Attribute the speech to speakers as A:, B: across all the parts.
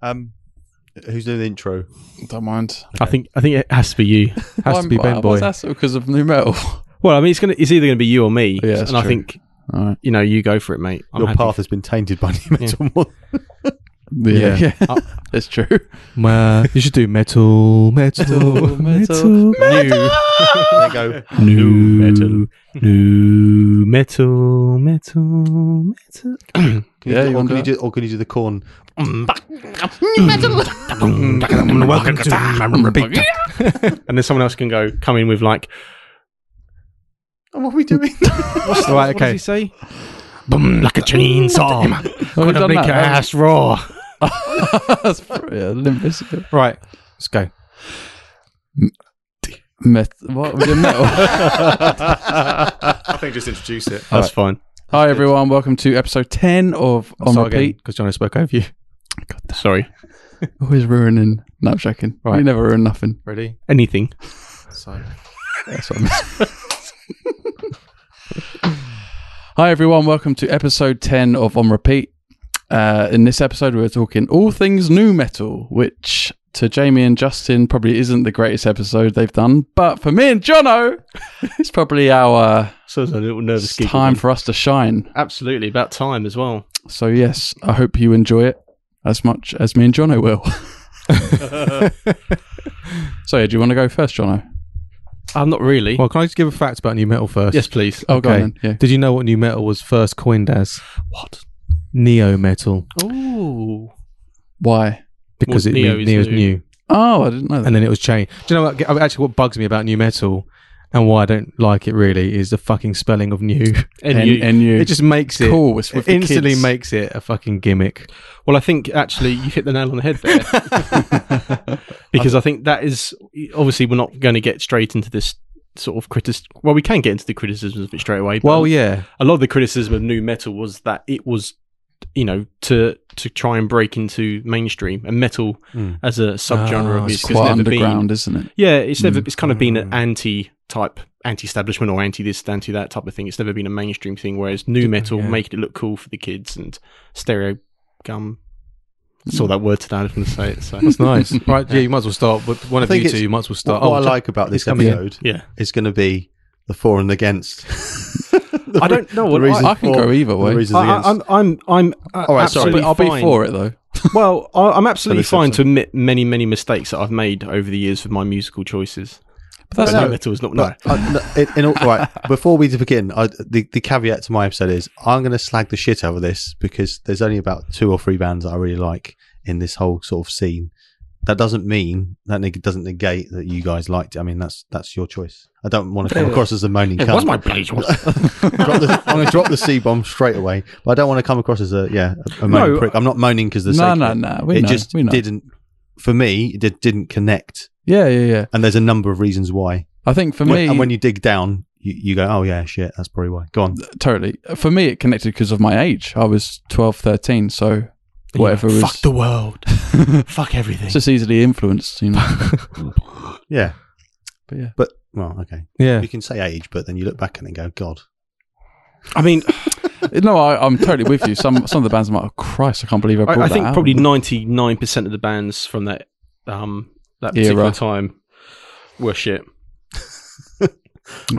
A: Um, who's doing the intro?
B: Don't mind.
C: I think I think it has to be you. Has to be Ben Boy.
B: because of new metal.
C: Well, I mean, it's gonna it's either gonna be you or me.
B: Yeah,
C: and
B: that's
C: I
B: true.
C: think
B: All right.
C: you know you go for it, mate. I'm
A: Your
C: happy.
A: path has been tainted by new metal. more
B: Yeah,
C: Yeah.
B: yeah. it's true.
C: Well, Uh, you should do metal, metal, metal,
B: New.
A: they go.
C: new metal, new metal, metal, metal.
A: Can you
B: Yeah,
A: do-
B: you
A: or
B: want
A: can you
B: that?
A: do, or can you do the corn?
D: Mm,
C: Welcome to my repeat. and then someone else can go come in with like
A: And what are we doing?
C: what's the
B: right,
C: what does
B: okay.
C: he say? Boom like a chainsaw.
B: We've done that.
C: raw.
B: That's pr- yeah, Limp Bizkit.
C: Right, let's go.
B: Met- what? We did metal.
A: I think just introduce it.
C: That's fine.
B: Hi everyone, welcome to episode ten of On Repeat.
C: because Johnny spoke over you. Sorry.
B: Always ruining. No, I'm joking.
C: Right.
B: You never ruin nothing.
A: Ready?
C: Anything.
A: So
B: That's what I meant. Hi everyone, welcome to episode ten of On Repeat. Uh, in this episode, we're talking all things new metal, which to Jamie and Justin probably isn't the greatest episode they've done, but for me and Jono, it's probably our
C: So it's a little
B: uh,
C: nervous giggle.
B: time for us to shine.
C: Absolutely, about time as well.
B: So yes, I hope you enjoy it as much as me and Jono will. so yeah, do you want to go first, Jono?
C: I'm Uh, not really.
D: Well, can I just give a fact about new metal first?
C: yes, please.
B: Oh, go on then. Yeah.
D: Did you know what new metal was first coined as?
C: What?
D: Neo metal,
C: Ooh.
B: Why?
D: because
C: Well,
D: it
C: neo
D: means
C: is
D: neo is
C: new.
D: new.
B: Oh, I didn't know that.
D: and then it was changed. Do you know what? ge- Actually, what bugs me about new metal and why I don't like it really is the fucking spelling of new.
C: And
B: N-
C: you-
B: NU.
D: It just makes it
B: cool. It's with
D: it
B: the
D: instantly
B: kids.
D: makes it a fucking gimmick.
C: well, I think actually you hit the nail on the head there. because I think that is obviously we're not going to get straight into this sort of criticism. Well, we can get into the criticisms of it straight away. But
D: Well, yeah,
C: a lot of the criticism of new metal was that it was, you know, to to try and break into mainstream and metal
A: Mm.
C: as a subgenre of
D: Ah, it's
C: music
B: It's
C: has
B: quite
C: never been
B: underground, isn't it?
C: Yeah, it's never.
B: Mm.
C: It's kind of been an
D: Ah.
C: anti type, anti establishment or anti this, anti that type of thing. It's never been a mainstream thing. Whereas new metal
D: yeah.
C: making it look cool for the kids and stereo gum.
B: Mm.
C: Saw that word today. I was going to say it. So
D: it's nice. right? Yeah, you might as well start. But one
A: I
D: of
A: think
D: you
A: it's-
D: two, you might as well
A: what,
D: start.
A: I
D: Oh,
A: like about this
D: coming in.
A: episode
C: yeah,
A: is going to be the for and against. The
C: I don't know
A: re-
C: what
A: the reasons
B: I can
A: for,
B: go either
A: The
B: way.
A: reasons
C: I,
A: against.
C: I, I'm I'm I'm uh,
A: All right, sorry.
C: absolutely
B: I'll be
C: fine.
B: for it though.
C: Well, I, I'm absolutely
A: this
C: fine
A: episode.
C: to admit many many mistakes that I've made over the years with my musical choices.
B: But that's
C: But new
A: no,
C: metal is not no.
A: But, uh, no, it- in all, right, before we begin, I, the, the caveat to my episode is I'm going to slag the shit out of this because there's only about two or three bands I really like in this whole sort of scene. That doesn't mean that neg- doesn't negate that you guys liked it. I mean, that's that's your choice. I don't want to come across as a moaning. cunt.
C: place.
A: Drop the- I'm going to drop the C bomb straight away, but I don't want to come across as a yeah a, a moaning
C: No.
A: prick. I'm not moaning because the
B: no, no, no. We
A: it
B: know.
A: just
B: we know.
A: didn't for me. It did, didn't connect,
B: Yeah, yeah, yeah.
A: and there's a number of reasons why.
B: I think for
A: When-
B: me,
A: and when you dig down, you, you go, oh yeah, shit, that's probably why. Go on.
B: totally. For me, it connected because of my age. I was 12, 13, so whatever was.
C: Fuck the world. Fuck everything.
B: it's just easily influenced, you know.
A: Yeah,
B: but yeah.
A: but well, okay.
D: yeah.
A: You can say age, but then you look back and then go, God,
C: I mean,
B: No, I, I'm totally with you. Some some of the bands, I'm like, oh, Christ, I can't believe I brought
C: I, I
B: that
C: think
B: out.
C: probably ninety nine percent of the bands from that um, that
B: Era.
C: particular time were shit.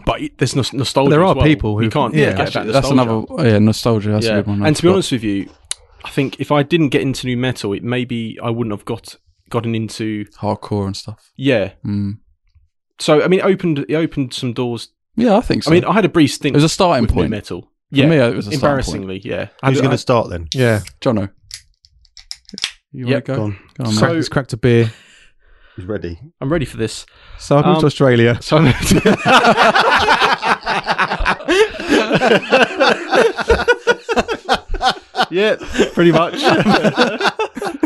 C: but there's nos- nostalgia.
D: There
C: as
D: are
C: well.
D: people who-
C: you can't.
D: yeah,
C: forget about
B: Actually, that's
C: nostalgia.
B: another yeah nostalgia. That's a
C: Yeah.
B: good one. I
C: and to be
B: forgot.
C: honest with you, I think if I didn't get into new metal, it maybe I wouldn't have got gotten into
B: hardcore and stuff.
C: yeah.
B: Mm.
C: So I mean, it opened it opened some doors.
B: Yeah, I think so.
C: I mean, I had a brief stint
B: it was a starting
C: with new
B: point.
C: metal.
B: For
C: Yeah,
B: me, it was a starting
C: embarrassingly, yeah. I
A: who's
C: had-
A: going
C: I-
A: to start then?
D: Yeah,
B: point. Jono, you
C: Yep,
B: want to
A: Go
B: go?
A: on,
B: Go on,
D: Crack-
B: mate.
C: So-
D: it's cracked a beer.
A: he's ready.
C: I'm ready for this.
D: So I moved
C: Um,
D: to Australia.
C: So I'm yeah, pretty much.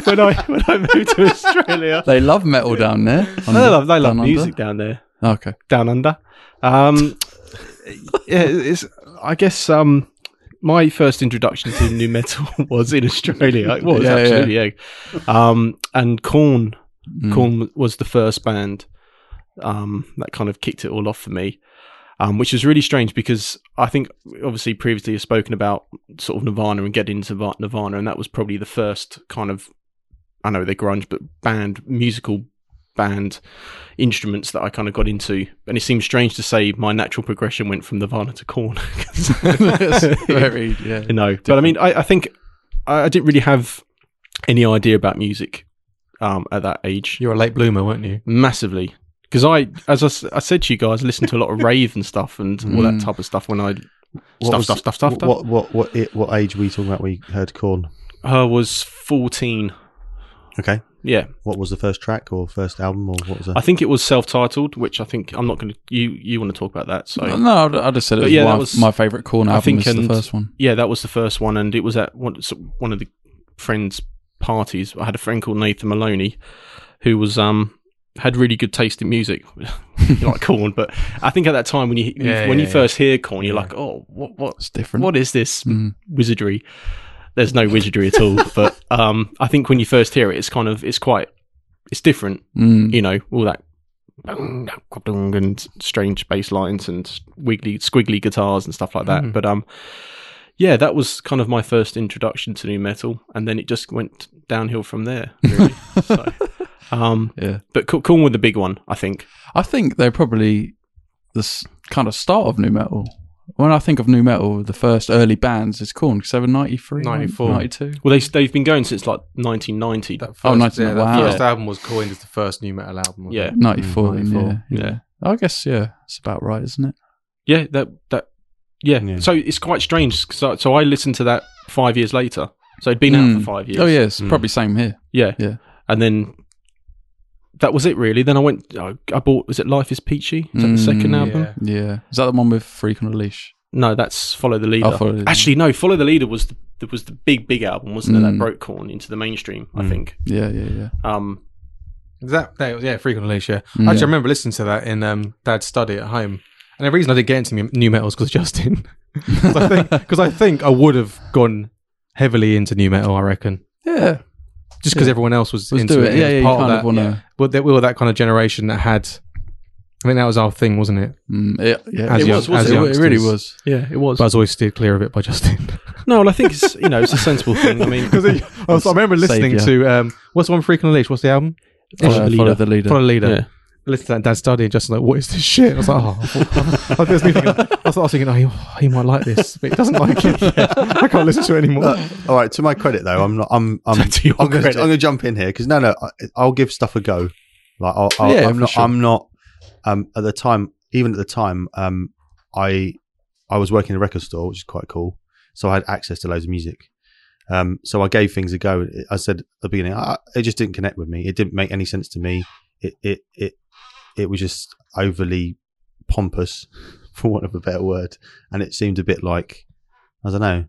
C: when I when I moved to Australia,
B: they love metal down there. They
C: I love they love
B: Down under? Oh,
C: music down there,
B: Okay.
C: down under. Um, yeah, it's I guess um. My first introduction to new metal was in Australia. It was
B: Yeah, yeah.
C: absolutely, yeah. Um, and Corn
B: Mm.
C: Corn was the first band um, that kind of kicked it all off for me, um, which was really strange because I think obviously previously I've spoken about sort of Nirvana and getting into Va- Nirvana, and that was probably the first kind of I know they're grunge, but band musical band instruments that I kind of got into. And it seems strange to say my natural progression went from Nirvana to Corn. 'cause-
B: That's very, yeah.
C: no, but I mean, I, I think I, I didn't really have any idea about music um, at that age
D: You're a late bloomer, weren't you?
C: massively because I, as I, s- I said to you guys, listened to a lot of rave and stuff and all that
B: Mm.
C: type of stuff when I
A: What
C: stuff,
A: was-
C: stuff, stuff, stuff, stuff.
A: What what what it, what age were you talking about? We heard Corn.
C: I was fourteen.
A: Okay.
C: Yeah,
A: What was the first track or first album or what was that?
C: I think it was self-titled, which I think I'm not going to. You you want to talk about that? So
B: No, I'd- I just said it
C: But
B: was,
C: yeah,
B: my,
C: that was-
B: my favorite Corn
C: I
B: album
C: think
B: is the
C: and-
B: first one.
C: yeah, that was the first one, and it was at one so- one of the friends' parties. I had a friend called Nathan Maloney, who was um had really good taste in music, like corn. But I think at that time when you
D: Yeah,
C: when you
D: yeah, yeah.
C: first hear corn, you're like, oh, what what
B: It's different.
C: what is this
B: Mm.
C: wizardry? There's no wizardry at all. but um, I think when you first hear it, it's kind of it's quite it's different
B: Mm.
C: you know, all that and strange bass lines and wiggly, squiggly guitars and stuff like that.
D: Mm.
C: But um, yeah, that was kind of my first introduction to new metal, and then it just went downhill from there. Really. so, um,
B: Yeah.
C: but Co- Corn were the big one, I think.
B: I think they're probably the s- kind of start of new metal. When I think of new metal, the first early bands is Corn because they were 93,
D: 94.
B: 92.
C: Well, they they've been going since like 1990.
D: That first,
B: Oh, 19
D: yeah, that
B: wow.
D: first album was coined as the first new metal album. wasn't
C: yeah,
D: it?
B: 94, then,
D: 94,
B: Yeah, yeah.
C: Mm, yeah.
B: I guess, yeah, it's about right, isn't it?
C: yeah, that that yeah.
A: Yeah.
C: So it's quite strange. 'cause I- so I listened to that five years later. So it'd been out
B: Mm.
C: for five years.
B: Oh, yeah, it's
D: Mm.
B: probably same here.
C: Yeah.
B: Yeah.
C: And then that was it, really. Then I went, I, I bought, was it Life is Peachy? Is that the
B: Mm,
C: second
B: yeah.
C: album?
D: Yeah.
B: Yeah. Is that the one with Freak on a Leash?
C: No, that's Follow the Leader.
B: Oh, Follow the Leader.
C: Actually, no, Follow the Leader was the, that was the big, big album, wasn't it?
B: Mm.
C: That broke Corn into the mainstream, I
B: Hmm.
A: Mm.
C: think.
B: Yeah, yeah, yeah.
C: Um,
D: Is That, that was- yeah, Freak on a Leash, yeah.
B: Mm.
D: I actually remember listening to that in um, Dad's study at home. And the reason I didn't get into mu- new metal is because Justin. Because I, think- 'cause I think I would have gone heavily into new metal, I reckon.
B: Yeah.
D: Just because
B: Yeah.
D: everyone else was
B: Let's
D: into
B: do
D: it.
B: it. Yeah,
D: was
B: yeah, you
D: part
B: kind
D: that,
B: of want to.
D: Well, that, we were that kind of generation that had. I think that was our thing, wasn't it?
B: Mm, it, yeah,
D: As
B: it
C: young-
B: was, was
C: as
B: it? it really
D: youngsters.
B: was.
C: yeah, it was.
D: But I was always steered clear of it by Justin.
C: no, well, I think it's, you know, it's a sensible thing. I mean,
D: Because I, was- I remember listening
B: Saviour.
D: to um, what's the one Freak on a Leash? What's the album?
B: Follow,
C: Follow the
B: Follow
C: Leader.
B: the leader.
D: Follow the leader.
C: yeah.
D: I listened to that in Dad's study and Justin's like, what is this shit? I was like, oh. I was, thinking, I was, I was thinking, oh, he, he might like this, but he doesn't like it. I can't listen to it anymore.
A: Uh, all right. To my credit, though, I'm not. I'm. I'm.
C: To your
A: I'm going
C: credit.
A: to jump in here because no, no, I, I'll give stuff a go. Like I'll, I'll,
B: Yeah,
A: I'm
B: for
A: not.
B: sure.
A: I'm not. Um, at the time, even at the time, um, I, I was working in a record store, which is quite cool. So I had access to loads of music. Um, so I gave things a go. It- I said at the beginning, I, it just didn't connect with me. It didn't make any sense to me. It, it, it, it was just overly pompous, for want of a better word, and it seemed a bit like, I don't know.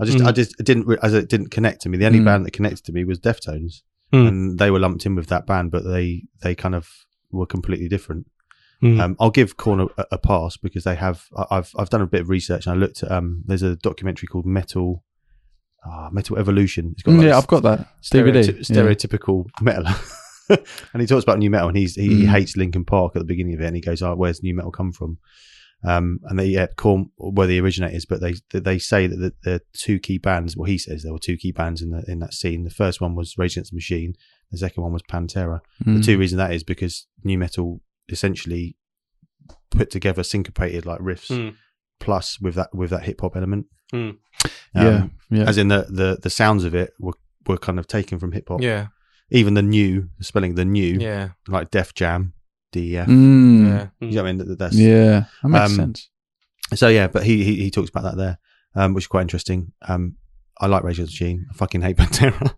A: I just,
C: Mm.
A: I just it didn't, re- as it didn't connect to me. The only
B: Mm.
A: band that connected to me was Deftones,
C: Mm.
A: and they were lumped in with that band, but they, they kind of were completely different.
C: Mm.
A: Um, I'll give Corn a, a pass because they have. I- I've I've done a bit of research and I looked at. Um, there's a documentary called Metal, ah, Metal Evolution. It's
B: Mm,
A: like
B: yeah,
A: a
B: I've got that. DVD.
A: stereoty- stereotypical metal, and he talks about new metal and he's he, he
B: Mm.
A: hates Linkin Park at the beginning of it and he goes, "Oh, where's new metal come from?" Um, and they yeah, Corn where the originators, but they they- they say that the, the two key bands. Well, he says there were two key bands in the in that scene. The first one was Rage Against the Machine. The second one was Pantera. The
B: Mm.
A: two reasons that is because new metal essentially put together syncopated like riffs
C: Mm.
A: plus with that with that hip hop element. Um,
C: Mm.
B: Yeah, yeah.
A: As in the, the the sounds of it were were kind of taken from hip hop.
D: Yeah,
A: Even the new the spelling of the new
D: yeah,
A: like Def Jam, DEF.
B: Mm.
D: yeah.
A: You know what I mean? That- That's
B: Yeah, that makes
A: Um,
B: sense.
A: So yeah, but he he, he talks about that there, um, which is quite interesting. Um, I like Rage Against the Machine. I fucking hate Pantera.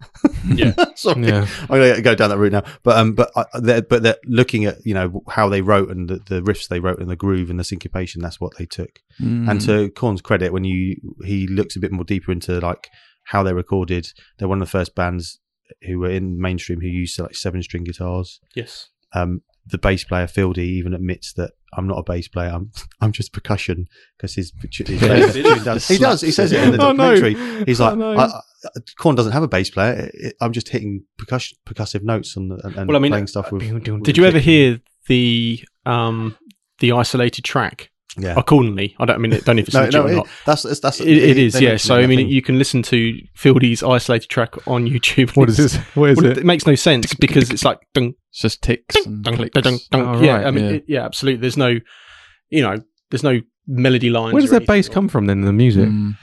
C: Yeah.
A: Sorry.
D: Yeah.
A: I'm gonna go down that route now. But um, but I, they're, but they're looking at you know how they wrote and the, the riffs they wrote and the groove and the syncopation. That's what they took.
B: Mm.
A: And to Korn's credit, when you he looks a bit more deeper into like how they recorded, they're one of the first bands who were in mainstream who used like seven string guitars.
C: Yes.
A: Um, the bass player Fieldy even admits that I'm not a bass player. I'm I'm just percussion because his, his bass
C: He
A: tune does. He does. He says it in the
D: Oh, no.
A: documentary. He's like,
D: Oh, no.
A: I, I, Korn doesn't have a bass player. I- I- I'm just hitting percussion, percussive notes and, and, and
C: Well, I mean, uh,
A: playing stuff with.
D: Did
C: Did you ever hear the, um, the isolated track?
A: Yeah.
C: accordingly. I don't I mean I don't know if it's
A: No,
C: legit
A: no,
C: or
A: it,
C: not.
A: that's that's that's
C: It, it is,
A: they
C: yeah.
A: mention
C: So
A: it,
C: I mean,
A: think.
C: you can listen to Fieldy's isolated track on YouTube.
D: What is this? What is
C: Well,
D: it?
C: it makes no sense because it's like dun,
B: It's just ticks and
C: dun,
B: clicks. Mm,
C: dun, dun, dun.
D: Oh,
C: yeah,
D: right,
C: I mean,
B: yeah.
C: it- yeah, absolutely. There's no, you know, there's no melody lines.
D: Where does
C: or
D: their bass
C: anything.
D: come from then in the music?
B: Mm.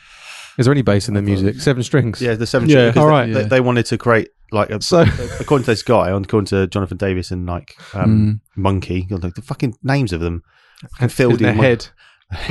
D: Is there any bass in the music? Seven strings.
A: yeah, the seven.
C: Yeah,
A: Yeah, all
D: alright.
A: right. They,
B: Yeah.
A: they wanted to create like a,
D: So
A: according to this guy, according to Jonathan Davis and like um,
B: Mm.
A: Monkey, like the fucking names of them.
D: and
A: Fieldy
D: their
A: Mon-
D: head.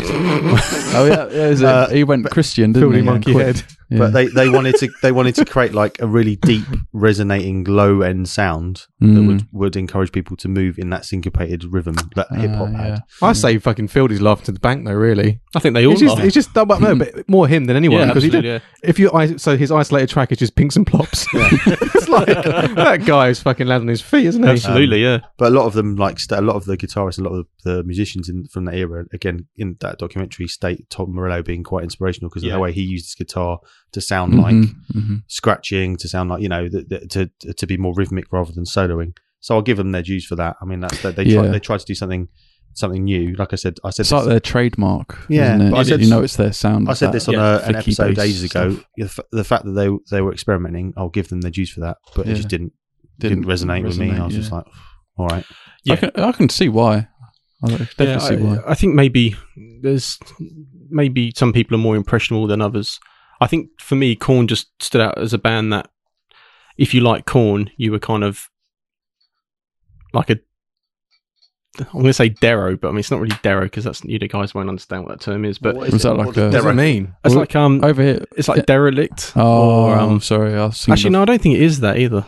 B: Oh yeah, yeah is it?
A: Uh,
B: he went Christian, didn't
D: Fieldy
B: he?
D: monkey
B: Quick.
D: head.
B: Yeah.
A: But they, they wanted to they wanted to create like a really deep, resonating low end sound that
B: Mm.
A: would, would encourage people to move in that syncopated rhythm that hip hop
B: Ah,
A: had.
D: I say fucking Fieldy's laughing to the bank though. Really,
C: I think they all
D: it's just
C: are.
D: it's just dumb. No, but more him than anyone
C: yeah,
D: because he
C: absolutely.
D: did.
C: Yeah.
D: If you is- so his isolated track is just pinks and plops. it's like that guy is fucking landing his feet, isn't he?
C: Absolutely, yeah.
A: But a lot of them, like st- a lot of the guitarists, a lot of the musicians in, from that era, again in that documentary, state Tom Morello being quite inspirational because of
C: Yeah.
A: the way he used his guitar to sound like
B: Mhm, mhm.
A: scratching to sound like you know th- th- to to be more rhythmic rather than soloing. So I'll give them their dues for that. I mean, that's they they,
B: Yeah.
A: tried, they tried to do something something new. Like I said, I said
B: It's like
A: this,
B: their trademark.
A: Yeah,
B: isn't it?
A: but I
B: You-
A: said-
B: you know it's their sound.
A: I said this on a, an
B: clicky
A: episode
B: bass
A: ages ago.
B: stuff.
A: The, f- the fact that they they were experimenting, I'll give them their dues for that. But
B: Yeah.
A: it just didn't didn't, resonate, with me. I was just like, all right,
C: Yeah.
B: I can, I can see why. I definitely
C: Yeah,
B: see why.
C: I, I think maybe there's maybe some people are more impressionable than others. I think for me, Corn just stood out as a band that, if you like Corn, you were kind of like a. I'm going to say Darrow, but I mean it's not really Darrow because that's you know, guys won't understand what that term is. But
A: What is
B: was
A: it?
B: that like
A: What
B: a-
A: does
D: What does
A: Derek-
D: it mean?
C: it's like um,
B: Over here.
C: it's like derelict.
B: Oh,
C: or,
B: I'm
C: um,
B: sorry. I was
C: actually,
B: actually
C: no, I don't think it is that either.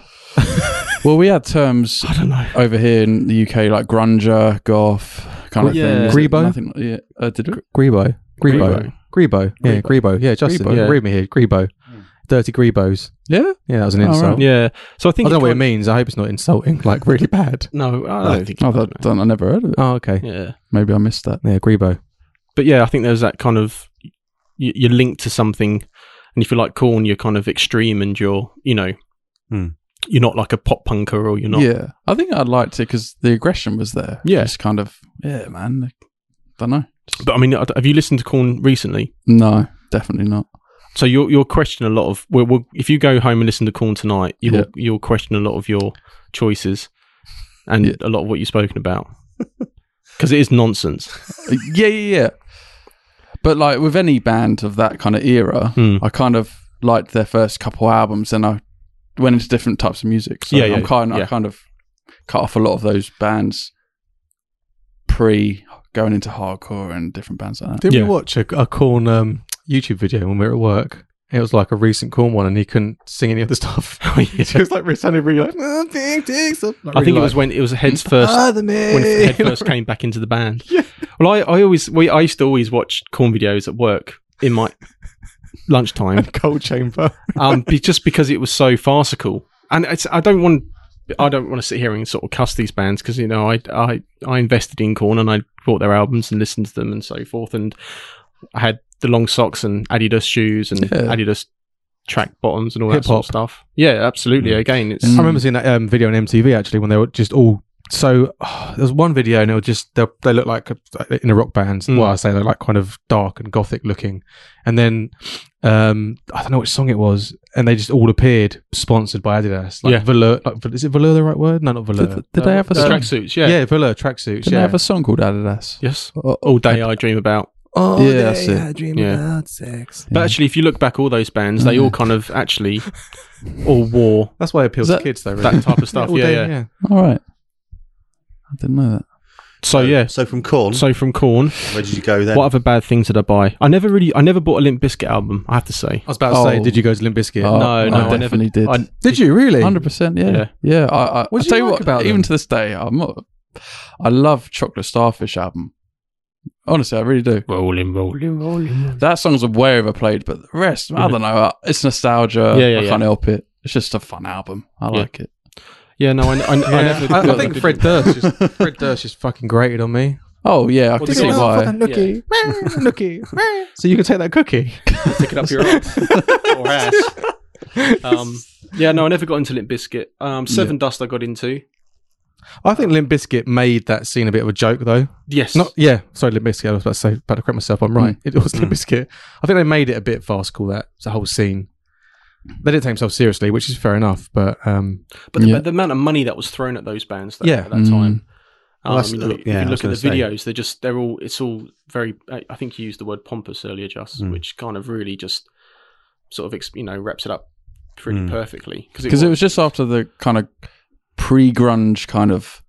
B: Well, we had terms
C: I don't know.
B: over here in the UK like grunger, goth, kind of
C: Yeah.
B: things.
D: Grebo?
B: Nothing. Yeah. Uh, did we?
D: Grebo. Grebo.
C: Grebo.
D: Grebo. Yeah, Grebo. Yeah, Justin.
B: Grebo.
D: Yeah.
C: Yeah.
D: Read me here. Grebo. Dirty Grebos.
B: Yeah.
D: Yeah, that was an
B: Oh,
D: insult.
B: right.
C: Yeah, so I think
D: I don't know
C: it
D: what it
C: kind
D: means. I hope it's not insulting, like really bad.
C: of- No, I don't think.
B: Oh,
C: it-
B: that, I never heard of it.
D: Oh, okay.
C: yeah.
B: Maybe I missed that.
D: Yeah, Grebo.
C: but yeah, I think there's that kind of y- you're linked to something, and if you like corn, you're kind of extreme, and you're you know
A: Hmm.
C: you're not like a pop punker or you're not.
B: Yeah. I think I liked it because the aggression was there.
C: Yeah.
B: Just kind of, yeah, man. don't know.
C: But I mean, I d- have you listened to corn recently?
B: No, definitely not.
C: So you'll you'll question a lot of. Well, well, if you go home and listen to corn tonight, you'll
B: Yeah.
C: you'll question a lot of your choices and
B: Yeah.
C: a lot of what you've spoken about because it is nonsense.
B: Uh, yeah, yeah, yeah. But like with any band of that kind of era,
C: Hmm.
B: I kind of liked their first couple albums, and I went into different types of music. So
C: Yeah,
B: I'm
C: yeah,
B: kind, I
C: yeah.
B: kind of cut off a lot of those bands pre going into hardcore and different bands like that.
D: Did
C: Yeah.
D: we watch a, a Corn um, YouTube video when we were at work? It was like a recent Corn one, and he couldn't sing any of the stuff. it was like it sounded really like. "Ah, ding, ding," so- like,
C: Oh, I
D: really
C: think it
D: like,
C: was when it was heads
B: Hmm.
C: first
D: "Ah, the me."
C: when Head first came back into the band. Well, I, I always we I used to always watch corn videos at work in my lunchtime,
D: cold chamber.
C: um, be, just because it was so farcical. And it's I don't want I don't want to sit here and sort of cuss these bands because you know I I I invested in corn and I bought their albums and listened to them and so forth and I had the long socks and Adidas shoes and
B: Yeah.
C: Adidas track bottoms and all that sort
D: Hip-hop.
C: of stuff. Yeah, absolutely. Again, it's
B: Mm.
D: I remember seeing that um, video on MTV actually when they were just all so. Oh, there was one video and it was just they, they look like a- in a rock band.
C: Mm.
D: Well, I say they're like kind of dark and gothic looking, and then um, I don't know which song it was, and they just all appeared sponsored by Adidas. Like
C: Yeah.
D: Velour, like, is it Velour the right word? No, not Velour.
B: Did, did they have a
C: the
B: song?
C: tracksuits. Yeah.
D: yeah. Velour tracksuits.
B: Did
D: yeah.
B: they have a song called Adidas?
C: Yes.
B: Oh,
C: All day I dream about.
D: oh,
B: Yeah, that's it.
D: dream
C: Yeah. Oh,
D: about sex.
C: But actually, if you look back, all those bands, they
B: Yeah.
C: all kind of actually all wore
D: That's why it appeals
B: Is
D: to
B: that-
D: kids though. Really.
C: that type of stuff.
D: All
C: yeah,
D: day,
C: yeah.
B: all right. I didn't know that.
C: So Oh, yeah.
A: So from Corn,
C: So from Corn,
A: where did you go then?
C: what other bad things did I buy? I never really, I never bought a Limp Bizkit album. I have to say.
D: I was about to say,
B: Oh.
D: did you go to Limp Bizkit?
B: Oh,
C: no,
B: I
C: no, I never-
B: definitely did.
C: I,
D: Did you really?
B: Hundred percent, yeah,
C: Yeah.
B: yeah. I, I,
D: What
B: I
D: do
B: tell
D: you
B: you
D: like
B: what,
D: about them?
B: even to this day, I'm not. I love Chocolate Starfish album. Honestly, I really do.
C: rolling, rolling, rolling.
B: That song's way overplayed, but the rest, I don't know. uh, It's nostalgia.
C: Yeah, yeah,
B: I
C: yeah.
B: can't help it. It's just a fun album. I
C: Yeah.
B: like it.
C: Yeah, no, I, I, I
D: Yeah.
C: never.
D: I, I think Fred Durst, just, Fred Durst just fucking grated on me.
B: Oh yeah, I
C: Well,
B: can
C: this
B: see
C: is-
B: why.
D: nookie, nookie. so you can take that cookie.
C: pick it up your ass. or ass. Um, yeah, no, I never got into Limp Bizkit. Um, Seven Dust, I got into.
D: I think Limp Bizkit made that scene a bit of a joke, though.
C: Yes.
D: Not yeah, sorry, Limp Bizkit. I was about to say, about to correct myself. I'm right. It was Limp Bizkit. I think they made it a bit farcical. That the whole scene. They didn't take themselves seriously, which is fair enough. But um,
C: but the,
B: Yeah.
C: the amount of money that was thrown at those bands that,
D: Yeah.
C: at that time. Um,
A: Well, that's-
C: you know, if
A: yeah, I
C: you
A: was
C: look at
A: gonna
C: the
A: say.
C: videos, they're just they're all it's all very. I I think you used the word pompous earlier, Just,
A: Mm.
C: which kind of really just sort of ex- you know wraps it up pretty
A: Mm.
C: perfectly because
B: because it was just after the kind of pre-grunge kind of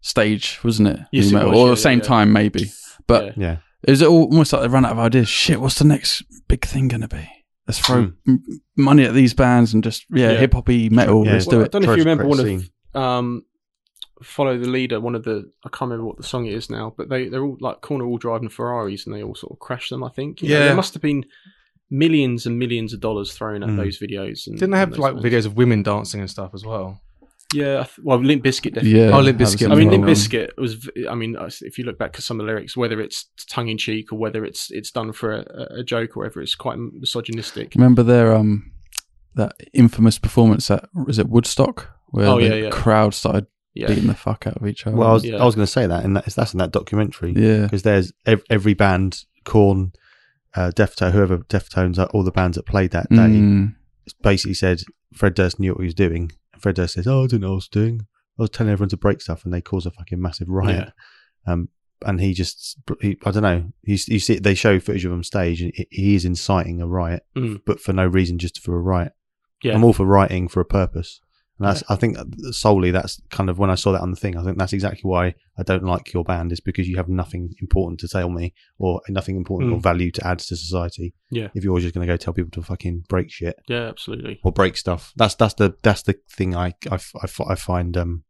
B: stage, wasn't it?
C: Yes, it
B: New metal.
C: was,
B: or
C: yeah,
B: the same
C: yeah.
B: time maybe. But
C: Yeah.
A: Yeah.
B: it was almost like they ran out of ideas. Shit, what's the next big thing going to be? Let's throw
A: Mm.
B: m- money at these bands and just yeah,
C: Hmm. Yeah.
B: hip hoppy metal.
A: Yeah.
B: Let's
C: Well,
B: do
C: I
B: it.
C: don't know if
A: Try
C: you
A: to
C: remember
A: create
C: one
A: a
C: of
A: scene.
C: um, Follow the Leader, one of the I can't remember what the song is now, but they they're all like corner all driving Ferraris and they all sort of crash them. I think. You know,
D: Yeah.
C: there must have been millions and millions of dollars thrown at
A: Mm.
C: those videos. And,
D: didn't they
C: and
D: have
C: those
D: like
C: bands.
D: videos of women dancing and stuff as well?
C: Yeah, I th- well, Limp Bizkit definitely.
B: Yeah,
D: Oh, Limp
B: have
D: Bizkit
B: some
C: I mean,
B: of
C: Limp
B: them.
C: Bizkit was. v- I mean, I s- if you look back at some of the lyrics, whether it's tongue in cheek or whether it's it's done for a, a joke or whether it's quite misogynistic.
B: Remember their um that infamous performance at was it Woodstock where
C: Oh,
B: the
C: yeah, yeah.
B: crowd started
C: Yeah,
B: beating the fuck out of each other.
A: Well, I was,
C: Yeah.
A: I was going to say that, and that, that's in that documentary.
B: yeah,
A: because there's ev- every band, Corn, uh, Deftones, whoever Deftones, are, all the bands that played that day,
B: Mm.
A: basically said Fred Durst knew what he was doing. And Fred Durst says, "Oh, I didn't know what I was doing. I was telling everyone to break stuff, and they caused a fucking massive riot." Um, and he just, he, I don't know. You, you see, they show footage of him stage, and he- he is inciting a riot,
C: Mm.
A: but for no reason, just for a riot.
C: Yeah.
A: I'm all for rioting for a purpose. And that's, I think, solely that's kind of when I saw that on the thing. I think that's exactly why I don't like your band is because you have nothing important to tell me, or nothing important
C: Mm.
A: or value to add to society.
C: Yeah.
A: If you're always just going to go tell people to fucking break shit
C: yeah, absolutely.
A: or break stuff. That's that's the that's the thing I I, f- I f- I find um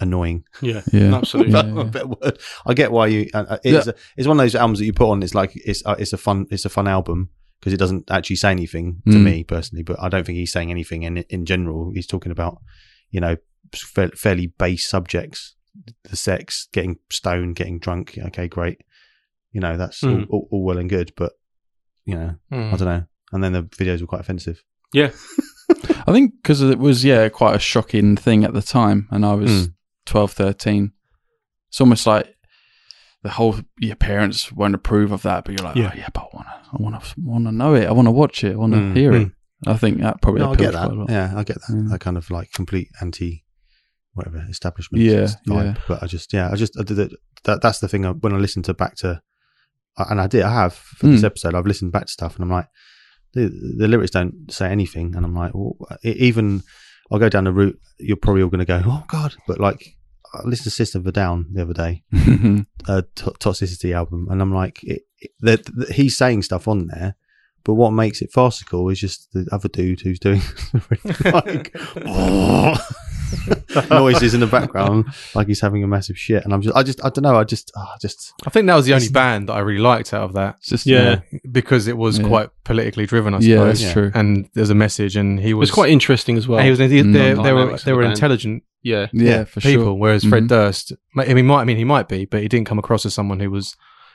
A: annoying.
C: Yeah,
B: Yeah.
C: absolutely.
B: Yeah.
A: That's a better word. I get why you. Uh, uh, it's, it's one of those albums that you put on. It's like it's uh, it's a fun it's a fun album because it doesn't actually say anything to
B: Mm.
A: me personally. But I don't think he's saying anything in in general. He's talking about you know fa- fairly base subjects, the sex, getting stoned, getting drunk. Okay, great. You know that's
B: Hmm.
A: all,
C: Mm.
A: all, all well and good, but you know I don't know. And then the videos were quite offensive.
B: I think because it was yeah quite a shocking thing at the time, and I was
A: Hmm.
B: twelve, thirteen. It's almost like the whole your parents won't approve of that, but you're like,
C: Yeah.
B: oh yeah, but I want to, I want to, want to know it, I want to watch it, I want to
A: Mm.
B: hear it. I think that probably
A: No, I
B: appeals
A: get
B: quite a
A: that.
B: lot.
A: Yeah, I get that.
B: Mm.
A: That kind of like complete anti, whatever establishment.
B: Yeah,
A: vibe. But I just, yeah, I just I did it. That, that's the thing. I, when I listen to back to, I- and I did, I have for this
B: Mm.
A: episode. I've listened back to stuff, and I'm like, the, the lyrics don't say anything, and I'm like, well, e- even I'll go down the route. You're probably all going to go, oh god, but like. I listened to System of a Down the other day, a to- uh, toxicity album, and I'm like, it, it, that that he's saying stuff on there, but what makes it farcical is just the other dude who's doing like noises in the background, like he's having a massive shit. And I'm just, I just, I don't know, I just, ah, just
D: I think that was the only band that I really liked out of that
B: It's just
C: Yeah.
D: because it was
B: Yeah.
D: quite politically driven, I
B: yeah, yeah,
D: suppose.
B: that's
A: Yeah.
B: true.
D: And there's a message, and he
C: It
D: was,
C: was quite interesting as well.
D: and he was, they,
B: Mm.
D: they, they were
C: Dynamics
D: they
C: of
D: were
C: the band.
D: intelligent
C: yeah,
B: yeah, for
D: people,
B: sure.
D: whereas Fred
B: Mhm.
D: Durst, I mean, he might, I mean, he might be, but he didn't come across as someone who was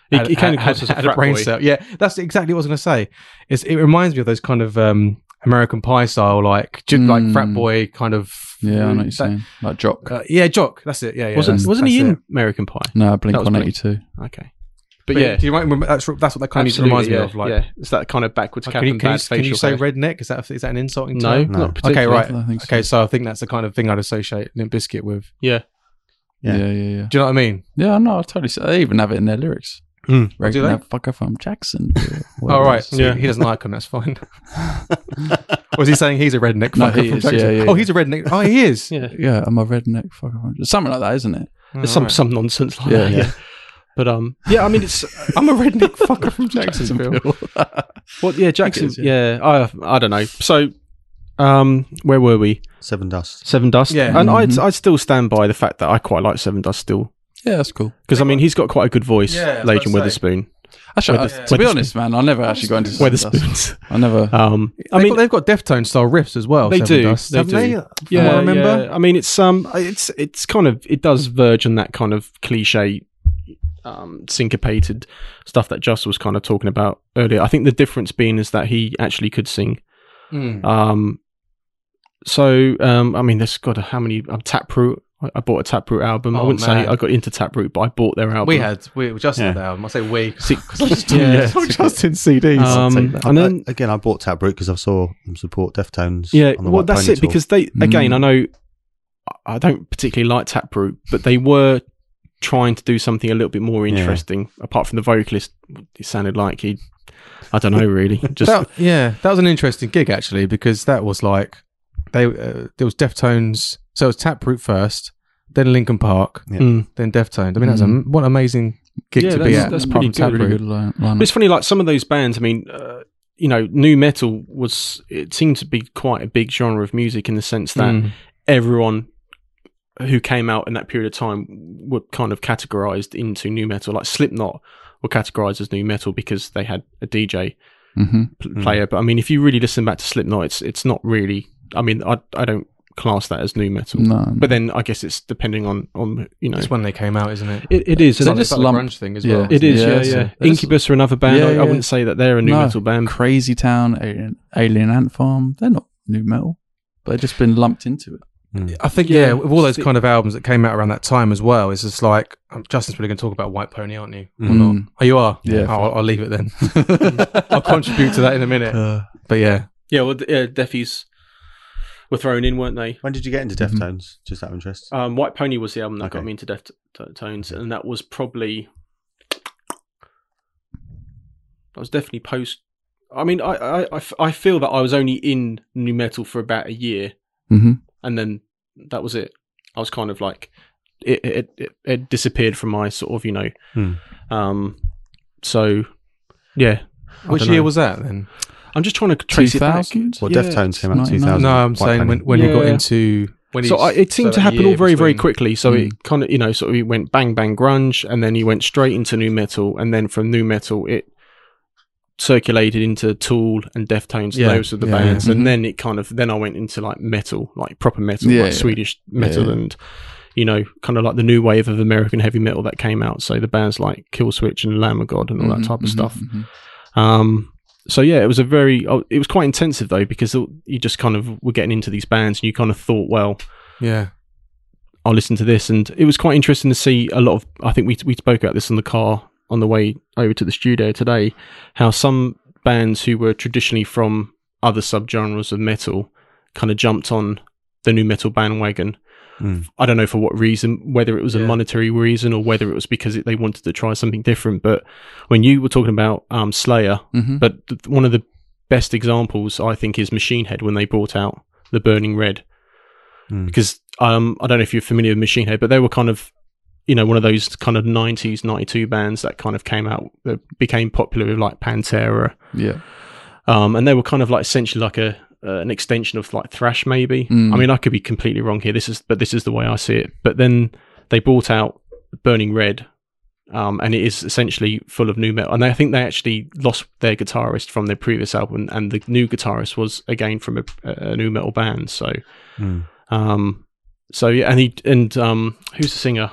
C: he,
D: had-
C: he came
D: had-
C: across
D: had-
C: as a
D: had
C: frat
D: brain
C: boy.
D: cell. Yeah, that's exactly what I was going to say. It's, it reminds me of those kind of um, American Pie style, like ju- like frat
B: Mm.
D: boy kind of.
B: Yeah, I know what you're
D: that-
B: saying. Like Jock.
D: Uh, yeah, jock. That's it. Yeah, yeah.
C: wasn't
D: that's-
C: wasn't he
D: that's
C: in
D: it.
C: American Pie?
B: no, Blink
C: was Blink.
B: 182.
C: Okay,
D: But,
C: but, yeah,
D: do you remember? That's, that's what that kind of music
C: absolutely,
D: reminds
C: yeah,
D: me of. Like,
C: yeah, it's that kind of backwards
D: Like,
C: cap
D: can you,
C: and
D: can you,
C: bad
D: can you
C: facial
D: say
C: hair.
D: redneck? Is that is that an insulting
C: No,
D: term?
A: No.
C: not
A: Okay,
D: Okay,
C: particularly.
D: right.
B: I think so.
D: Okay, so I think that's the kind of thing I'd associate Limp Bizkit with.
B: Yeah,
A: Yeah.
B: yeah, yeah. Yeah,
D: Do you know what I mean?
B: no, I totally. See. They even have it in their lyrics.
A: Hmm.
D: Do
B: Regular
D: they?
B: fucker from Jackson.
D: All right.
B: Yeah.
D: So
C: Yeah.
D: he doesn't like him. That's fine. or is he saying he's a redneck?
B: No,
D: fucker
B: he
D: from
B: is, yeah,
D: Texas?
B: yeah,
D: oh,
B: yeah.
D: he's a redneck. Oh, he is.
C: Yeah,
B: Yeah, I'm a redneck fucker. From... Something like that, isn't it?
D: Oh,
C: There's some
D: right.
C: some nonsense like
B: Yeah,
C: that.
B: yeah.
C: Yeah. But um, yeah, I mean, it's
D: I'm a redneck fucker from Jacksonville.
C: well, yeah, Jackson.
B: is,
C: yeah, I I don't know. So, um, where were we?
A: Seven Dust.
C: Seven Dust.
D: Yeah.
C: and
B: Mhm.
C: I I still stand by the fact that I quite like Seven Dust still
B: yeah, that's cool.
C: because I mean he's got quite a good voice,
D: Yeah, I was
C: Legion
D: about to say.
C: Witherspoon.
B: Actually, I,
D: With
B: to
D: the-
B: be
C: with the
B: honest, man, I never actually got into Seven Dust.
C: Witherspoons.
B: I never.
C: Um, I
D: They've
C: mean,
D: got, they've got Deftone style riffs as well.
C: They
D: Seven
C: do,
D: Dust,
C: they
D: haven't
C: do.
D: From what I remember.
C: yeah. I mean, it's um, it's it's kind of it does verge on that kind of cliche, um, syncopated stuff that Just was kind of talking about earlier. I think the difference being is that he actually could sing.
D: Mm.
C: Um, so um, I mean, there's got how many um, Taproot. I, I bought a Taproot album. I
D: Oh,
C: wouldn't
D: man.
C: say I got into Taproot, but I bought their album.
D: We had we Justin
A: Yeah.
D: had that album. I say we. 'cause I just
C: Yeah.
D: sold Justin CDs.
C: Um,
D: I'll take that.
C: and then
A: I- again, I bought Taproot because I saw them support Deftones.
C: Yeah,
A: on the
C: well,
A: White
C: that's
A: Pony
C: it
A: Tour.
C: because they again.
B: Mm.
C: I know I don't particularly like Taproot, but they were trying to do something a little bit more
A: Yeah.
C: interesting. Apart from the vocalist, it sounded like he, I don't know, really. Just
D: That- yeah, that was an interesting gig actually because that was like they uh, there was Deftones, so it was Taproot first, then Lincoln Park,
A: Yeah.
C: Mm.
D: then Deftones. I mean, that's a
B: Mm.
D: what an amazing gig
C: Yeah,
D: to be
C: that's-
D: at.
C: that's
D: apart
C: pretty
D: from
C: good,
D: Taproot.
B: Really good li- lineup.
C: But it's funny, like some of those bands. I mean, uh, you know, new metal was it seemed to be quite a big genre of music in the sense that
D: Mm.
C: everyone who came out in that period of time were kind of categorized into new metal. Like Slipknot were categorized as new metal because they had a DJ
B: Mhm.
C: pl-
A: Mm.
C: player. But I mean, if you really listen back to Slipknot, it's it's not really. I mean, I I don't class that as new metal.
B: No,
C: But then I guess it's depending on on you know.
D: It's when they came out, isn't it?
C: It, it is.
B: Is
C: and
B: it
C: I-
B: just lump-
D: grunge thing as
B: yeah.
D: well.
C: It
D: isn't
C: is.
B: Yeah,
C: Yeah,
B: it's
C: yeah.
B: a-
C: Incubus are another band.
B: Yeah,
C: I,
B: yeah.
C: I wouldn't say that they're a new
B: No.
C: metal band.
B: Crazy Town, Alien, Alien Ant Farm, they're not new metal, but they've just been lumped into it.
D: I think yeah,
C: Yeah,
D: with all those
C: see-
D: kind of albums that came out around that time as well, it's just like um, Justin's probably going to talk about White Pony, aren't you? Or
B: Mm.
D: not? Oh, you are.
B: Yeah.
D: Oh, I'll, I'll leave it then. I'll contribute to that in a minute.
B: Uh,
D: But yeah,
C: Yeah, well, d- yeah, Defies were thrown in, weren't they?
A: when did you get into
D: mm-hmm.
B: Mhm.
A: Deftones? Just out of interest.
C: Um, White Pony was the album that got
A: Okay.
C: me into Death T- Tones, and that was probably that was definitely post. I mean, I, I- I f- I feel that I was only in new metal for about a year,
B: mhm.
C: and then that was it. I was kind of like it it, it, it disappeared from my sort of you know,
A: Hmm.
C: um, so yeah. I
D: which
C: don't know.
D: year was that then?
C: I'm just trying to trace it back.
B: 2000?
A: well,
C: yeah,
A: Deftones came out in
B: 99.
A: 2000.
D: No, I'm
A: White
D: saying
A: Pony.
D: when, when you got
C: Yeah.
D: into when
C: So
D: you-
C: I, it seemed to
D: so that
C: happen
D: year
C: all very, very
D: between- Hmm.
C: quickly. So it kind of, you know, sort of he went bang, bang, grunge, and then he went straight into new metal, and then from new metal it circulated into Tool and Deftones,
D: Yeah,
C: those are the
D: yeah, Mm-hmm.
C: bands,
B: yeah. Mhm.
C: and then it kind of, then I went into like metal, like proper metal,
B: Yeah,
C: like
B: yeah.
C: Swedish metal,
B: Yeah.
C: and you know, kind of like the new wave of American heavy metal that came out. So the bands like Killswitch and Lamb of God and all
D: Mm-hmm,
C: that
B: Mhm,
C: type of
B: mhm,
C: stuff.
B: mhm.
C: Um, so yeah, it was a very, oh, it was quite intensive though because you just kind of were getting into these bands and you kind of thought, well.
D: Yeah.
C: I'll listen to this. And it was quite interesting to see a lot of. I think we we spoke about this in the car on the way over to the studio today. How some bands who were traditionally from other subgenres of metal kind of jumped on the new metal bandwagon.
A: Mm.
C: I don't know for what reason, whether it was
D: Yeah.
C: a monetary reason or whether it was because it, they wanted to try something different. But when you were talking about um, Slayer,
B: Mhm.
C: but th- one of the best examples, I think, is Machine Head when they brought out the Burning Red,
A: Mm.
C: because um, I don't know if you're familiar with Machine Head, but they were kind of, you know, one of those kind of '90s '92 bands that kind of came out that became popular with like Pantera,
B: yeah,
C: um, and they were kind of like essentially like a uh, an extension of like thrash, maybe.
B: Mm.
C: I mean, I could be completely wrong here. This is, but this is the way I see it. But then they brought out Burning Red. Um, and it is essentially full of new metal, and I think they actually lost their guitarist from their previous album, and the new guitarist was again from a, a new metal band. So,
A: Mm.
C: um, so yeah, and he and um, who's the singer?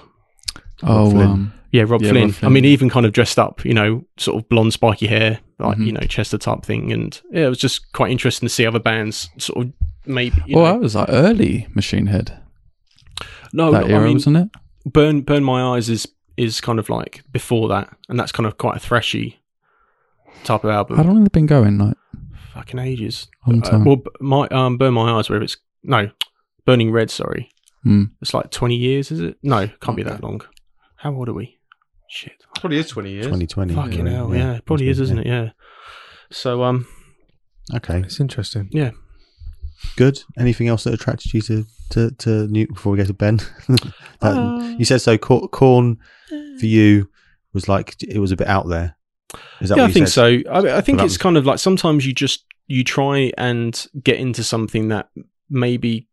B: oh,
A: Flynn.
B: um,
C: Yeah, Rob,
B: Yeah, Rob
C: Flynn.
B: Flynn.
C: I mean, he even kind of dressed up, you know, sort of blonde, spiky hair, like
B: Mhm.
C: you know, Chester type thing, and yeah, it was just quite interesting to see other bands sort of maybe. You
B: oh,
C: know- Oh,
B: that was like early Machine Head
C: no,
B: that
C: I
B: era,
C: mean,
B: wasn't it?
C: burn burn my eyes is is kind of like before that, and that's kind of quite a thrashy type of
B: How
C: album.
B: long have they been going? Like
C: Fucking ages.
B: long
C: Uh,
B: time.
C: well, b- my um, burn my eyes, where it's no, burning red. Sorry,
B: Hmm.
C: it's like twenty years, is it? No, can't be that long. How old are we? Shit,
D: Probably is 20 years.
A: 2020.
C: fucking hell, yeah, it probably is, isn't it? Yeah. So um,
A: it? Okay,
D: It's interesting.
A: good. Anything else that attracted you to to, to Newt before we go to Ben? That-
C: Um,
A: you said so. Cor- Corn
C: uh,
A: for you was like it was a bit out there. Is that
C: yeah,
A: what
C: I
A: you
C: think
A: said?
C: so. I, I think
A: that
C: it's
A: was-
C: kind of like sometimes you just you try and get into something that maybe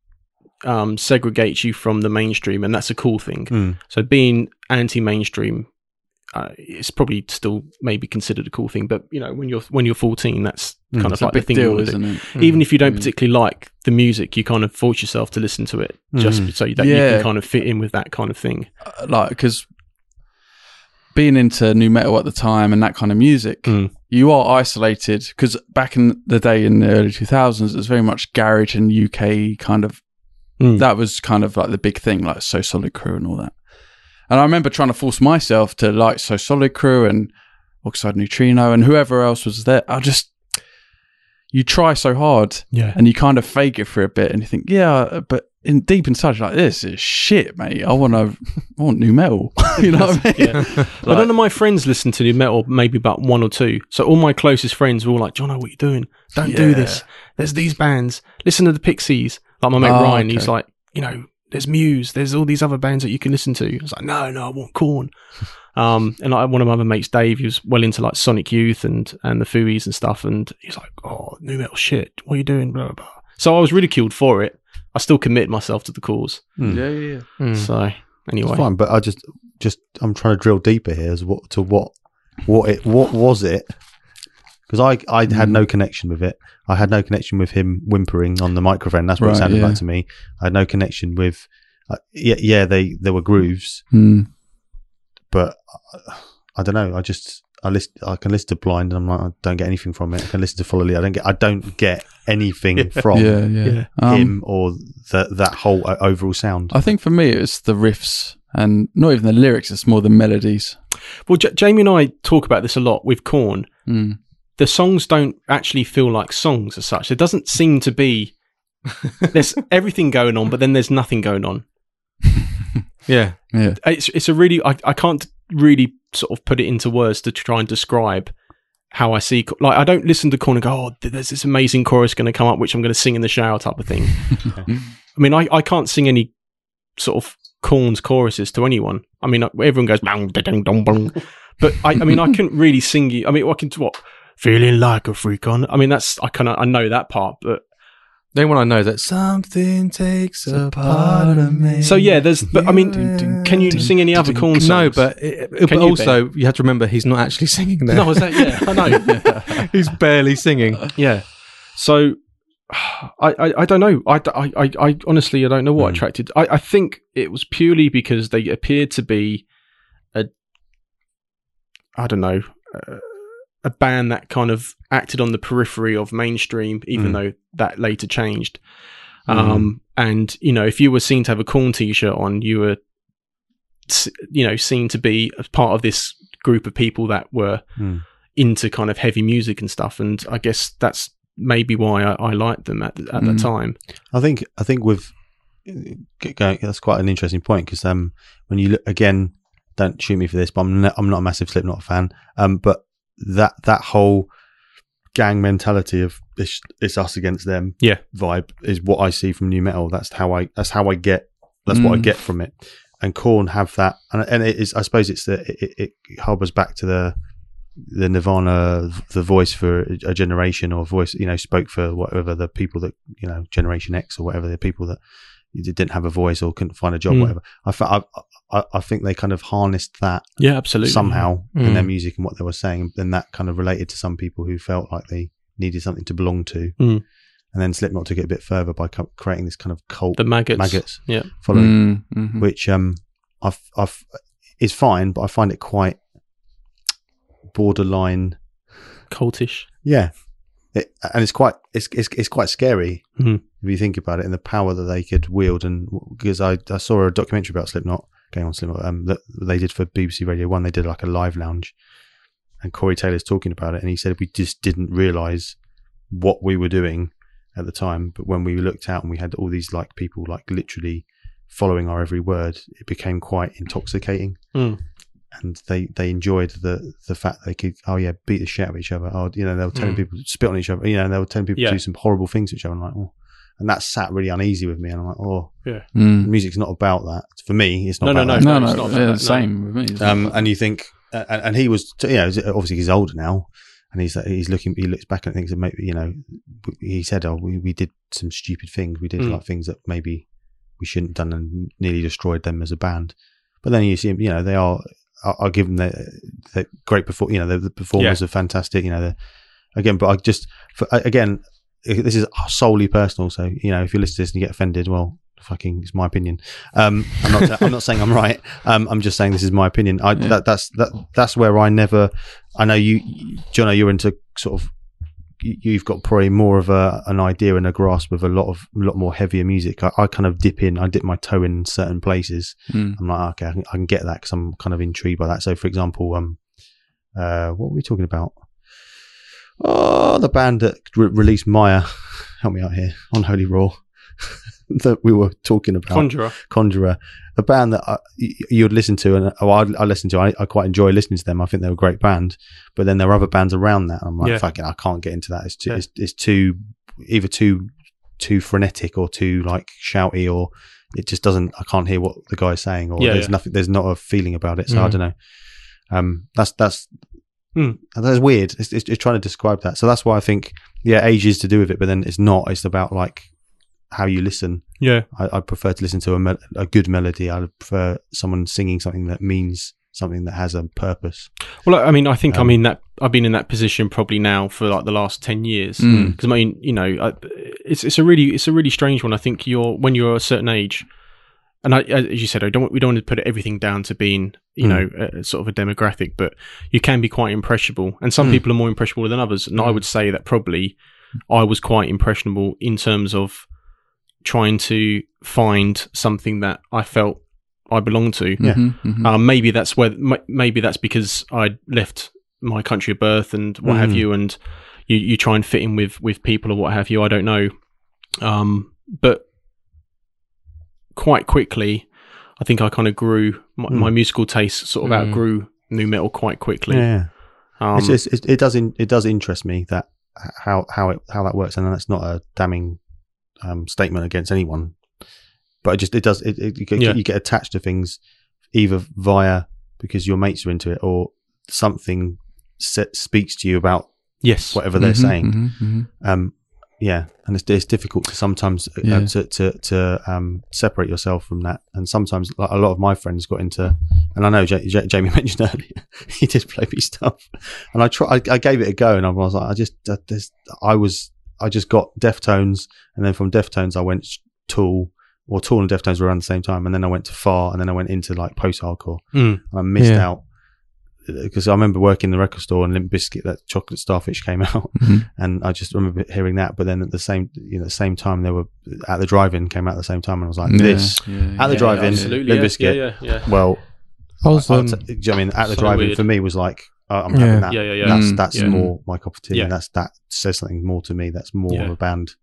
C: um, segregates you from the mainstream, and that's a cool thing.
A: Mm.
C: So being anti-mainstream uh, is probably still maybe considered a cool thing, but you know when you're when you're 14, that's
A: Mm,
C: kind
B: it's a
C: of like the
B: big
C: thing you
B: deal,
C: want to do.
B: isn't it?
C: Even if you
A: Hmm.
C: don't
B: Mm.
C: particularly like the music, you kind of force yourself to listen to it just
A: Mhm.
C: so that you
B: Yeah.
C: can kind of fit in with that kind of thing.
B: Uh, Like because being into new metal at the time and that kind of music,
C: Mm.
B: you are isolated. Because back in the day, in the early two thousands, it was very much garage and UK kind of
C: Mm.
B: That was kind of like the big thing, like So Solid Crew and all that. And I remember trying to force myself to like So Solid Crew and Oxide Neutrino and whoever else was there. I just, you try so hard
C: Yeah.
B: and you kind of fake it for a bit and you think, yeah, but in deep inside, you're like, this is shit, mate. I want to, I want new metal. you know what I mean?
C: But none of my friends listen to new metal, maybe about one or two. So all my closest friends were all like, Jono, what are you doing? Don't do
B: Yeah.
C: this. There's these bands. Listen to the Pixies. Like my mate
B: Oh,
C: Ryan,
B: okay.
C: he's like, you know, there's Muse, there's all these other bands that you can listen to. I was like, no, no, I want Corn. Um, and like one of my other mates, Dave, he was well into like Sonic Youth and and the Fooies and stuff. And he's like, oh, new metal shit. What are you doing? Blah, blah, blah. So I was ridiculed for it. I still committed myself to the cause.
A: Hmm.
B: Yeah, yeah, yeah.
D: Hmm.
C: So
A: It's
C: anyway,
A: fine, but I just just I'm trying to drill deeper here as what to what what it what was it because I I
C: Mm.
A: had no connection with it. I had no connection with him whimpering on the microphone. That's what
B: Right,
A: it sounded
B: yeah.
A: like to me. I had no connection with uh, yeah yeah they there were grooves,
B: Hmm.
A: but I, I don't know. I just I list I can listen to blind and I'm like I don't get anything from it. I can listen to Folly. I don't get I don't get anything from
B: yeah, yeah.
C: Yeah.
B: Um,
A: him or the, that whole o- overall sound.
B: I think for me, it's the riffs and not even the lyrics, it's more the melodies.
C: well, J- Jamie and I talk about this a lot with Corn.
B: Mm.
C: the songs don't actually feel like songs as such. There doesn't seem to be there's everything going on, but then there's nothing going on.
D: Yeah.
B: Yeah.
C: It's it's a really I, I can't really sort of put it into words to try and describe how I see like I don't listen to Korn and go oh th- there's this amazing chorus going to come up which I'm going to sing in the shower type of thing. I mean I, I can't sing any sort of Corn's choruses to anyone. I mean I- everyone goes bang dong dong bong, but I, I mean I couldn't really sing you. I mean I can what feeling like a freak on. I mean that's I kind of I know that part, but
D: The only one I know is that something takes a part
B: part
D: of
B: of
D: me.
C: So yeah, there's. But I mean,
D: Dun, dun,
C: can you
D: dun,
C: sing any other Corn songs?
D: no, but, it, it-
C: Can you,
D: but also you have to remember he's not actually singing there.
C: no, is that yeah? I know.
D: he's barely singing.
C: yeah. So, I, I I don't know. I, I I I honestly I don't know what
A: Mm.
C: attracted. I I think it was purely because they appeared to be a. I don't know. Uh, a band that kind of acted on the periphery of mainstream, even
A: Mm.
C: though that later changed. Um, and you know, if you were seen to have a corn t-shirt on, you were, s- you know, seen to be a part of this group of people that were
A: Mm.
C: into kind of heavy music and stuff. And I guess that's maybe why I, I liked them at at the
B: Mm.
C: time.
A: I think I think with uh, g- going, that's quite an interesting point because um, when you look again, don't shoot me for this, but I'm no, I'm not a massive Slipknot fan. Um, but that that whole gang mentality of it's, it's us against them,
C: Yeah.
A: vibe is what I see from new metal. That's how I that's how I get that's what I
B: Mm.
A: get from it. And Corn have that, and and it is I suppose it's the it, it, it harbors back to the the Nirvana, the voice for a generation or voice, you know, spoke for whatever the people that, you know, Generation X or whatever the people that didn't have a voice or couldn't find a job,
C: Mm.
A: whatever. I, fe- I, I, I think they kind of harnessed that
C: Yeah, absolutely.
A: somehow
D: Mm.
A: in their music and what they were saying. And that kind of related to some people who felt like they needed something to belong to.
C: Mm.
A: And then Slipknot took it a bit further by co- creating this kind of cult
C: the maggots. Mm.
A: maggots
C: Yeah.
A: following
B: mhm.
A: which um I've I've is fine, but I find it quite borderline.
C: cultish.
A: Yeah, it, and it's quite it's it's, it's quite scary
C: Mhm.
A: if you think about it, and the power that they could wield. And because I, I saw a documentary about Slipknot going on Slipknot um, that they did for BBC Radio One, they did like a live lounge, and Corey Taylor's talking about it, and he said we just didn't realise what we were doing at the time, but when we looked out and we had all these like people like literally following our every word, it became quite intoxicating.
C: Mm.
A: And they, they enjoyed the the fact they could oh yeah beat the shit out of each other oh you know they were telling
D: Mm.
A: people to spit on each other you know they were telling people
C: Yeah.
A: to do some horrible things to each other and like oh and that sat really uneasy with me and I'm like oh
B: Mm.
A: music's not about that for me it's not
C: No, no,
A: about that.
B: No,
C: No,
B: no,
C: it's not
B: yeah,
C: that, no.
B: same with me. it's not
A: Um,
B: that.
A: and you think, uh, and, and he was, you know, obviously he's older now, and he's uh, he's looking, he looks back and thinks that maybe, you know, he said, oh, we, we did some stupid things, we did
B: Hmm.
C: Mm.
A: like things that maybe we shouldn't have done, and nearly destroyed them as a band. But then you see, 'em, you know, they are, I- I'll give them the, the great perform, you know, the, the performers are fantastic, you know, the, again, but I just, for, again, this is solely personal, so you know, if you listen to this and you get offended, well. Fucking, it's my opinion. Um, I'm not. I'm not saying I'm right. Um, I'm just saying this is my opinion. I,
B: Yeah.
A: that, that's that, that's where I never. I know you, Jono. You're into sort of. you- y- you've got probably more of a an idea and a grasp of a lot of a lot more heavier music. I, I kind of dip in, I dip my toe in certain places.
B: Hmm.
A: I'm like, okay, I can, I can get that because I'm kind of intrigued by that. So, for example, um, uh, what were we talking about? Oh, the band that re- released Maya, help me out here on Holy Raw that we were talking about.
C: Conjurer.
A: Conjurer, a band that I, y- you'd listen to, and oh, I, I listened to. I, I quite enjoy listening to them. I think they're a great band, but then there are other bands around that. and I'm like,
C: Yeah.
A: fucking, I can't get into that. It's too,
C: Yeah.
A: it's, it's too, either too, too frenetic or too like shouty, or it just doesn't. I can't hear what the guy's saying, or
C: Yeah,
A: there's
C: yeah. Mm-hmm.
A: nothing. There's not a feeling about it. So I
D: Mhm.
A: don't know. Um, that's that's
C: Mm.
A: that's weird. It's, it's, it's trying to describe that. So that's why I think yeah, age is to do with it, but then it's not. It's about like how you listen.
C: Yeah.
A: I, I prefer to listen to a, mel- a good melody. I prefer someone singing something that means something that has a purpose.
C: Well, I mean, I think
A: Um,
C: I'm in that. I've been in that position probably now for like the last ten years.
B: Mm.
C: Because I mean, you know, I, it's it's a really it's a really strange one. I think you're when you're a certain age, and I, as you said, I don't we don't want to put everything down to being you
A: Mm.
C: know a, sort of a demographic, but you can be quite impressionable, and some
B: Mm.
C: people are more impressionable than others. And I would say that probably I was quite impressionable in terms of trying to find something that I felt I belonged to.
A: Yeah.
B: Mhm, mhm.
D: Mm.
C: Um, maybe that's where m- maybe that's because I left my country of birth and what have
A: Mm.
C: you, and you, you try and fit in with with people or what have you. I don't know, um, but quite quickly, I think I kind of grew my, my musical taste sort of
D: Mm.
C: outgrew new metal quite quickly.
A: Yeah,
C: Um,
A: it's, it's, it, it does in, it does interest me that h- how how it how that works, and that's not a damning um, statement against anyone, but it just it does it, it you, get,
C: Yeah.
A: you get attached to things either via because your mates are into it or something se- speaks to you about
C: yes,
A: whatever they're
B: Mhm,
A: saying.
B: mhm, mhm.
A: um yeah and it's, it's difficult to sometimes uh,
B: Yeah.
A: to, to to um separate yourself from that and sometimes like, a lot of my friends got into and i know J- J- jamie mentioned earlier he did floppy stuff and i try I, I gave it a go and i was like i just uh, there's, i was i just got deftones and then from deftones i went tool or tool and deftones were around the same time and then i went to far and then i went into like post hardcore
C: Mm.
A: and i missed
D: Yeah.
A: out because I remember working in the record store and Limp Biscuit, that chocolate starfish came out,
B: Mhm.
A: and I just remember hearing that. But then at the same, you know, the same time they were at the drive-in came out at the same time, and I was like,
B: Yeah,
A: this.
B: yeah,
A: At the
B: yeah.
A: drive-in,
C: absolutely,
A: Limp
C: yeah,
A: Bizkit.
C: yeah, yeah,
A: Well,
D: I was,
A: I'll
D: um,
A: t- do you know what I mean at the
C: so
A: drive-in
C: weird.
A: for me was like, oh, I'm
D: Yeah.
A: having that.
C: yeah, yeah, yeah, yeah.
A: That's
B: Mm,
A: that's
C: yeah.
A: more my cup of tea.
C: Yeah.
A: And that's that says something more to me. That's more of
C: Yeah.
A: a band.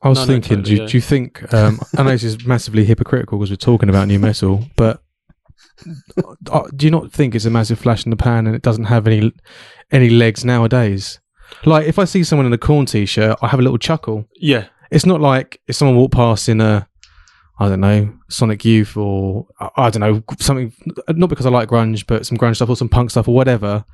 D: I was
C: No, no,
D: thinking, do,
C: totally,
D: you-
C: yeah.
D: do you think, um, I know this is massively hypocritical because we're talking about new metal, but uh, do you not think it's a massive flash in the pan and it doesn't have any any legs nowadays? Like, if I see someone in a corn t shirt, I have a little chuckle.
C: yeah.
D: It's not like if someone walked past in a, I don't know, Sonic Youth or, I, I don't know, something, not because I like grunge, but some grunge stuff or some punk stuff or whatever.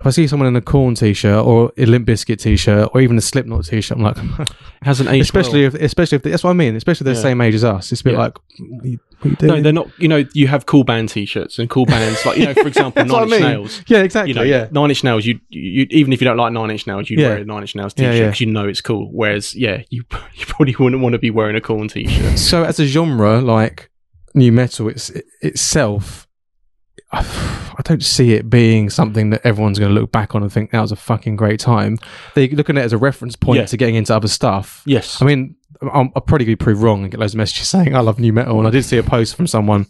D: If I see someone in a corn t shirt or a Limp Bizkit t shirt or even a Slipknot t shirt, I'm like,
C: It hasn't aged well.
D: especially if especially if that's what I mean. Especially if they're the
C: Yeah.
D: same age as us. It's a bit
C: Yeah.
D: like what you- what you
C: No,
D: doing?
C: they're not. You know, you have cool band T-shirts and cool bands, like you know, for example,
D: That's what I
C: Nine Inch
D: mean.
C: Nails.
D: yeah, exactly.
C: you know,
D: yeah,
C: Nine Inch Nails. You, you even if you don't like Nine Inch Nails, you'd
D: Yeah.
C: wear a Nine Inch Nails
D: Yeah,
C: T-shirt
D: yeah.
C: because you know it's cool. Whereas, yeah, you you probably wouldn't want to be wearing a Corn T-shirt.
D: So as a genre, like new metal, it's it, itself. I don't see it being something that everyone's going to look back on and think that was a fucking great time. They're looking at it as a reference point
C: Yeah.
D: to getting into other stuff.
C: Yes,
D: I mean, I'm, I'll probably be proved wrong and get loads of messages saying I love new metal. And I did see a post from someone,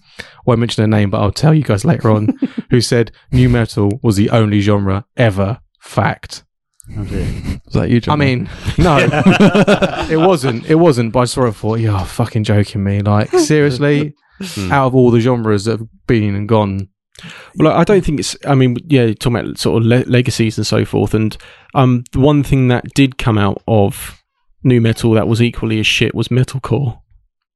D: won't mention their name, but I'll tell you guys later on, who said new metal was the only genre ever. Fact.
A: Oh dear.
B: Is that you, John?
D: I mean, no, it wasn't. It wasn't. But I sort of thought, yeah, you're fucking joking me. Like seriously,
C: Hmm.
D: out of all the genres that have been and gone,
C: well, I don't think it's. I mean, yeah, you're talking about sort of le- legacies and so forth, and um, the one thing that did come out of new metal that was equally as shit was metalcore,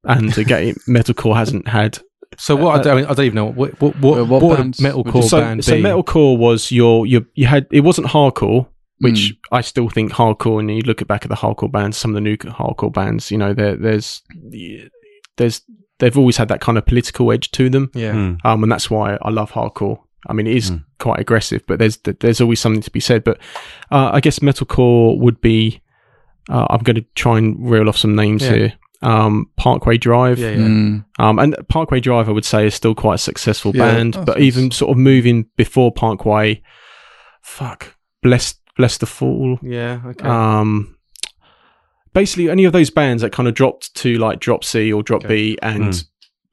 C: and again, metalcore hasn't had
D: so
C: Uh,
D: what? I, don't, I, mean, I don't even know what what what,
B: Uh, what
D: what, would a
B: bands would
D: metalcore
B: you-
C: so,
D: band
C: so
D: be.
C: metalcore was your your you had it wasn't hardcore which
B: Mm.
D: Hmm.
C: i still think hardcore and you look at back at the hardcore bands some of the new hardcore bands you know there there's there's they've always had that kind of political edge to them
D: yeah,
A: Mm.
C: um and that's why i love hardcore i mean it is
D: Hmm.
A: Mm.
C: quite aggressive but there's there's always something to be said but uh, i guess metalcore would be uh, i'm going to try and reel off some names
D: Yeah.
C: here um parkway drive
D: yeah, yeah.
B: Mm.
C: um, and Parkway Drive, I would say, is still quite a successful
B: Yeah.
C: band.
B: Oh,
C: but
B: nice.
C: even sort of moving before Parkway, fuck, Blessed Lester Fall.
D: Yeah. Okay.
C: Um, basically, any of those bands that kind of dropped to like drop C or drop B and
D: Hmm.
A: Mm.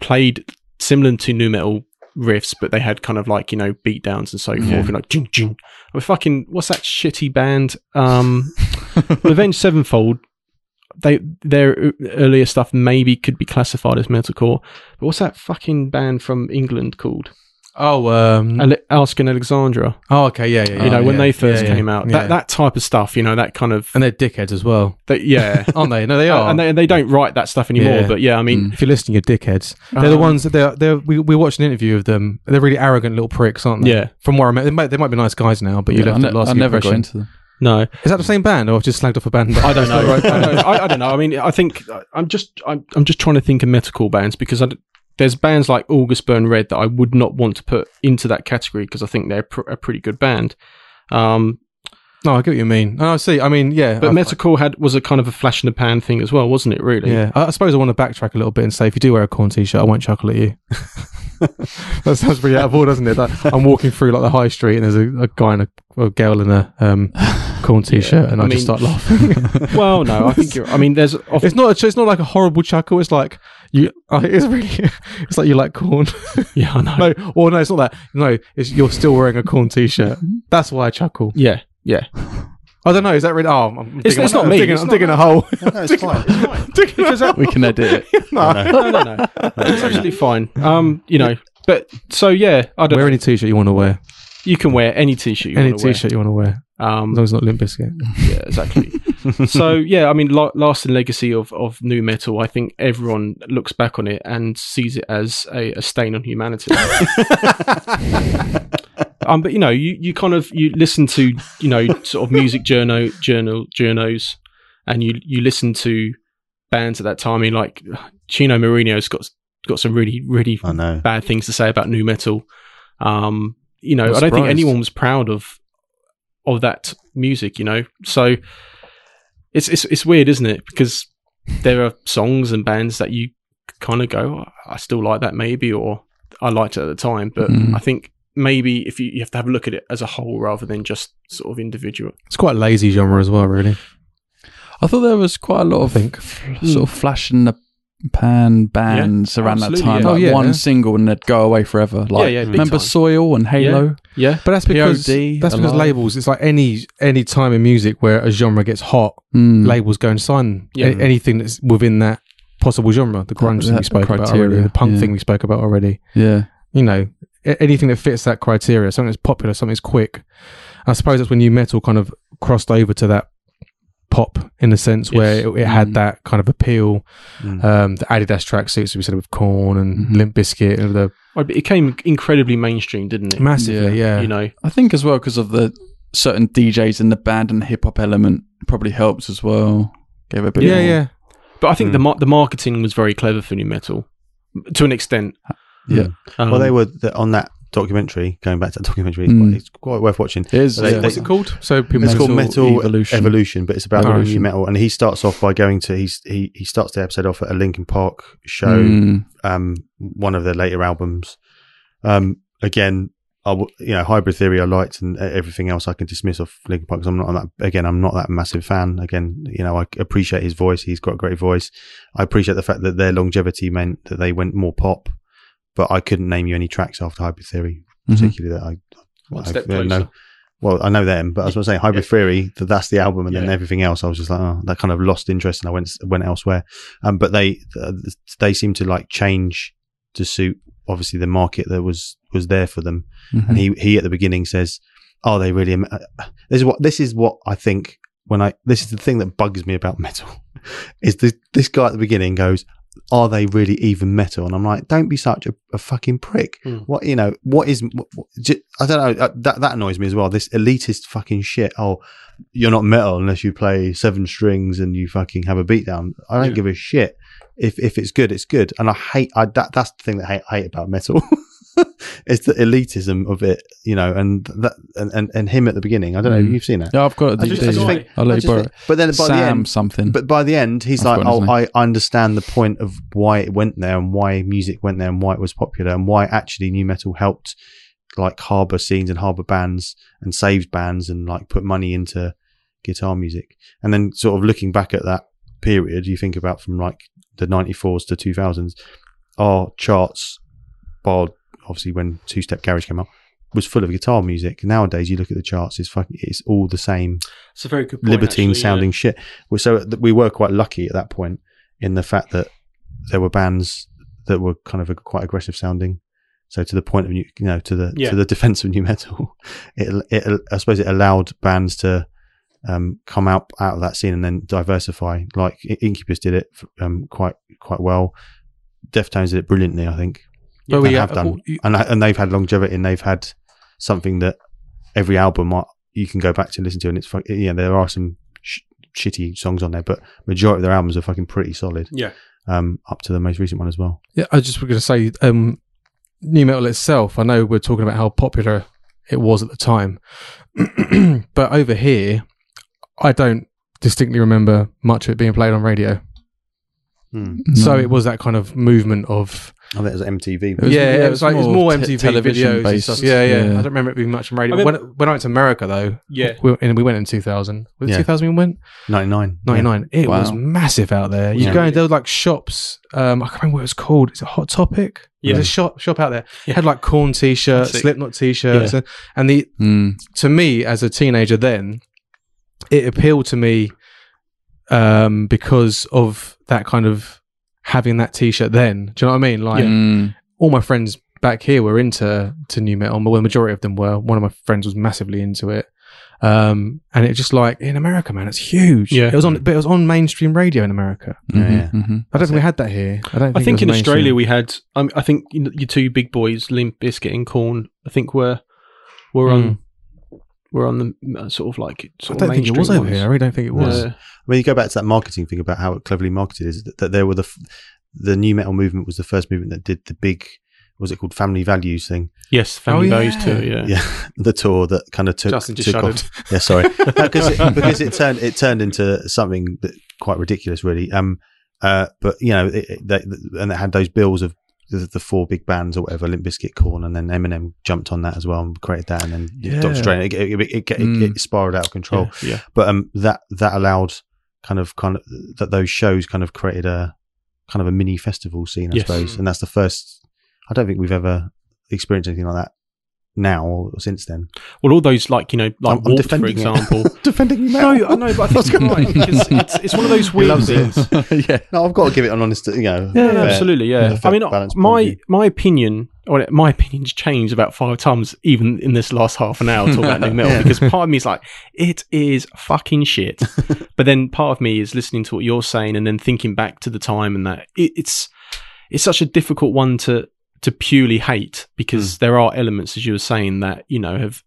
C: played similar to new metal riffs, but they had kind of like you know beat downs and so
D: Hmm.
B: Yeah.
C: forth, and like jing jing. I mean, fucking what's that shitty band? Um, Revenge Sevenfold. They their e- earlier stuff maybe could be classified as metalcore, but what's that fucking band from England called?
D: oh. Um.
C: Ale- Ask and Alexandra.
D: oh. Okay. Yeah. Yeah.
C: You
D: yeah,
C: know when
D: yeah,
C: they first
D: yeah, yeah,
C: came out,
D: yeah.
C: that that type of stuff. You know that kind of
D: and they're dickheads as well,
C: that, yeah.
D: aren't they? No, they are.
C: and they, they don't write that stuff anymore.
D: Yeah. Mm.
C: But yeah, I mean,
D: if you're listening, you're dickheads. They're the
C: Um,
D: ones that they're. they're we, we watched an interview of them. They're really arrogant little pricks, aren't they?
C: Yeah.
D: From what I remember, they might, they might be nice guys now, but you
B: Yeah, I,
D: left
B: ne-
D: it last
B: I
D: good
B: never got
D: impression.
B: into them.
C: no,
D: Is that the same band, or I've just slagged off a band?
C: I don't know. I, don't, I, I don't know. I mean, I think I'm just I'm, I'm just trying to think of metalcore bands because I d there's bands like August Burn Red that I would not want to put into that category because I think they're pr- a pretty good band. Um,
D: no, I get what you mean. No, I see. I mean, yeah.
C: but
D: I-
C: metalcore had was a kind of a flash in the pan thing as well, wasn't it? Really?
D: Yeah, I, I suppose I want to backtrack a little bit and say, if you do wear a corn t-shirt, I won't chuckle at you. that sounds pretty out of order, doesn't it? Like, I'm walking through like the high street, and there's a, a guy and a, a girl in a um, corn t-shirt, and I,
C: I
D: just
C: mean-
D: start laughing.
C: Well, no, I think you're. I mean, there's. Often,
D: it's not. A, it's not like a horrible chuckle. It's like you. Uh, it's really. It's like you like corn.
C: yeah, I know.
D: no, or no, it's not that. No, it's you're still wearing a corn t-shirt. That's why I chuckle.
C: Yeah, yeah.
D: I don't know. Is that really? Oh, I'm, I'm
C: It's-
D: digging,
C: it's
D: I'm
C: not me,
D: digging-
C: it's
D: I'm
C: not
D: digging a hole.
A: no, it's fine. It's fine.
D: Digging a hole.
B: We can edit it.
C: No, no, no. It's absolutely fine. Um, you know. But so yeah, I don't.
D: Wear any t-shirt you want to wear.
C: you can wear any t-shirt. You
D: any
C: wanna wear.
D: t-shirt you want to wear.
C: Um,
D: As long as it's not Limp Bizkit.
C: yeah, exactly. so yeah, I mean, la- lasting legacy of of new metal. I think everyone looks back on it and sees it as a, a stain on humanity. um, but you know, you, you kind of you listen to you know sort of music journal journal journos, and you you listen to bands at that time. I mean, like Chino Marino's got got some really really
A: I know.
C: bad things to say about new metal. Um, you know,
D: I'm
C: I don't think
D: surprised.
C: anyone was proud of of that music. You know, so it's it's it's weird, isn't it? Because there are songs and bands that you kind of go, "Oh, I still like that maybe, or I liked it at the time, but
B: Mm.
C: I think maybe if you, you have to have a look at it as a whole rather than just sort of individual.
D: It's quite a lazy genre as well, really.
B: I thought there was quite a lot of
D: think.
B: f- sort of flash in the pan bands around that
C: absolutely,
B: time.
C: yeah.
B: Like
D: Oh, yeah.
B: one single and they'd go away forever. Like
C: yeah, big
B: remember
C: time.
B: Soil and Halo?
C: Yeah,
D: But that's because
B: POD,
D: that's because
B: Alive.
D: labels. It's like any any time in music where a genre gets hot,
B: Mm.
D: labels go and sign a-
C: Yeah.
D: anything that's within that possible genre. The grunge thing we
B: That
D: spoke about
B: criteria,
D: already, the punk
B: yeah.
D: thing we spoke about already.
B: Yeah.
D: You know, a- anything that fits that criteria, something that's popular, something that's quick. I suppose that's when new metal kind of crossed over to that pop in the sense
C: Yes.
D: where it, it
B: Mm.
D: had that kind of appeal.
A: Mm.
D: um, the Adidas tracksuits we said with Corn and
B: Mhm.
D: Limp Biscuit and the
C: Right, Oh, but it came incredibly mainstream, didn't it?
D: massively, yeah.
C: You know,
B: I think as well because of the certain DJs in the band and the hip hop element probably helps as well. Gave it a bit
D: yeah,
B: more.
D: yeah.
C: but I think
A: Mm.
C: the mar- the marketing was very clever for new metal to an extent.
B: Yeah.
C: Um,
A: well, they were the, on that documentary. Going back to that documentary, it's
B: Mm.
A: quite- it's quite worth watching.
B: It is.
A: They-
B: yeah.
A: they-
D: What's it called? So people
A: It's called
B: Metal
A: Metal
B: Evolution.
A: Evolution, but it's about
D: Evolution.
A: new metal. And he starts off by going to he's he he starts the episode off at a Linkin Park show,
B: Mm.
A: um, one of their later albums. Um, again, I w- you know Hybrid Theory I liked, and e- everything else I can dismiss off Linkin Park because I'm not on that. Again, I'm not that massive fan. Again, you know I appreciate his voice. He's got a great voice. I appreciate the fact that their longevity meant that they went more pop. But I couldn't name you any tracks after Hybrid Theory,
B: Mhm.
A: particularly that I
C: Mm-hmm. one
A: I've-
C: step
A: yeah,
C: closer.
A: no. Well, I know them, but I was going to say Hybrid Theory. That that's the album, and then
C: Yeah.
A: everything else. I was just like, oh, that kind of lost interest, and I went went elsewhere. Um, but they uh, they seem to like change to suit obviously the market that was was there for them.
B: hmm.
A: And he he at the beginning says, "Are they really?" am- uh, uh, This is what this is what I think when I this is the thing that bugs me about metal is this this guy at the beginning goes, "Are they really even metal?" And I'm like, "Don't be such a, a fucking prick."
C: Mm.
A: What you know? What is? What, what- j- I don't know. uh, That that annoys me as well. This elitist fucking shit. Oh, you're not metal unless you play seven strings and you fucking have a beatdown. I don't
C: Yeah.
A: give a shit. If if it's good, it's good. And I hate I, that. That's the thing that I hate, I hate about metal. it's the elitism of it, you know. And that and and, and him at the beginning. I don't know.
B: Mm.
A: if You've seen that.
B: Yeah, I've got
A: Hmm. I
B: the
A: just-
C: I
B: DVD.
C: just think-
B: I'll
A: I
B: let
A: just
B: you borrow
A: think- but then by
B: it. Sam
A: the end,
B: something.
A: but by the end, he's
B: I've
A: like,
B: forgotten
A: "Oh,
B: his
A: I I understand the point of why it went there and why music went there and why it was popular and why actually new metal helped like harbour scenes and harbour bands and saved bands and like put money into guitar music. And then sort of looking back at that period, you think about from like the 94s to 2000s, our charts, bar obviously when Two Step Garage came out, was full of guitar music. Nowadays, you look at the charts, it's fucking, it's all the same
C: It's a very good
A: libertine sounding shit. Well, So th- we were quite lucky at that point in the fact that there were bands that were kind of a, quite aggressive sounding. So to the point of new, you know to the
C: Yeah.
A: to the defense of new metal, it, it I suppose it allowed bands to um, come out out of that scene and then diversify. Like I- Incubus did it um, quite quite well. Deftones did it brilliantly, I think,
D: But
A: and
D: we
A: have done,
D: you-
A: and and they've had longevity and they've had something that every album might, you can go back to and listen to, and it's fuck, yeah, there are some sh- shitty songs on there, but majority of their albums are fucking pretty solid.
C: Yeah.
A: um, up to the most recent one as well.
D: Yeah, I just was going to say, um, new metal itself. I know we're talking about how popular it was at the time, but over here, I don't distinctly remember much of it being played on radio.
B: Hmm.
D: So it was that kind of movement of
A: I think it was MTV.
B: It was-
D: yeah,
B: yeah,
D: it was like it was
B: more
D: more
B: te-
D: MTV
B: television
D: videos. And
B: based,
D: stuff. Yeah, yeah,
B: yeah.
D: I don't remember it being much on radio.
C: I
D: when, when I went to America though,
C: Yeah.
D: we, and we went in two thousand. Was it
A: Yeah.
D: two thousand we went?
A: 99.
D: 99. It
B: Wow.
D: was massive out there. You
A: Yeah.
D: go in, there were like shops. Um, I can't remember what it was called. It's a Hot Topic.
C: Yeah.
D: There's a shop, shop out there.
C: Yeah.
D: Had like corn t shirts,
C: That's it.
D: Slipknot t shirts. And, and the
B: Mm.
D: to me, as a teenager then, it appealed to me um, because of that kind of having that t shirt then. Do you know what I mean? Like,
B: Mm.
D: all my friends back here were into to new metal. Well, the majority of them were. One of my friends was massively into it. Um, and it just like in America, man, it's huge.
C: Yeah. Hmm.
D: it was on, but it was on mainstream radio in America.
A: Yeah,
B: Mhm,
A: yeah.
B: mhm.
D: I don't think we had that here. I don't. Think
C: I
D: it
C: think
D: was
C: in
D: mainstream.
C: Australia we had. Um, I think you know, your two big boys, Limp Biscuit and Corn. I think were were on were on the uh, sort of like
D: I
C: sort
D: don't
C: of
D: think it
C: mainstream
D: was over
C: ones.
D: here. I really don't think it
A: No.
D: was.
C: Yeah.
A: I mean, you go back to that marketing thing about how it cleverly marketed is that, that there were the f- the new metal movement was the first movement that did the big was it called family values thing
C: Yes, Family
D: Oh,
C: Values
D: yeah.
C: too. Yeah.
A: yeah the tour that kind of took,
D: Justin just
A: took
D: shuddered.
A: off yeah sorry because it, because it turned it turned into something that quite ridiculous really um uh but you know it, it, they, and it had those bills of the, the four big bands or whatever Limp Bizkit Corn and then Eminem jumped on that as well and created that and then
D: Yeah.
A: Dr. Strain it, it, it, it,
B: Mm.
A: it spiraled out of control
C: Yeah, yeah.
A: but um that that allowed kind of kind of that those shows kind of created a kind of a mini festival scene i
C: Yes.
A: suppose and that's the first i don't think we've ever experienced anything like that now or since then
C: Well, all those like you know, like
A: I'm
C: Warped, for
A: defending it.
C: example.
A: defending you
C: no, I know, but I think you're right because it's, it's one of those weird
A: loves it.
C: things.
B: yeah.
A: no i've got to give it an honest you know
C: Yeah,
A: fair-
C: absolutely. Yeah,
A: yeah,
C: I mean,
A: balanced point of
C: my
A: view.
C: my opinion, well, my opinion's changed about five times even in this last half an hour talking about new metal
A: Yeah.
C: because part of me is like, it is fucking shit, but then part of me is listening to what you're saying and then thinking back to the time and that it, it's it's such a difficult one to to purely hate
A: Hmm.
C: because there are elements, as you were saying, that you know have.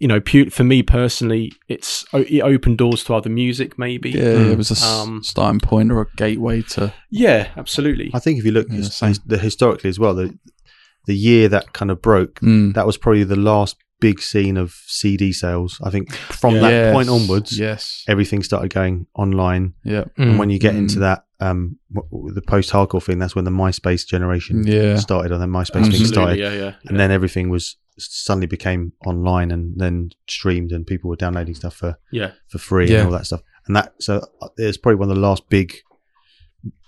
C: You know, pu- for me personally, it's o- it opened doors to other music, maybe.
B: Yeah, it was a s-
C: Um,
B: starting point or a gateway to.
C: Yeah, absolutely.
A: i think if you look
B: Yeah,
A: his-
B: same.
A: his- the historically as well the the year that kind of broke
B: Mm.
A: that was probably the last big scene of cd sales i think from that
B: Yes,
A: point onwards
B: Yes.
A: everything started going online
B: Yeah.
C: Hmm.
A: And when you get
B: Mm.
A: into that, um, w- w- the post-hardcore thing, that's when the MySpace generation
B: Mm, Yeah.
A: started, or the MySpace thing
B: Absolutely,
A: started,
C: yeah, yeah.
A: and then everything was suddenly became online and then streamed, and people were downloading stuff for
C: Yeah.
A: for free
D: Yeah.
A: and all that stuff. And that so uh, it's probably one of the last big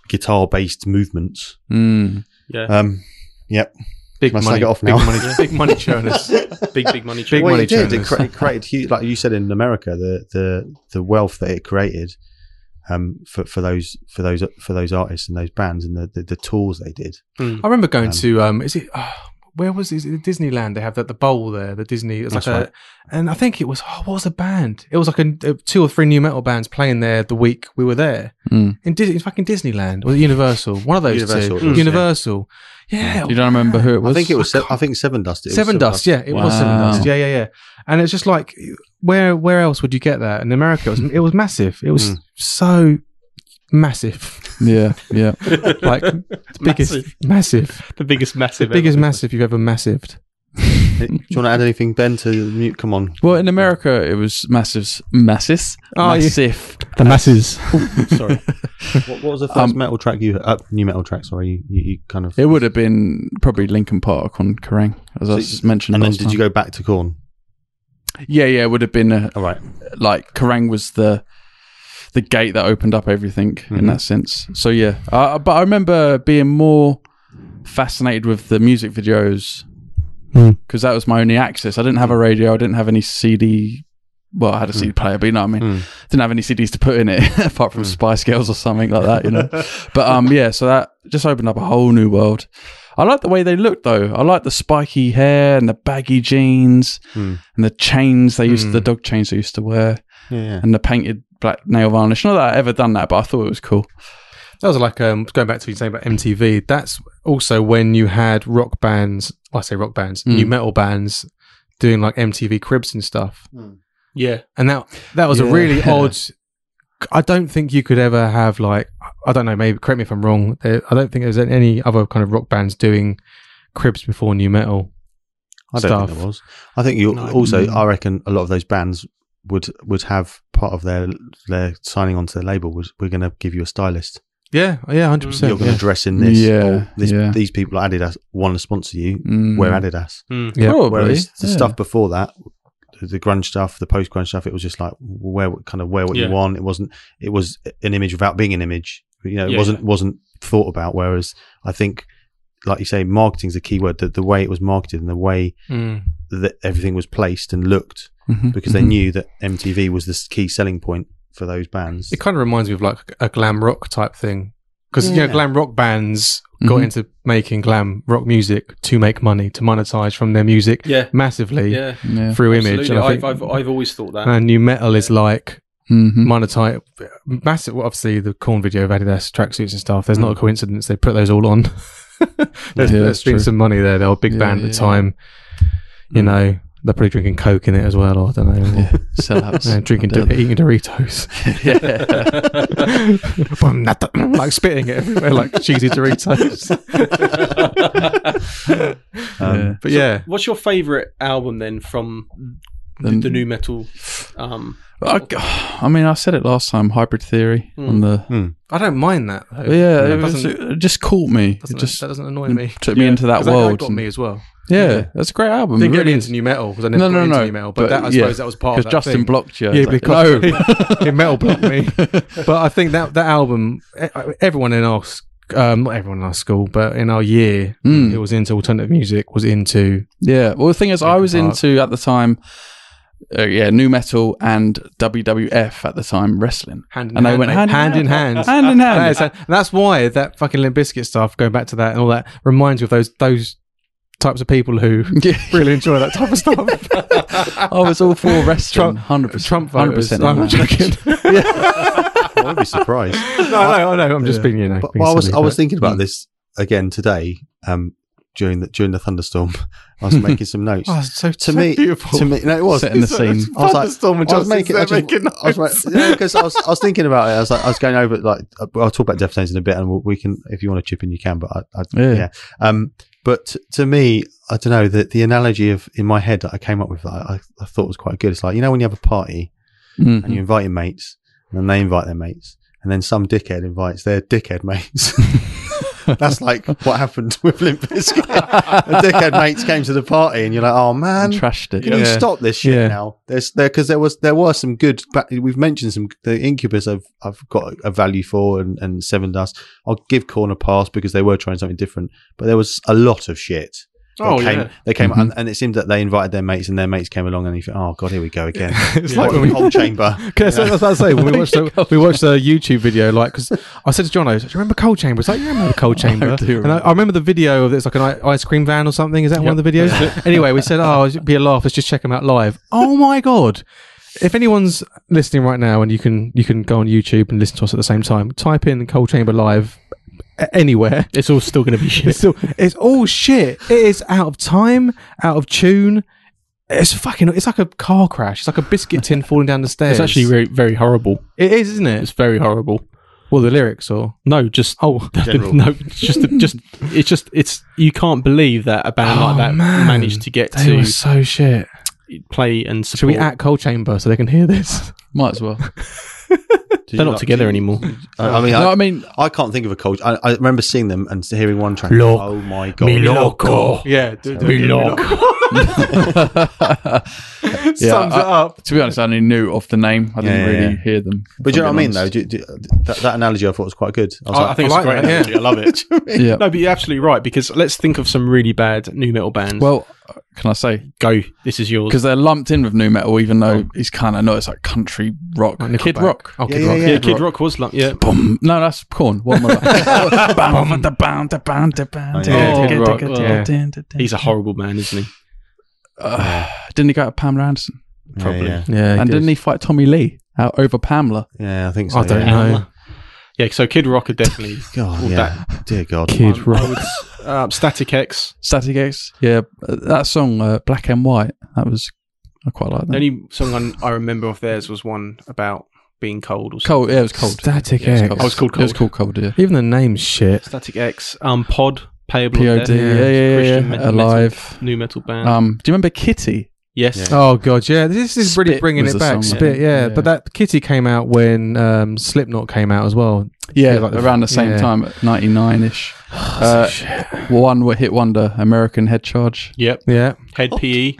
A: guitar-based movements.
B: Mm.
C: yeah.
A: Um, yep.
D: Big
A: Must
D: money,
A: take it off
D: big
A: now.
D: money, big money churners.
C: big big money
D: Big
C: change.
A: well,
D: money
A: it did. It,
D: churners.
A: cre- it created huge, like you said in America, the the the wealth that it created um, for for those for those for those artists and those bands and the the, the tours they did.
D: I remember going
A: Um,
D: to um, is it uh, where was it? Is it Disneyland? They have that the bowl there, the Disney. It's like
A: That's
D: a,
A: right.
D: and I think it was oh, what was the band? It was like a, a two or three new metal bands playing there the week we were there
B: Mm.
D: in, Dis- in fucking Disneyland or Universal, one of those
A: Universal, it
D: two.
A: was, yeah.
D: Universal, yeah.
B: You don't remember who it was?
A: Oh. I think it was. Se- I think Seven Dust. It was
D: Seven Dust, yeah, it was Seven
B: Wow.
D: Dust, yeah, yeah, yeah. And it's just like where where else would you get that? In America, it was it was massive. It was
A: Mm.
D: so massive,
B: Yeah. Yeah.
D: like biggest massive,
C: the biggest massive,
D: biggest massive you've ever massived.
A: Do you want to add anything, Ben? To mute? Come on.
B: Well, in America, it was massive, massive,
D: Oh, you-
B: massive.
E: The masses.
C: Sorry.
A: What, what was the first
B: Um,
A: metal track you uh, new metal track? Sorry, you, you, you kind of.
B: It would have been probably Lincoln Park on Kerrang, as I
A: So-
B: s- mentioned.
A: and then
B: last
A: did
B: time.
A: you go back to Corn?
B: Yeah, yeah, it would have been a,
A: All right.
B: like Kerrang was the the gate that opened up everything in
D: Mm-hmm.
A: Mhm.
B: that sense. So yeah, uh, but I remember being more fascinated with the music videos
D: Hmm.
B: because that was my only access. I didn't have a radio. I didn't have any CD. Well, I had a
D: Hmm.
B: CD player, but you know what I mean.
A: Mm.
B: Didn't have any CDs to put in it apart from Spice Girls or something like that, you know. but um, yeah, so that just opened up a whole new world. I like the way they looked though. I like the spiky hair and the baggy jeans
A: Hmm.
B: and the chains they used,
D: Hmm.
B: the dog chains they used to wear
A: Yeah, yeah.
B: and the painted black nail varnish. Not that I ever done that, but I thought it was cool.
D: That was like um, going back to what you saying about MTV. That's also when you had rock bands. well, I say rock bands,
E: Hmm.
B: Mm.
D: new metal bands, doing like MTV Cribs and stuff.
C: yeah.
D: And that that was a
B: Yeah.
D: really odd. I don't think you could ever have like I don't know. Maybe correct me if I'm wrong. There, I don't think there's any other kind of rock bands doing Cribs before new metal.
A: I don't think
D: stuff.
A: there was. I think you
C: No.
A: also.
B: Mm.
A: I reckon a lot of those bands would would have part of their their signing onto their label was we're going to give you a stylist.
D: Yeah, yeah,
C: Mm,
D: hundred
A: You're
D: percent.
A: going to dress in this.
B: Yeah,
A: or this
B: yeah.
A: These people at Adidas want to sponsor you.
B: Mm.
A: Wear Adidas.
C: Hmm.
D: Yeah.
B: Probably.
A: Whereas the
B: yeah.
A: stuff before that, the grunge stuff, the post grunge stuff, it was just like wear what- kind of wear what
C: Yeah.
A: you want. It wasn't. It was an image without being an image. You know, it
C: Yeah,
A: wasn't
C: yeah.
A: wasn't thought about. Whereas I think, like you say, marketing's a key word. The, the way it was marketed and the way
D: Mm.
A: that everything was placed and looked,
B: Mhm,
A: because
B: mhm.
D: Mm-hmm.
A: they knew that MTV was the s- key selling point for those bands.
D: It kind of reminds me of like a glam rock type thing because you
A: Yeah.
D: know glam rock bands got
B: Mhm.
D: into making glam rock music to make money to monetize from their music
C: Yeah.
D: massively
C: Yeah.
B: Yeah.
D: through image.
C: Absolutely.
D: And I
C: I've,
D: think
C: I've, I've always thought that.
D: and new metal is like
B: Mhm.
D: monetize massive. Well, obviously, the corn video of Adidas tracksuits and stuff. There's not a coincidence they put those all on. there's,
B: Mm. Yeah,
D: there's
B: that's
D: been
B: true.
D: some money there. They were a big
B: Yeah,
D: band at the
B: yeah.
D: time. You
A: Mm.
D: know, they're probably drinking coke in it as well. or I don't know. or-
B: Sellouts.
D: yeah, drinking,
B: Yeah.
D: eating Doritos.
B: yeah.
D: like spitting it everywhere, like cheesy Doritos.
A: Um,
B: Yeah.
D: But yeah,
C: What's your favourite album then from the,
B: Then-
C: the new metal? Um,
B: I, I mean, I said it last time. Hybrid theory on the
A: Hmm.
D: I don't mind that. Though.
B: yeah,
D: that
B: it, was-
D: Hmm. doesn't,
B: it just caught me. It
D: doesn't,
B: just
D: that doesn't annoy me.
B: took me
C: Yeah.
B: into that
D: 'Cause that,
B: world.
D: that got
B: and-
D: me as well.
B: yeah,
D: Yeah.
B: that's a great album.
D: Didn't get
B: really
D: me into new metal because I never
B: No,
D: got
B: no,
D: into
B: no.
D: new metal. But,
B: But,
D: that, I
B: yeah.
D: suppose that was part of
B: because
D: that
B: Justin
D: thing.
B: blocked you.
D: Yeah,
B: It's like,
D: because-
B: no.
D: It metal blocked me. but I think that that album, e- everyone in our s- um, not everyone in our school, but in our year,
A: Hmm.
B: Mm.
D: who was into alternative music was into
B: Yeah. Well, the thing is, I
D: Linkin
B: was
D: Park.
B: into at the time, uh, yeah, new metal and WWF at the time wrestling,
D: hand in
B: And they
D: hand,
B: went
D: mate.
B: hand in
D: in hand.
B: hand in
D: That
B: hand.
D: is- and that's why that fucking Limp Bizkit stuff, going back to that and all that, reminds me of those those types of people who
B: Yeah.
D: really enjoy that type of stuff.
B: I was all for wrestling,
D: Trump-
B: hundred percent.
D: Trump voters. I'm joking.
A: I would be surprised.
D: no, no, I know. I'm just
B: Yeah.
D: being, you know.
A: But
D: being
A: I was
D: silly,
A: I was
D: but-
A: thinking about this again today. Um, during the during the thunderstorm, I was making some notes.
D: Oh, it's so
A: to
D: so
A: me,
D: beautiful.
A: to me, no, it was.
B: Setting the
A: So-
B: scene.
A: I was like,
D: Thunderstorm and
A: I was
D: Justin's
A: making,
D: there
A: I just-
D: making
A: I was
D: notes.
A: because I was, I was thinking about it. I was like, I was going over like, uh, I'll talk about Deftones in a bit, and we- we can, if you want to chip in, you can. But I, I
B: Yeah.
A: yeah. Um, but t- to me, I don't know that the analogy of in my head that I came up with that I, I thought was quite good. It's like you know when you have a party and
B: Mm.
A: you invite your mates, and then they invite their mates, and then some dickhead invites their dickhead mates. That's like what happened with Limp Bizkit. the dickhead mates came to the party, and you're like, oh man,
B: trashed it.
A: can you
D: Yeah.
A: stop this shit
D: Yeah.
A: now? There's there because there was there were some good. ba- We've mentioned some the Incubus. I've I've got a value for and, and Seven Dust. I'll give Corn a pass because they were trying something different. But there was a lot of shit. that
C: Oh,
A: came,
C: yeah.
A: They came
B: Mhm.
A: and, and it seemed that they invited their mates and their mates came along and you think, oh god, here we go again.
D: it's
A: Like
D: like when we
A: hot chamber.
D: Okay, so that's what I say. When we watched the, we watched a YouTube video, like because I said to John, "Do you remember Cold Chamber?" It's like, "Yeah, I remember Cold Chamber."
B: do
D: and I, I remember the video of it's like an i- ice cream van or something. Is that one of the videos? anyway, we said, "Oh, it'd be a laugh. Let's just check them out live." Oh my god! If anyone's listening right now, and you can you can go on YouTube and listen to us at the same time, type in Cold Chamber live a- anywhere.
C: it's all still going to be
D: It's
C: shit.
D: still it's all shit. It is out of time, out of tune. It's fucking. It's like a car crash. It's like a biscuit tin falling down the stairs.
C: It's actually very, very horrible.
D: It is, isn't it?
C: It's very horrible.
D: Well, the lyrics or
C: No, just
D: oh,
A: General.
C: no, it's just just it's just it's you can't believe that a band
D: Oh,
C: like that
D: man.
C: managed to get
D: they
C: to
D: were so shit.
C: play and support.
D: Should we at Coal Chamber so they can hear this?
B: Might as well.
A: Do you
C: They're not
A: like-
C: together anymore.
A: I, I mean,
B: no,
A: I,
B: I mean,
A: I can't think of a culture. I, I remember seeing them and hearing one track.
C: Lo-
A: oh my god!
D: Yeah,
B: Yeah,
D: sums
B: I-
D: it up.
B: to be honest, I only knew of the name. I didn't
A: Yeah, yeah,
B: really
A: yeah.
B: hear them.
A: But do you know what I mean, though?
B: If
A: Do, do, that, that analogy I thought was quite good. I was
C: I, I
A: like,
C: think
D: I
C: it's a great
D: like that,
C: analogy.
D: yeah.
C: I love it.
B: I'm being honest.
C: No, but you're absolutely right because let's think of some really bad new metal
B: Yeah.
C: bands.
B: Well, uh, can I say?
C: go. This is yours.
B: Because they're lumped in with new metal, even though it's kind of, no, it's like country rock.
D: Like
B: Kid
D: Nickelback.
B: rock.
D: Oh,
A: Yeah,
D: Kid
A: yeah,
D: Rock.
A: yeah.
C: Yeah, Kid Rock was like yeah.
B: Boom. No, that's corn. What am I like? Bum, da, bum, da, bum, da, bum,
A: Oh, yeah.
B: da,
C: Kid
B: da,
C: Rock,
B: da, da,
C: well.
B: da, da.
C: He's a horrible man, isn't he?
B: Uh, Didn't he go to Pamela Anderson?
A: yeah,
C: probably.
A: yeah,
D: Yeah,
B: and didn't he fight Tommy Lee out over Pamela?
A: yeah, I think so.
D: I don't
A: yeah.
D: know.
C: Yeah, so Kid Rock are definitely
A: God,
C: Well,
A: yeah. Dear God.
D: Kid Rock.
C: I would, uh, Static X.
B: Static X. Yeah, uh, that song, uh, Black and White. That was I quite like that.
C: The only song I, I remember of theirs was one about being cold or something.
B: cold. Yeah, it was cold.
D: Static
B: Yeah,
D: X.
B: it
C: Oh, it's called
B: It was
C: Cold.
B: called cold. Yeah.
D: Even the name's shit.
C: Static X. Um, Pod. Payable. or
B: Pod.
C: Dead,
B: Yeah, yeah, yeah.
C: Christian
B: yeah.
C: metal-
B: Alive.
C: New metal band.
B: Um, do you remember Kitty?
C: yes.
A: yeah.
D: Oh god, yeah. This is really
B: Spit
D: bringing
B: was the
D: it back.
B: song, I
D: Spit,
B: think.
D: yeah.
B: Yeah.
D: But that Kitty came out when um, Slipknot came out as well. Yeah, like the-
B: around the same
D: yeah.
B: time, at ninety nine ish. Uh, One were hit wonder, American Head Charge.
C: Yep.
D: Yeah.
C: Head PE.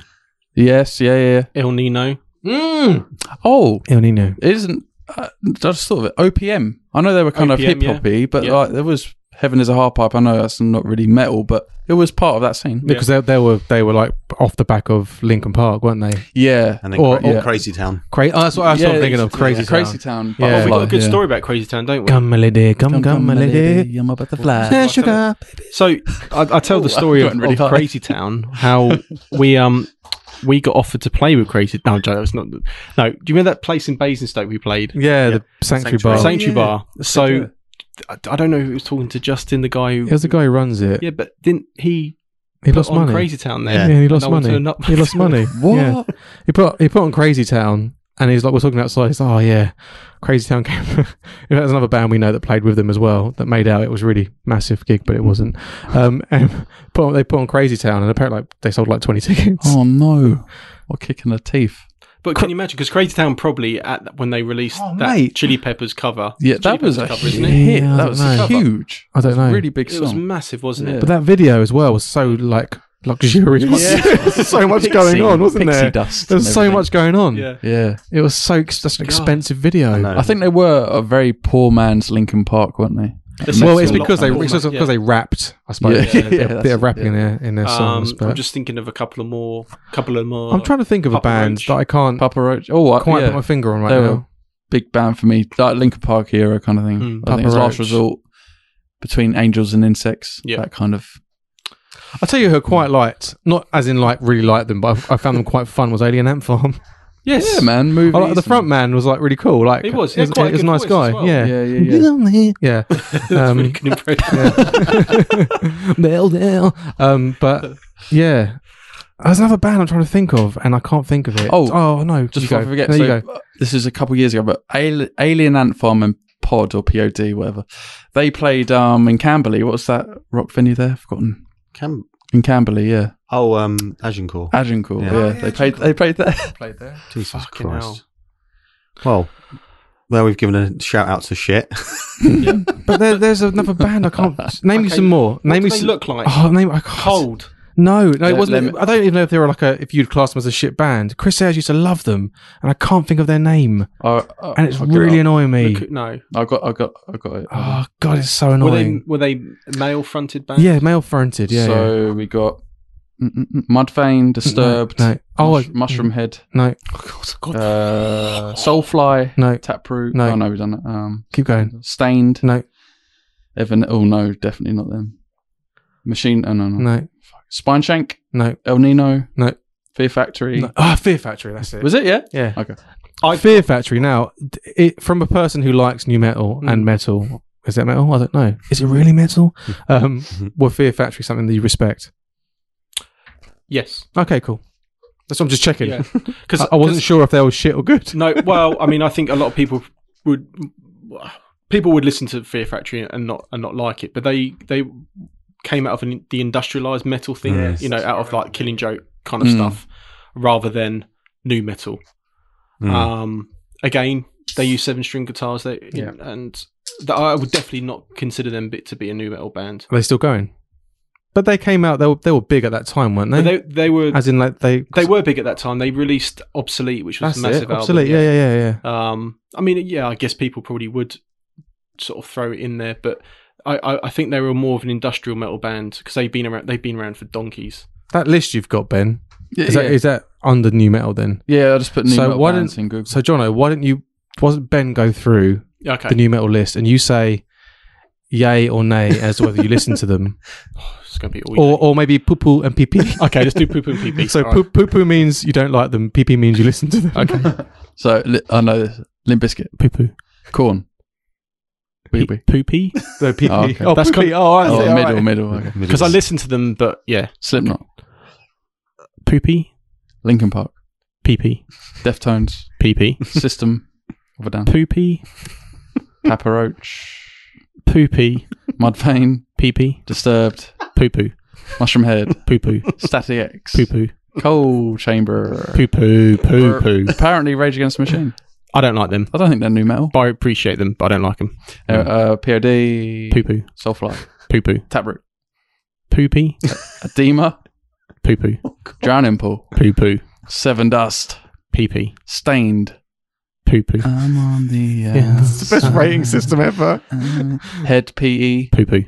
B: Yes, yeah, yeah. yeah.
C: El Nino. Oh,
D: Mm.
B: Oh,
D: El Nino.
B: isn't uh, I just thought of it. OPM. I know they were kind of
C: OPM,
B: hip
C: yeah.
B: hoppy, but
C: Yeah.
B: like there was Heaven is a Hard Pipe. I know that's not really metal, but it was part of that scene.
D: Because they, they were they were like off the back of Lincoln Park, weren't they?
B: Yeah,
A: And then
D: Or-
A: Cra-
B: yeah.
A: Crazy Town.
D: Crazy. Oh, that's what I was
B: Yeah,
D: sort of thinking of.
C: it's-
D: Crazy.
C: yeah,
B: Crazy Town.
D: Yeah.
C: Oh, we got a good
D: Yeah.
C: story about Crazy Town, don't we?
D: Come, my lady. Come, come, my lady.
B: I'm about to fly.
D: Yeah, sugar.
C: So I, I tell the story
B: Oh, I've gotten
C: of,
B: really
C: of
B: high.
C: Crazy Town, how we um we got offered to play with Crazy. No, Joe, it's not. No, do you remember that place in Basingstoke we played?
D: Yeah, the
A: Sanctuary.
D: Sanctuary, Bar.
A: Oh,
C: Sanctuary
A: yeah.
C: Bar.
B: yeah.
C: So I, I don't know who was talking to Justin, the guy who.
D: There's the guy who runs it.
C: Yeah, but didn't he?
D: he
C: put
D: lost
C: on
D: money.
C: Crazy Town
D: Yeah,
C: then.
D: he lost
C: No one turned
D: money.
C: up.
D: He lost money. Yeah.
B: What?
D: He put he put on Crazy Town, and he's like, we're talking outside. He's like, oh yeah, Crazy Town came. There's another band we know that played with them as well. That made out it was a really massive gig, but it wasn't. Um, and put on, they put on Crazy Town, and apparently like they sold like 20 tickets.
B: Oh no! What kick in the teeth?
C: But can you imagine? Because Crazy Town probably at when they released
B: Oh,
C: that
B: mate.
C: Chili Peppers cover.
B: Yeah,
C: Chili
B: that was a
C: Peppers cover,
B: hit.
C: isn't it?
D: Yeah, I
B: that
D: don't
B: was
D: know.
B: huge.
D: I don't know.
B: Really big
C: It was
B: song.
C: massive, wasn't
B: Yeah.
C: it?
D: But that video as well was so like luxurious. so much going on, wasn't
B: Pixie
D: there?
B: dust.
D: There
B: and
D: was so
B: everything.
D: much going on.
C: Yeah.
B: Yeah,
D: It was so ex- that's an
C: God.
D: expensive video.
A: I know.
B: I think they were a very poor man's Lincoln Park, weren't they?
C: This
D: Well,
C: is
D: it's
C: a lot
D: because they
C: more
D: it's
C: money.
D: because they rapped. I
B: Yeah,
D: suppose
B: yeah,
D: a bit,
B: that's
D: bit
B: it,
D: of rapping in their in their songs.
C: Um,
D: But
C: I'm
D: I'm,
C: just thinking of a couple of more, couple of more.
D: trying to think of a
C: Papa
D: band
C: Roach.
D: that I can't
B: Papa Roach. Oh, I,
D: quite
B: yeah.
D: put my finger on right
B: They were-
D: now.
B: big band for me. Like Lincoln Park era kind of thing. Hmm.
C: Mm.
B: I
D: Papa
B: think it's last
D: Roach.
B: resort between angels and insects.
C: Yeah.
B: that kind of.
D: I tell you who I quite liked, not as in like really liked them, but I, I found them quite fun. Was Alien Ant Farm?
C: Yes.
B: Yeah, man. Movies.
D: I like the front man was like really cool. Like
C: He was, he
D: he
C: had
D: was,
C: quite a
D: he was a
C: good
D: nice
C: voice
D: guy.
C: as well.
D: Yeah,
B: and- Yeah, yeah, yeah.
D: yeah. yeah.
C: That's
D: Um,
C: really good impression.
D: Nailed it. Um, but yeah, there's another band I'm trying to think of, and I can't think of it.
B: Oh,
D: no,
B: Just
D: you
B: before I
D: go.
B: forget,
D: There
B: so,
D: you go.
B: uh, this is a couple of years ago, but Al- Alien Ant Farm and Pod or POD, whatever, they played um in Camberley. What was that rock venue there? I've forgotten.
A: Cam-
B: In Camberley, yeah,
A: oh, um, Agincourt.
B: Agincourt.
A: Yeah.
B: Yeah,
A: Oh,
B: they played. They played there.
D: Played there.
A: Jesus
C: Fucking
A: Christ. Well, there we've given a shout out to shit.
D: But there, there's another band I can't name me
C: Okay,
D: some more.
C: What
D: Name
C: do
D: me
C: they
D: some.
C: look like?
D: Oh, name I can't.
C: Cold.
D: No, no, it
B: Let-
D: wasn't.
B: let me-
D: I don't even know if they were like a if you'd class them as a shit band. Chris Ayres used to love them, and I can't think of their name,
B: Oh, oh,
D: and it's
B: I'll get
D: really
B: it
D: annoying me.
C: Look- no.
B: up. I got. I got. I got it.
D: oh God, it's so
C: Were they
D: annoying.
C: were they male fronted band?
D: Yeah, male fronted. Yeah. yeah.
B: so we got mm, mm, mm, Mudvayne, Disturbed,
D: No, no. Oh,
B: Mush-
D: I-
B: Mushroom Head,
D: No,
C: Oh, God, God.
B: uh, Soulfly,
D: no,
B: Taproot.
D: No.
B: No, oh, no, we've done that. Um,
D: keep going.
B: Stained,
D: No,
B: Evan. Oh no, definitely not them. Machine. Oh no, no.
D: no,
B: Spine Shank,
D: no,
B: El Nino,
D: No.
B: Fear Factory.
D: no. Ah, Fear Factory. That's it.
B: Was it? Yeah.
D: Yeah.
B: Okay.
C: I-
D: Fear Factory. Now, d- it, from a person who likes new metal
C: Mm.
D: and metal, is that metal? I don't know. Is it really metal?
B: Mm.
D: Um,
B: Mm-hmm.
D: well, Fear Factory something that you respect?
C: Yes.
D: Okay, cool. That's what I'm just checking.
C: Yeah. Because
D: I, I wasn't sure if they were shit or good.
C: No. Well, I mean, I think a lot of people would. people would listen to Fear Factory and not and not like it, but they they came out of an, the industrialized metal thing,
A: Yes.
C: you know, out of like Killing Joke kind of
B: Mm.
C: stuff, rather than new metal.
A: Mm.
C: Um, again, they use seven string guitars. They
D: Yeah.
C: and th- I would definitely not consider them bit to be a new metal band.
D: Are they still going? But they came out. They were, they were big at that time, weren't they?
C: But they they were
D: As in, like they
C: they were big at that time. They released Obsolete, which was
D: That's
C: a massive
D: it.
C: album.
D: Obsolete. Yeah, yeah, yeah, yeah.
C: Um, I mean, yeah, I guess people probably would sort of throw it in there, but I, I, I think they were more of an industrial metal band because they've been around. They've been around for donkeys.
D: That list you've got, Ben.
B: Yeah,
D: Is,
B: yeah.
D: that, is that under new metal then?
B: yeah, I just put new
D: So
B: metal
D: why
B: bands in Google.
D: So, Jono, why didn't you? Wasn't Ben go through
C: Okay,
D: the new metal list and you say yay or nay as to whether you listen to them,
C: it's going to be all.
D: or or maybe poo poo and pee pee.
C: okay, let's do poo poo and pee pee.
D: So poo poo poo means you don't like them. Pee pee means you listen to them. Okay.
B: So li- I know this. Limp Bizkit,
C: poo poo
B: Corn, Wee Wee.
C: poo pee
D: No pee pee.
B: Oh, okay.
D: Oh,
C: That's
D: poo pee. oh, I see.
B: Oh,
D: All
B: middle,
D: right.
B: middle. Okay.
C: because I listen to them, but yeah,
B: Slipknot,
C: poo pee
B: Linkin Park,
C: pee pee
B: Deftones,
C: pee pee
B: System of a Down,
C: poo pee
B: Papa Roach,
C: poo pee
B: Mudvayne,
C: pee pee
B: Disturbed,
C: poo poo
B: Mushroom Head,
C: poo poo
B: Static X,
C: poo poo
B: Coal Chamber,
C: poo poo poo
B: Or-
C: poo.
B: apparently Rage Against the Machine.
C: I don't like them.
B: I don't think they're new metal.
C: I appreciate them, but I don't like them.
B: Uh, uh, POD,
C: Poo poo
B: Soulfly,
C: poo poo
B: Taproot,
C: poo pee
B: Edema, Oh,
C: poo poo
B: Drowning Pool,
C: poo poo
B: Seven Dust,
C: pee pee
B: Stained.
C: poo poo
B: I'm on the
D: Yeah, it's the best rating system ever.
B: Head PE,
C: poo poo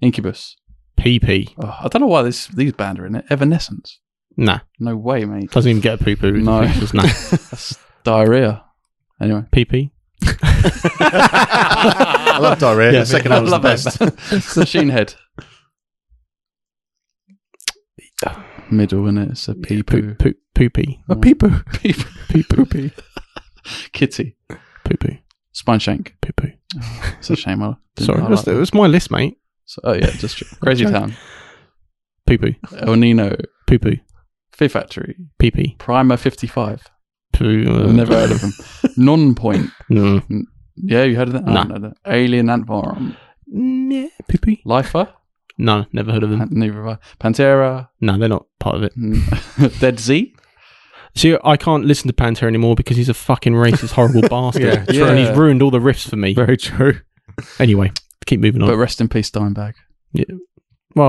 B: Incubus.
C: pee pee.
B: Oh, I don't know why this these band are in it. Evanescence.
C: Nah,
B: No way, mate.
C: doesn't even get a poo poo.
B: No.
C: nah
B: That's diarrhea. Anyway,
C: pee pee.
A: I love diarrhea. the second
B: I
A: album's the
B: love it.
A: best.
B: Machine Head. Middle in it. It's a pee
C: Poo
B: poo.
C: poo poo pee
D: A pee poo.
B: Pee poo. Pee Kitty.
C: poo poo
B: Spine Shank.
C: poo poo.
B: It's a shame. I didn't
C: Sorry,
B: highlight
C: that's-
B: that.
C: it was my list, mate.
B: So, oh yeah, just true. Crazy Town.
C: Poo poo
B: El Nino.
C: poo poo
B: Fear Factory.
C: pee pee
B: Primer 55.
C: poo. uh,
B: I've never heard of them. Non Point.
C: Mm.
B: Yeah, you heard of that? I
C: No.
B: haven't heard of that. Alien Ant Farm.
C: Yeah, poo poo.
B: Lifer.
C: No, never heard of them.
B: Pan- neither have I. Pantera.
C: No, they're not part of it.
B: Mm. Dead Z.
C: See, I can't listen to Pantera anymore because he's a fucking racist, horrible bastard.
D: Yeah,
B: true.
C: and he's ruined all the riffs for me.
D: Very true.
C: Anyway, keep moving on.
B: But rest in peace, Dimebag.
C: Well,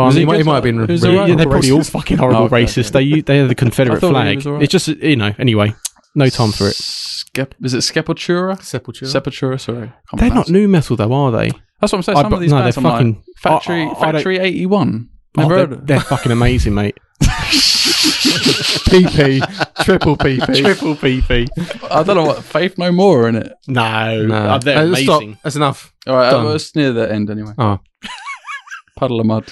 D: Was he- he might have been
C: It was
D: really
C: alright. Yeah, they're
D: horrible
C: probably all
D: racist.
C: fucking horrible
B: Oh, okay,
C: racists.
B: okay.
C: They they are the
B: I
C: Confederate
B: thought he
C: flag.
B: was alright.
C: It's just you know. Anyway, no time for it.
B: Skep- is it Sepultura?
D: Sepultura.
B: Sepultura, sorry. Can't
C: They're not
B: pronounce it.
C: new metal though, are they?
B: That's what I'm saying.
C: I-
B: Some
C: but-
B: of these
C: no,
B: bands
C: they're
B: I'm like,
C: fucking-
B: Factory,
C: I- I don't-
B: Factory 81.
C: Oh,
B: Never
C: they're,
B: heard of
C: they're fucking amazing, mate.
D: pee pee. Triple pee pee.
C: Triple PP.
B: I don't know what Faith No More in it.
C: No,
D: No.
C: uh, they're
D: Uh, stop.
C: amazing.
D: That's enough.
B: All right,
D: Done.
B: I was near the end anyway.
C: Ah.
D: Oh.
B: Puddle of mud.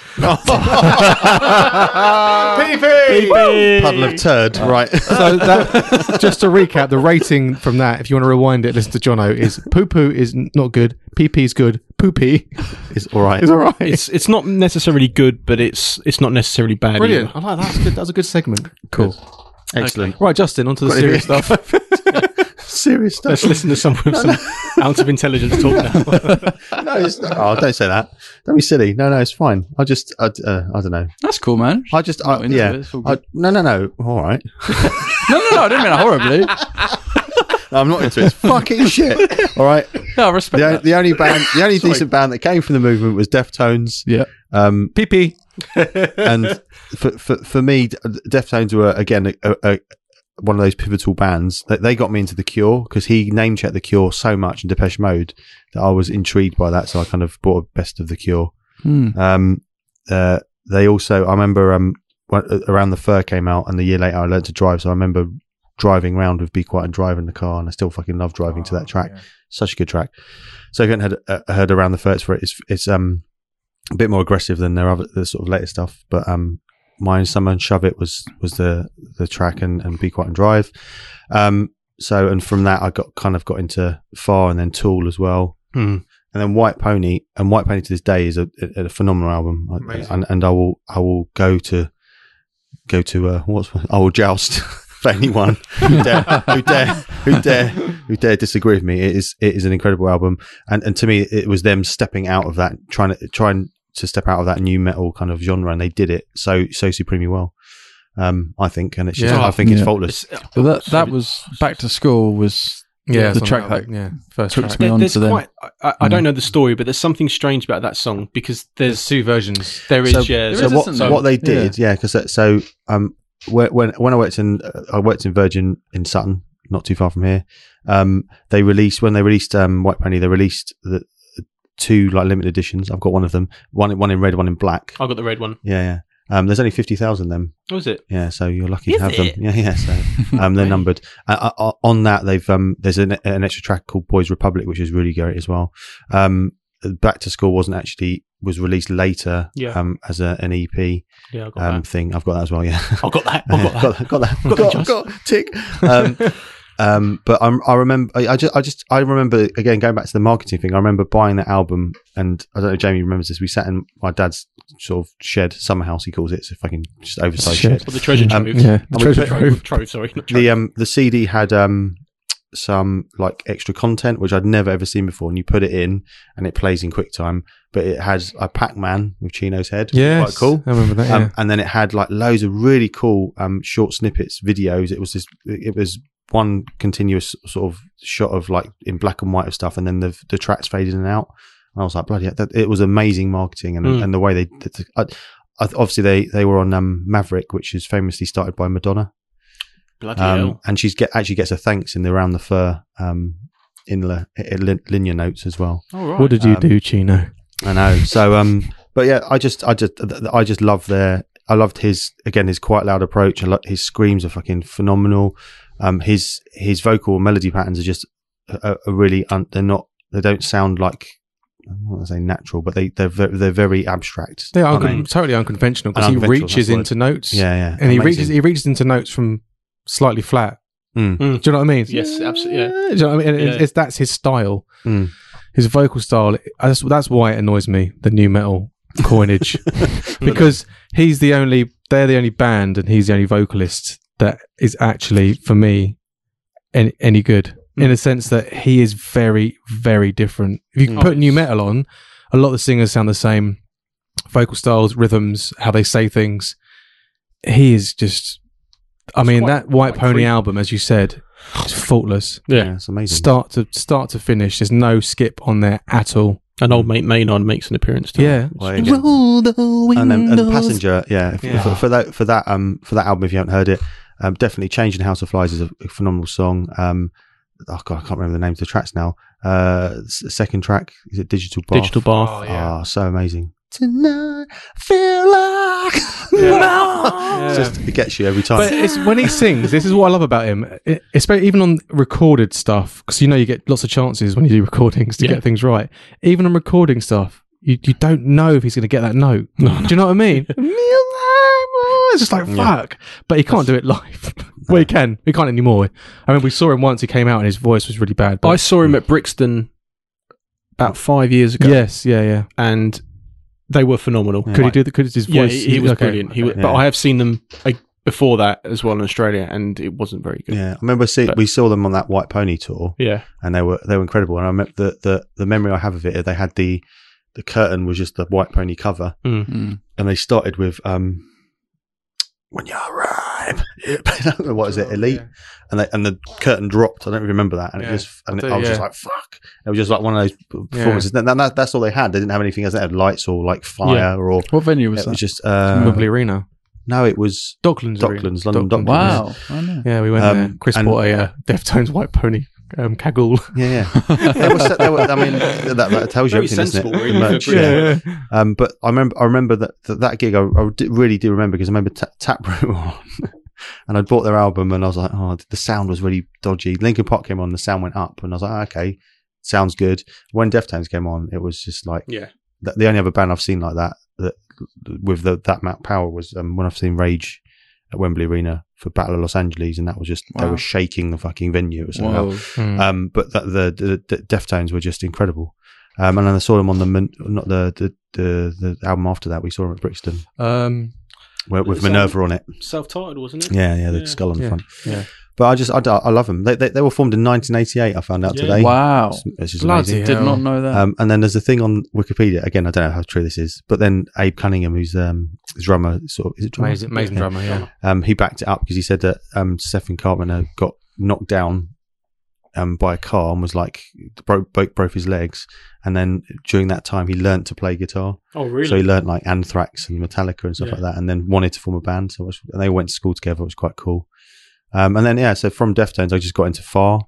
A: Puddle of turd, right?
D: So that, just to recap, the rating from that, if you want to rewind it, listen to Jono, is poo poo is n- not good, pee pee is good, poo pee
A: it's all right.
D: is all right.
C: It's it's not necessarily good, but it's it's not necessarily bad.
D: Brilliant.
C: either.
D: I like that. That's good. That was a good segment. Cool.
A: Excellent.
D: Right, Justin, onto the serious stuff.
A: Serious stuff.
C: Let's listen to some, some ounce of intelligence talk now.
A: no, it's not. Oh, don't say that. Don't be silly. No, no, it's fine. I just, I, uh, I don't know.
B: That's cool, man.
A: I just, I,
B: Not into it,
A: yeah.
B: it's all
A: I,
B: good.
A: no, no, no. All right.
B: No, no, no. I didn't mean it horribly.
A: No, I'm not into it. It's fucking shit. All right.
B: Yeah, I respect
A: The, o-
B: that.
A: the only band, the only decent band that came from the movement was Deftones.
B: Yeah.
A: Um,
D: Pee pee.
A: and for, for for me, uh, Deftones were again a, a, a, one of those pivotal bands. They, they got me into the Cure because he name checked the Cure so much in Depeche Mode that I was intrigued by that. So I kind of bought a best of the Cure.
B: Hmm.
A: Um, uh, they also, I remember um, when, around the Fur came out, and the year later I learned to drive. So I remember driving round with Be Quiet and driving the car, and I still fucking love driving to that track. Such a good track. So if you haven't heard, uh, heard around the Fur, it's, for- it's it's um a bit more aggressive than their other the sort of later stuff, but um. Mine, Summer and Shove It was was the the track and, and Be Quiet and Drive. Um so and from that I got kind of got into Far and then Tool as well and then White Pony, and White Pony to this day is a, a, a phenomenal album. I-
D: Amazing.
A: and, and I will I will go to go to uh, what's I will joust. for anyone who dare, who dare, who dare, who dare disagree with me. It is, it is an incredible album, and and to me, it was them stepping out of that, trying to trying to step out of that new metal kind of genre, and they did it so so supremely well. Um, I think, and it's just,
C: Yeah.
A: I think it's
B: Yeah.
A: faultless.
B: Well, that that was back to school was
D: Yeah,
B: the
D: something
B: track
D: like
B: that
D: yeah, first
B: took
D: track.
B: me on
C: there's
B: to them.
C: quite, I, I I don't know the story, but there's something strange about that song because
D: There's
C: there's
D: two versions.
C: there is
A: So-
C: yeah.
B: there
A: so
B: is,
A: what,
B: isn't there?
A: what they
B: Yeah.
A: did, yeah, because so um, whe- when when I worked in uh, I worked in Virgin in Sutton, not too far from here. Um, they released when they released um, White Penny, they released the two like limited editions. I've got one of them, one one in red, one in black.
C: I got the red one.
A: Yeah, yeah. Um, there's only fifty thousand of them.
C: What was it?
A: Yeah, so you're lucky
C: Is
A: to have
C: it?
A: them. Yeah, yeah. So um, they're numbered. Uh, uh, on that, they've um, there's an, an extra track called Boys Republic, which is really great as well. Um, Back to School wasn't actually was released later
C: Yeah.
A: um, as a, an EP
C: Yeah, I got
A: um, thing. I've got that as well. Yeah,
C: that. I got that. I got
A: got that.
C: that.
A: Got that.
C: Got
A: Got,
C: that,
A: got, tick. Um, um, but I'm, I remember. I, I just. I just. I remember again going back to the marketing thing. I remember buying that album, and I don't know. if Jamie remembers this. We sat in my dad's sort of shed, summer house. He calls it. So if I can just oversized
B: Shed.
A: shed.
C: Well, the treasure
A: Um,
C: trove.
B: yeah,
A: we
B: the treasure
A: put-
B: trove.
C: Trove, sorry. Not trove.
A: The um the CD had um some like extra content which I'd never ever seen before, and you put it in and it plays in QuickTime. But it has a Pac Man with Chino's head.
D: Yeah,
A: quite cool.
D: I remember that. Yeah.
A: Um, and then it had like loads of really cool um, short snippets, videos. It was this, it was one continuous sort of shot of like in black and white of stuff, and then the the tracks faded in and out. And I was like, bloody, hell, that, it was amazing marketing and
C: Mm.
A: and the way they. that- that- I, I, obviously, they they were on um, Maverick, which is famously started by Madonna,
C: Bloody
A: um,
C: hell.
A: and she's get actually gets a thanks in the Around the Fur um, in the linear notes as well.
C: All right.
D: what did you
A: um,
D: do, Chino?
A: I know. So, um, but yeah, I just, I just, th- th- I just love their. I loved his again his quite loud approach. I lo- his screams are fucking phenomenal. Um, his his vocal melody patterns are just a, a really un, they're not they don't sound like I don't want to say natural, but they they're ve- they're very abstract.
D: They are
A: aren't
D: uncon- totally unconventional because he
A: Unconventional,
D: reaches
A: that's the word.
D: into notes.
A: Yeah, yeah,
D: and he
A: Amazing.
D: reaches he reaches into notes from slightly flat.
A: Mm.
D: Do you know what I mean?
C: Yes, absolutely, yeah.
D: Do you know what I mean? And
C: Yeah.
D: It's, that's his style,
A: Mm.
D: his vocal style. That's, that's why it annoys me the new metal coinage because he's the only they're the only band and he's the only vocalist that is actually for me any, any good
C: Mm.
D: in the sense that he is very very different. If you
C: Mm.
D: put new metal on, a lot of the singers sound the same, vocal styles, rhythms, how they say things. He is just. I
C: It's
D: mean,
C: quite-
D: that White
C: quite
D: Pony
C: free.
D: album, as you said, is faultless
A: yeah,
C: Yeah.
A: it's amazing.
D: start to start to finish. There's no skip on there at all.
C: An old mate Maynard makes an appearance. too.
D: Yeah.
A: Well, yeah. and then and passenger yeah, if-
D: Yeah.
A: For, for that for that um for that album if you haven't heard it um definitely changing house of flies is a, a phenomenal song um oh god i can't remember the names of the tracks now uh s- second track is it digital bath
C: Digital Bath.
A: oh, so amazing tonight I feel like
D: Yeah.
A: It's just it gets you every time
D: But it's when he sings. This is what I love about him, It- especially even on recorded stuff, because you know you get lots of chances when you do recordings to
C: Yeah.
D: get things right. Even on recording stuff, you, you don't know if he's going to get that note. Do you know what I mean? oh, it's just like
A: Yeah.
D: fuck, but he can't do it live. well, he can. He can't anymore. I mean, we saw him once. He came out and his voice was really bad. But
C: I saw him at Brixton about five years ago,
D: yes, yeah, yeah.
C: and they were phenomenal.
A: Yeah.
D: Could he do the? Could his voice?
C: Yeah, he, he was
D: okay.
C: brilliant. He was, But
A: Yeah.
C: I have seen them like, before that as well in Australia, and it wasn't very good.
A: yeah i remember see,
C: But-
A: we saw them on that white pony tour
C: Yeah.
A: and they were they were incredible and i remember the the, the memory i have of it they had the the curtain was just the white pony cover
B: Mm.
A: and they started with um when you're ripe. what is it, elite? And they, and the curtain dropped. I don't remember that. And
D: Yeah.
A: it just and
D: I
A: it,
D: do,
A: I was just
D: yeah.
A: like fuck. It was just like one of those performances. That, that- that's all they had. They didn't have anything else. They had lights or like fire or
B: What venue was
A: it was
B: that?
A: just uh,
D: Wembley Arena.
A: no. It was
D: Docklands.
A: Docklands,
D: Arena.
A: London Docklands.
B: Wow. I know.
D: Yeah, we went
A: Um,
D: there. Chris
A: and-
D: bought a uh, Deftones White Pony um, Kaggle.
A: yeah yeah. they were, set- they were, I mean that, that tells you
C: Very
A: everything, doesn't
C: sensible,
A: it?
C: really.
A: The merch,
C: Yeah.
A: Um, but I remember, I remember that that, that gig. I, I d- really do remember because I remember Ta- Taproot were on, and I bought their album, and I was like, oh, the sound was really dodgy. Linkin Park came on, the sound went up, and I was like, "Ah, okay, sounds good. When Deftones came on, it was just like,
C: Yeah.
A: th- the only other band I've seen like that that with the, that amount of power was um, when I've seen Rage at Wembley Arena for Battle of Los Angeles, and that was just they
B: Wow.
A: were shaking the fucking venue. It was like,
B: Whoa.
D: Mm.
A: um, but that, the, the, the Deftones were just incredible. Um, and then I saw them on the Mon- not the the, the the album after that. We saw them at Brixton.
D: Um,
A: with, with
C: It's, um,
A: Minerva on it.
C: Self-titled, wasn't it?
A: Yeah, yeah, the
C: Yeah.
A: skull on the
D: Yeah.
A: front.
D: Yeah.
A: But I just, I, d- I love them. They, they, they were formed in 1988. I found out
C: Yeah.
A: today.
B: Wow.
A: It's- It's just
D: Bloody
A: amazing.
B: Did
D: hell.
B: not know that.
A: Um, and then there's a thing on Wikipedia. Again, I don't know how true this is, but then Abe Cunningham, who's um, his drummer, sort of is it drummer?
D: Amazing, amazing
A: Yeah.
D: drama, yeah.
A: Um, he backed it up because he said that um, Stephen Carpenter got knocked down um, by a car and was like broke broke, broke his legs. And then during that time, he learnt to play guitar.
C: Oh, really?
A: So he learnt like Anthrax and Metallica and stuff
C: Yeah.
A: like that, and then wanted to form a band. So it was, and they went to school together. It was quite cool. Um, and then yeah, so from Deftones, I just got into Far.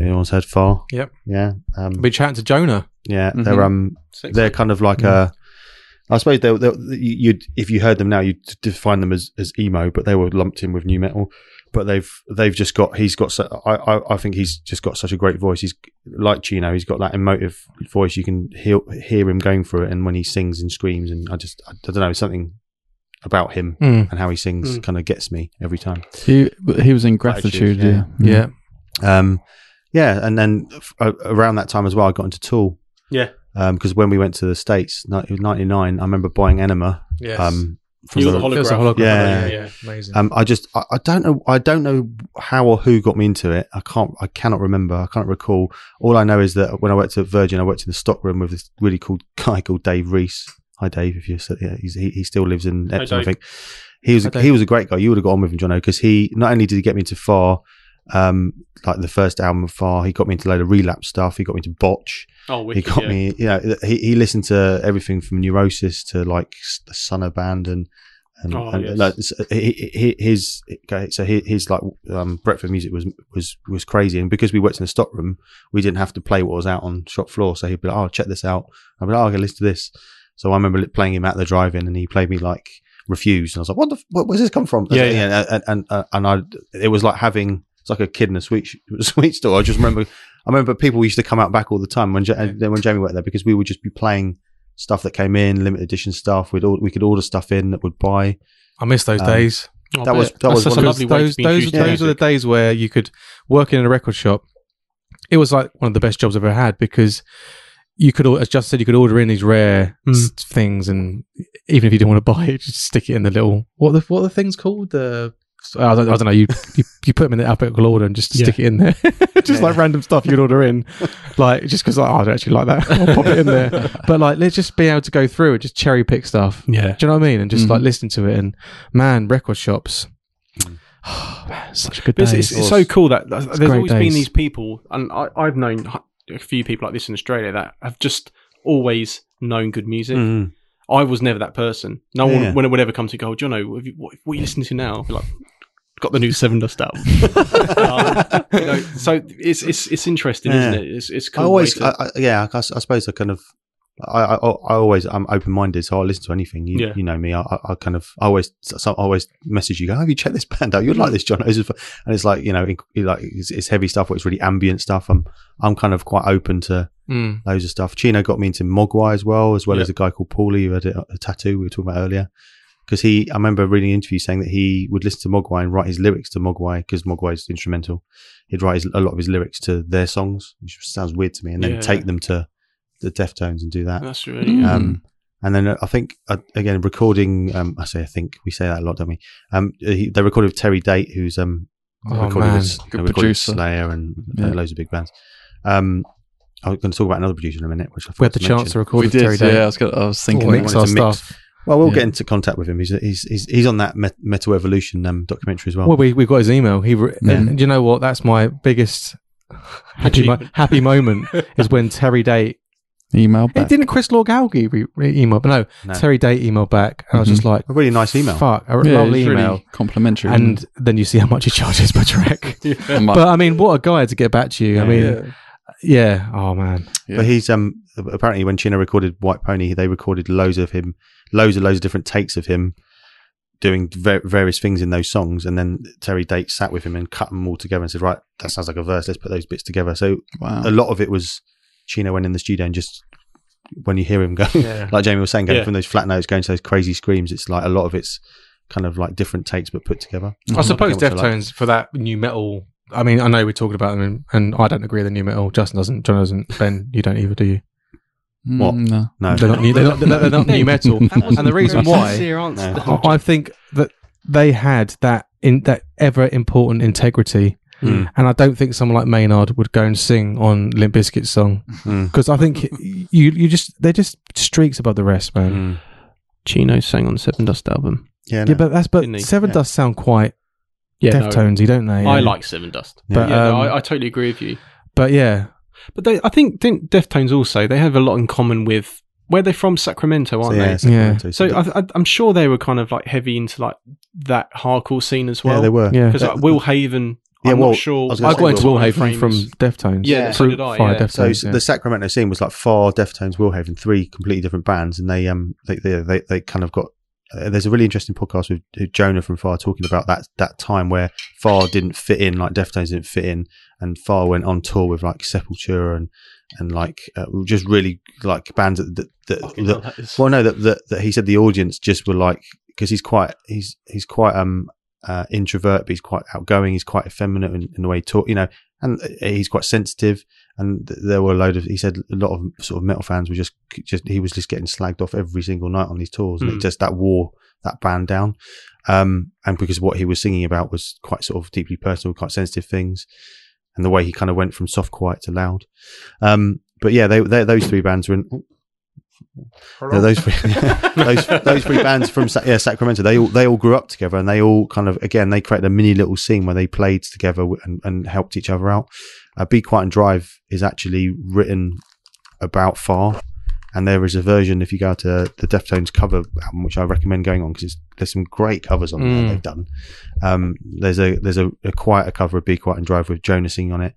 A: Anyone's heard Far?
D: Yep.
A: Yeah. Um,
D: We chatting to Jonah.
A: yeah.
C: Mm-hmm.
B: Mhm.
A: They're um
C: Sexy.
A: they're kind of like a. I suppose they they you'd if you heard them now you'd define them as, as emo, but they were lumped in with new metal. But they've they've just got he's got so, I, I I think he's just got such a great voice. He's like Chino. He's got that emotive voice. You can hear hear him going through it, and when he sings and screams, and I just I don't know something about him
D: Mm.
A: and how he sings
C: Mm.
A: kind of gets me every time.
B: he he was in gratitude.
A: Gratitude,
B: Yeah.
D: Yeah.
A: Um, yeah, and then f- a- around that time as well, I got into Tool.
C: Yeah.
A: Because when we went to the States, ni- 99, I remember buying Enema.
D: Yes.
A: Um, from
C: You got
A: the-
C: the hologram.
D: Feels like a hologram.
A: Yeah.
D: yeah. Amazing.
A: um, I just, I, I don't know, I don't know how or who got me into it. I can't, I cannot remember. I can't recall. All I know is that when I worked at Virgin, I worked in the stock room with this really cool guy called Dave Reese. Hi, Dave. If you're, still- yeah, he's, he, he still lives in Epsom, I
C: Dave.
A: think. He was,
D: Hi, Dave.
A: he was a great guy. You would have got on with him, Jono, because he not only did he get me into Far, um, like the first album of Far, he got me into a load of relapse stuff. He got me into Botch.
C: oh, wicked,
A: he got
C: yeah.
A: me, you know, th- he, he listened to everything from Neurosis to like s- the Son of Band and, and,
C: Oh,
A: and
C: yes.
A: like, s- he- he- he- his, okay, so he- his like um, breakfast music was, was, was crazy. And because we worked in the stock room, we didn't have to play what was out on shop floor. So he'd be like, oh, check this out. I'd be like, oh, okay, listen to this. So I remember li- playing him at the drive in and he played me like Refused. And I was like, what the, f- where- where's this come from?
D: Yeah,
A: And, and, and, and I, it was like having, it's like a kid in a sweet, sh- sweet store. I just remember I remember people used to come out back all the time when ja- then when Jamie worked there because we would just be playing stuff that came in, limited edition stuff. We'd all, we could order stuff in that would buy.
D: I miss those
A: um,
D: days.
C: Oh,
A: that
C: but
A: was- that was
C: that's such
A: one
C: a
A: of-
C: lovely way
D: those
C: to be
D: those,
C: introduced to
D: those are the
C: music.
D: days where you could work in a record shop. It was like one of the best jobs I've ever had because you could, al- as Justin said, you could order in these rare s- things, and even if you didn't want to buy it, just stick it in the little what are the what are the things called the. I don't, I don't know. You, you you put them in the alphabetical order and just
C: Yeah.
D: stick it in there, just like random stuff you'd order in, like just because like, oh, I don't actually like that. I'll pop it in there. But like, let's just be able to go through it, just cherry pick stuff.
C: yeah.
D: Do you know what I mean? And just
B: Mhm.
D: like listening to it. And man, record shops. Mm. Oh, man, such a good
C: But
D: days.
C: it's, it's, it's so cool that that-
D: It's
C: there's
D: great
C: always
D: days.
C: been these people, and I, I've known a few people like this in Australia that have just always known good music.
D: Mm-hmm.
C: I was never that person. No
A: Yeah.
C: one, when it would ever come to go, do you know, what, have you- what, what are you listening to now? I'd be like, got the new Seven Dust album. Um, you know, so it's it's it's interesting,
A: Yeah.
C: isn't it? It's it's
A: I
C: cool.
A: always,
C: way
A: I,
C: to-
A: I, yeah, I, guess- I suppose I kind of, I, I, I always, I'm open minded, so I listen to anything. You,
C: Yeah.
A: you know me. I, I I kind of, I always, so, I always message you. Go, have you checked this band out? You'd
C: Hmm.
A: like this, John. And it's like, you know, it, like it's, it's heavy stuff, or it's really ambient stuff. I'm, I'm kind of quite open to
D: Mm.
A: loads of stuff. Chino got me into Mogwai as well, as well
C: Yeah.
A: as a guy called Paulie who had a, a tattoo we were talking about earlier. Because he, I remember reading an interview saying that he would listen to Mogwai and write his lyrics to Mogwai because Mogwai is instrumental. He'd write his, a lot of his lyrics to their songs, which sounds weird to me, and then
C: Yeah.
A: take them to the Deftones and do that.
C: that's really yeah.
B: Hmm.
A: Um, and then I think uh, again recording. Um, I say I think we say that a lot, don't we? Um, he, they recorded with Terry Date, who's um
D: Oh,
A: recorded
D: man.
A: with,
B: Good
A: recorded with
B: producer.
A: Slayer and
B: Yeah.
A: and loads of big bands. Um, I'm going to talk about another producer in a minute, which I
D: We had the
A: forgot to
D: chance
A: mention.
D: to record
B: we
D: with Terry
B: did.
D: Day.
B: Yeah, I was, gonna, I was thinking.
D: Or
A: we
B: that.
D: mix
A: wanted
D: our
A: to mix.
D: stuff.
A: Well, we'll
B: Yeah.
A: get into contact with him. He's he's he's, he's on that Met- Metal Evolution um, documentary as well.
D: Well, we we got his email. He re-
B: Yeah.
D: and, do you know what? That's my biggest happy mo-
C: Achievement.
D: happy moment is when Terry Day.
B: Email
D: It
B: back.
D: didn't Chris Lorgalgi re- re- email, but no,
A: No.
D: Terry Day emailed back, and I was
B: Mhm.
D: just like,
A: a really nice email.
D: "Fuck, a
B: Yeah,
D: lovely
B: it's really
D: email."
B: complimentary.
D: and then you see how much he charges per track.
B: isn't it? Much.
D: but I mean, what a guy to get back to you. I
A: Yeah.
D: mean,
B: Yeah.
D: yeah. Oh man.
A: But he's um apparently when Chino recorded White Pony, they recorded loads of him, loads and loads of different takes of him doing ver- various things in those songs, and then Terry Date sat with him and cut them all together and said, "Right, that sounds like a verse. Let's put those bits together." So a
B: wow.
A: lot of it was Chino went in the studio and just when you hear him go,
D: Yeah.
A: like Jamie was saying, going
C: Yeah.
A: from those flat notes going to those crazy screams, it's like a lot of it's kind of like different takes but put together.
D: I
A: Okay,
D: suppose
A: what's it like?
D: Deftones for that new metal. I mean, I know we're talking about them, and, and I don't agree with the new metal. Justin doesn't, John doesn't, Ben, you don't either, do you?
A: What?
B: Mm, No.
A: No,
D: They're not new. They're not, they're not new metal. And the reason why I I think that they had that in that ever important integrity,
A: Mm.
D: and I don't think someone like Maynard would go and sing on Limp Bizkit's song
C: Hmm.
A: Mm.
D: because I think you you just they're just streaks above the rest,
C: Hmm.
D: man.
A: Mm.
C: Chino sang on the Seven Dust album.
A: Yeah, no.
D: Yeah, but that's
C: Didn't
D: but
C: he?
D: Seven
A: Yeah.
D: does sound quite Deftonesy, don't they?
C: I
D: Yeah.
C: like Seven Dust.
A: Yeah.
D: But,
C: yeah, no,
D: um,
C: I, I totally agree with you.
D: But yeah,
C: But they, I think didn't Deftones also they have a lot in common with where they're from, Sacramento,
A: So,
C: aren't
A: yeah,
C: they?
A: Sacramento.
C: So I, I, I'm sure they were kind of like heavy into like that hardcore scene as well.
A: yeah, they were.
D: yeah.
C: because like
A: They-
C: uh, Will Haven.
A: Yeah,
C: I'm
A: well,
C: not sure.
A: I was
D: I
A: gonna
D: got into Will Haven from
C: Frames.
D: Deftones.
C: Yeah, so
D: Through
C: did I,
D: via
C: yeah.
A: So
D: Deftones.
A: s-
D: yeah.
A: the Sacramento scene was like far Deftones, Willhaven, three completely different bands, and they um they they they, they kind of got. Uh, there's a really interesting podcast with uh, Jonah from Far talking about that that time where Far didn't fit in, like Deftones didn't fit in, and Far went on tour with like Sepultura and and like uh, just really like bands that that, that, that well, no, that, that that he said the audience just were like because he's quite he's he's quite um uh, introvert, but he's quite outgoing. He's quite effeminate in, in the way he talk, you know, and uh, he's quite sensitive. And th- there were a load of he said a lot of sort of metal fans were just just he was just getting slagged off every single night on these tours, and it
C: Mm.
A: just that wore that band down. Um, and because what he was singing about was quite sort of deeply personal, quite sensitive things, and the way he kind of went from soft quiet to loud. Um, but yeah, they, they those three bands were in. Yeah, those three, those those three bands from Sa- yeah Sacramento they all they all grew up together and they all kind of again they created a mini little scene where they played together wi- and, and helped each other out. Uh, Be Quiet and Drive is actually written about Far, and there is a version if you go to the Deftones cover album, which I recommend going on because there's some great covers on there
D: Mm.
A: they've done. Um, there's a there's a, a quieter cover of Be Quiet and Drive with Jonah singing on it.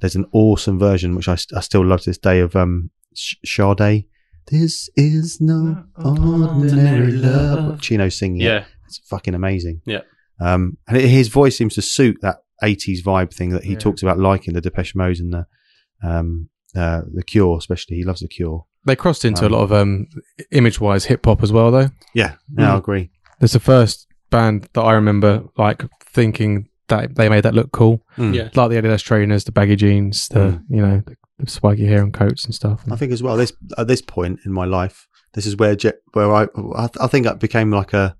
A: There's an awesome version which I, st- I still love to this day of um, Sh- Sade. This is no ordinary love. Chino singing it.
C: yeah,
A: It's fucking amazing.
C: Yeah.
A: Um, and it, his voice seems to suit that 80s vibe thing that he
D: Yeah.
A: talks about liking the Depeche Mode and the um, uh, the Cure, especially. He loves the Cure.
D: they crossed into
A: um,
D: a lot of um, image-wise hip hop as well, though.
A: Yeah, no, I agree.
D: It's the first band that I remember like thinking that they made that look cool,
A: Mm.
C: yeah.
D: like the Adidas trainers, the baggy jeans, the
A: Mm.
D: you know the, the swaggy hair and coats and stuff.
A: I think as well. This at this point in my life, this is where Je- where I I, th- I think I became like a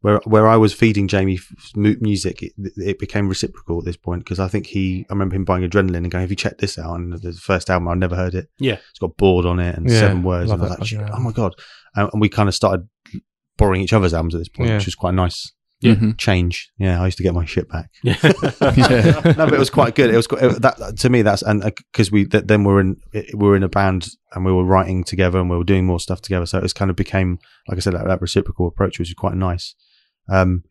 A: where where I was feeding Jamie f- mu- music. It, it became reciprocal at this point because I think he I remember him buying Adrenaline and going, "Have you checked this out?" And the first album I never heard it.
C: Yeah.
A: it's got bored on it and
D: Yeah,
A: seven words,
D: love
A: and I was
D: that
A: like,
D: fucking
A: "Shit, "Oh
D: album."
A: my god!" And, and we kind of started borrowing each other's albums at this point,
D: Yeah.
A: which was quite a nice.
C: Yeah.
B: Mhm.
A: Change, yeah. I used to get my shit back.
B: Yeah.
A: no, but it was quite good. It was quite, it, that, that- to me. That's and because we th- then we're in it- we were in a band and we were writing together and we were doing more stuff together. So it's kind of became like I said that, that reciprocal approach, which is quite nice. Um,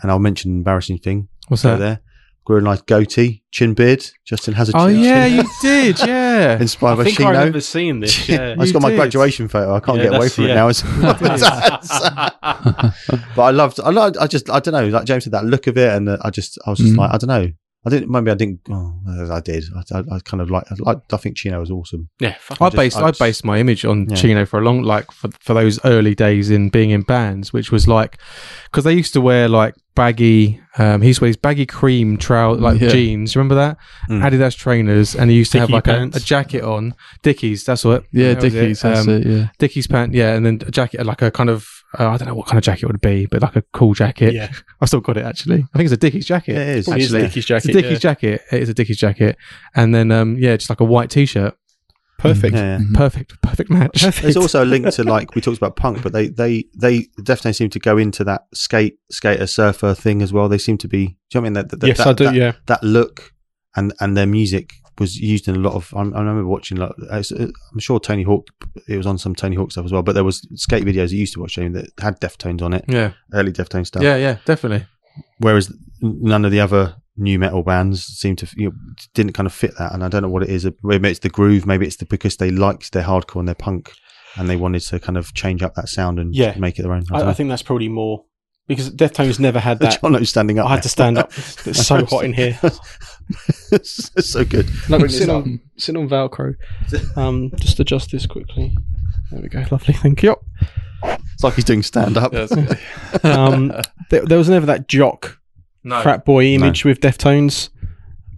A: and I'll mention an embarrassing thing
D: What's
A: so
D: that?
A: there. Grew a nice goatee, chin beard. Justin has a chin.
D: Oh yeah,
A: chin
D: you did. Yeah,
A: inspired
C: I
A: by
C: think I
A: Chino.
C: remember seeing this. Yeah.
A: I just
D: You
A: got my
D: did.
A: graduation photo. I can't
C: Yeah,
A: get away
C: that's-
A: from it
C: yeah.
A: now. It's- but I loved, I loved, I just, I don't know, like James said, that look of it, and the, I just, I was just
B: Mm.
A: like, I don't know, I didn't, maybe I didn't, oh, I did, I, I, I kind of like, I, liked- I think Chino was awesome.
C: yeah, fuck.
D: I
A: just-
D: based
A: I
D: I
A: just-
D: based my image on
A: Yeah.
D: Chino for a long like for, for those early days in being in bands, which was like because they used to wear like baggy. Um, he used to wear these baggy cream trousers, like
B: Yeah.
D: jeans. Remember that
A: Mm.
D: Adidas trainers, and he used to have
C: Dickie
D: like a,
C: pants.
D: a jacket on Dickies. That's what.
B: Yeah,
D: that was it.
B: Dickies, that's
D: Um,
B: it, yeah.
D: Dickies pant, yeah, and then a jacket, like a kind of uh, I don't know what kind of jacket it would be, but like a cool jacket.
C: Yeah.
D: I still got it actually. I think it's a Dickies jacket.
A: Yeah, it is.
C: It is
A: actually.
C: Dicky's jacket.
D: It's a Dickies jacket. It is a Dickies jacket, and then um, yeah, just like a white t-shirt. Mm.
A: Yeah,
E: Perfect.
A: yeah.
B: Mhm.
D: Perfect, perfect match.
A: There's also a link to like we talked about punk, but they they they definitely seem to go into that skate skater surfer thing as well. They seem to be. Do you know what I mean? That, that,
E: yes,
A: that,
E: I do.
A: That,
E: yeah.
A: that look and and their music was used in a lot of. I'm, I remember watching. Like, I was- I'm sure Tony Hawk. It was on some Tony Hawk stuff as well. But there was skate videos you used to watch I mean, that had Deftones on it,
D: yeah,
A: early Deftones stuff.
D: yeah, yeah, definitely.
A: Whereas none of the other new metal bands seem to you know, didn't kind of fit that. And I don't know what it is. Maybe it's the groove. Maybe it's the because they liked their hardcore and their punk, and they wanted to kind of change up that sound and
C: Yeah.
A: make it their own.
C: I, I think that's probably more because Deftones never had that.
A: Jono's standing up.
C: I had to
A: now.
C: stand up. It's so hot in here.
A: it's so good.
C: Like
B: Bring
C: sitting
B: this
C: on, sitting on Velcro. Um, just adjust this quickly. There we go. Lovely. Thank you.
A: It's like he's doing stand up.
C: Um, there, there was never that jock frat boy image with
A: Mm.
C: Deftones,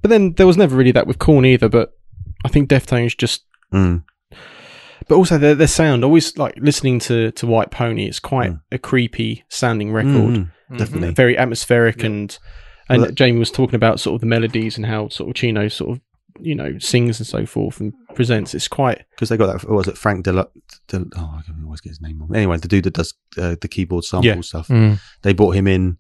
C: but then there was never really that with Corn either. But I think Deftones just But also their, their sound, always like listening to, to White Pony, it's quite
A: Mm.
C: a creepy sounding record. Mm-hmm.
A: Mm,
D: Mm-hmm.
A: definitely.
C: Very atmospheric and and
A: Well, that-
C: Jamie was talking about sort of the melodies and how sort of Chino sort of you know sings and so forth and presents. It's quite
A: because they got that. what Was it Frank Del? Del oh, I can always get his name wrong. Anyway, the dude that does uh, the keyboard sample
C: Yeah.
A: stuff.
D: Mm. It's
A: They brought him in.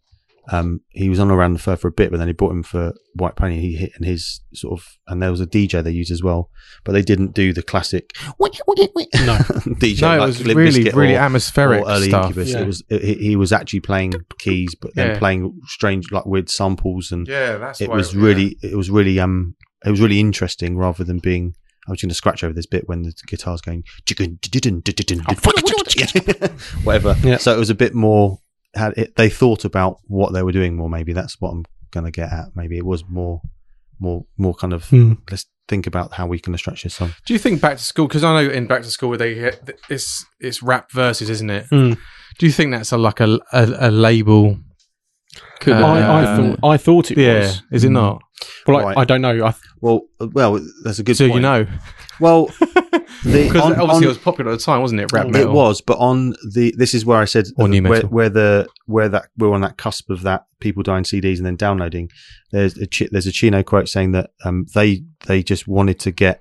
A: Um, he was on around the fur for a bit, but then they brought him for White Pony. He hit and his sort of, and there was a DJ they used as well, but they didn't do the classic no DJ.
D: no, it
A: like
D: was
A: Limp
D: really,
A: Bizkit or-
D: really
A: or
D: atmospheric
A: early
D: stuff.
A: Incubus.
C: Yeah.
A: It was it, he- he was actually playing keys, but then
D: Yeah.
A: playing strange, like weird samples, and
D: Yeah, that's
A: it was really it was really um it was really interesting rather than being I was going to scratch over this bit when the guitar's going whatever.
C: Yeah.
A: So it was a bit more. Had it, they thought about what they were doing more? Maybe that's what I'm going to get at. Maybe it was more, more, more kind of. Let's think about how we can structure this song.
D: Do you think back to school? Because I know in back to school they get it's it's rap verses, isn't it?
C: Mm.
D: Do you think that's a, like a, a a label?
B: Could
D: Uh,
B: be.
C: I, I thought I thought it was.
D: is it Mm. not?
C: Well, like,
A: Right.
C: I don't know. I,
A: Well, uh, well, that's a good.
D: so
A: point.
D: you know,
A: Well, the,
D: because
A: on-
D: obviously
A: on-
D: it was popular at the time, wasn't it? Rap
C: It
D: metal.
A: It was, but on the this is where I said
D: Or new
A: where,
D: metal.
A: where the where that we're on that cusp of that people dying CDs and then downloading. There's a chi- there's a Chino quote saying that um, they they just wanted to get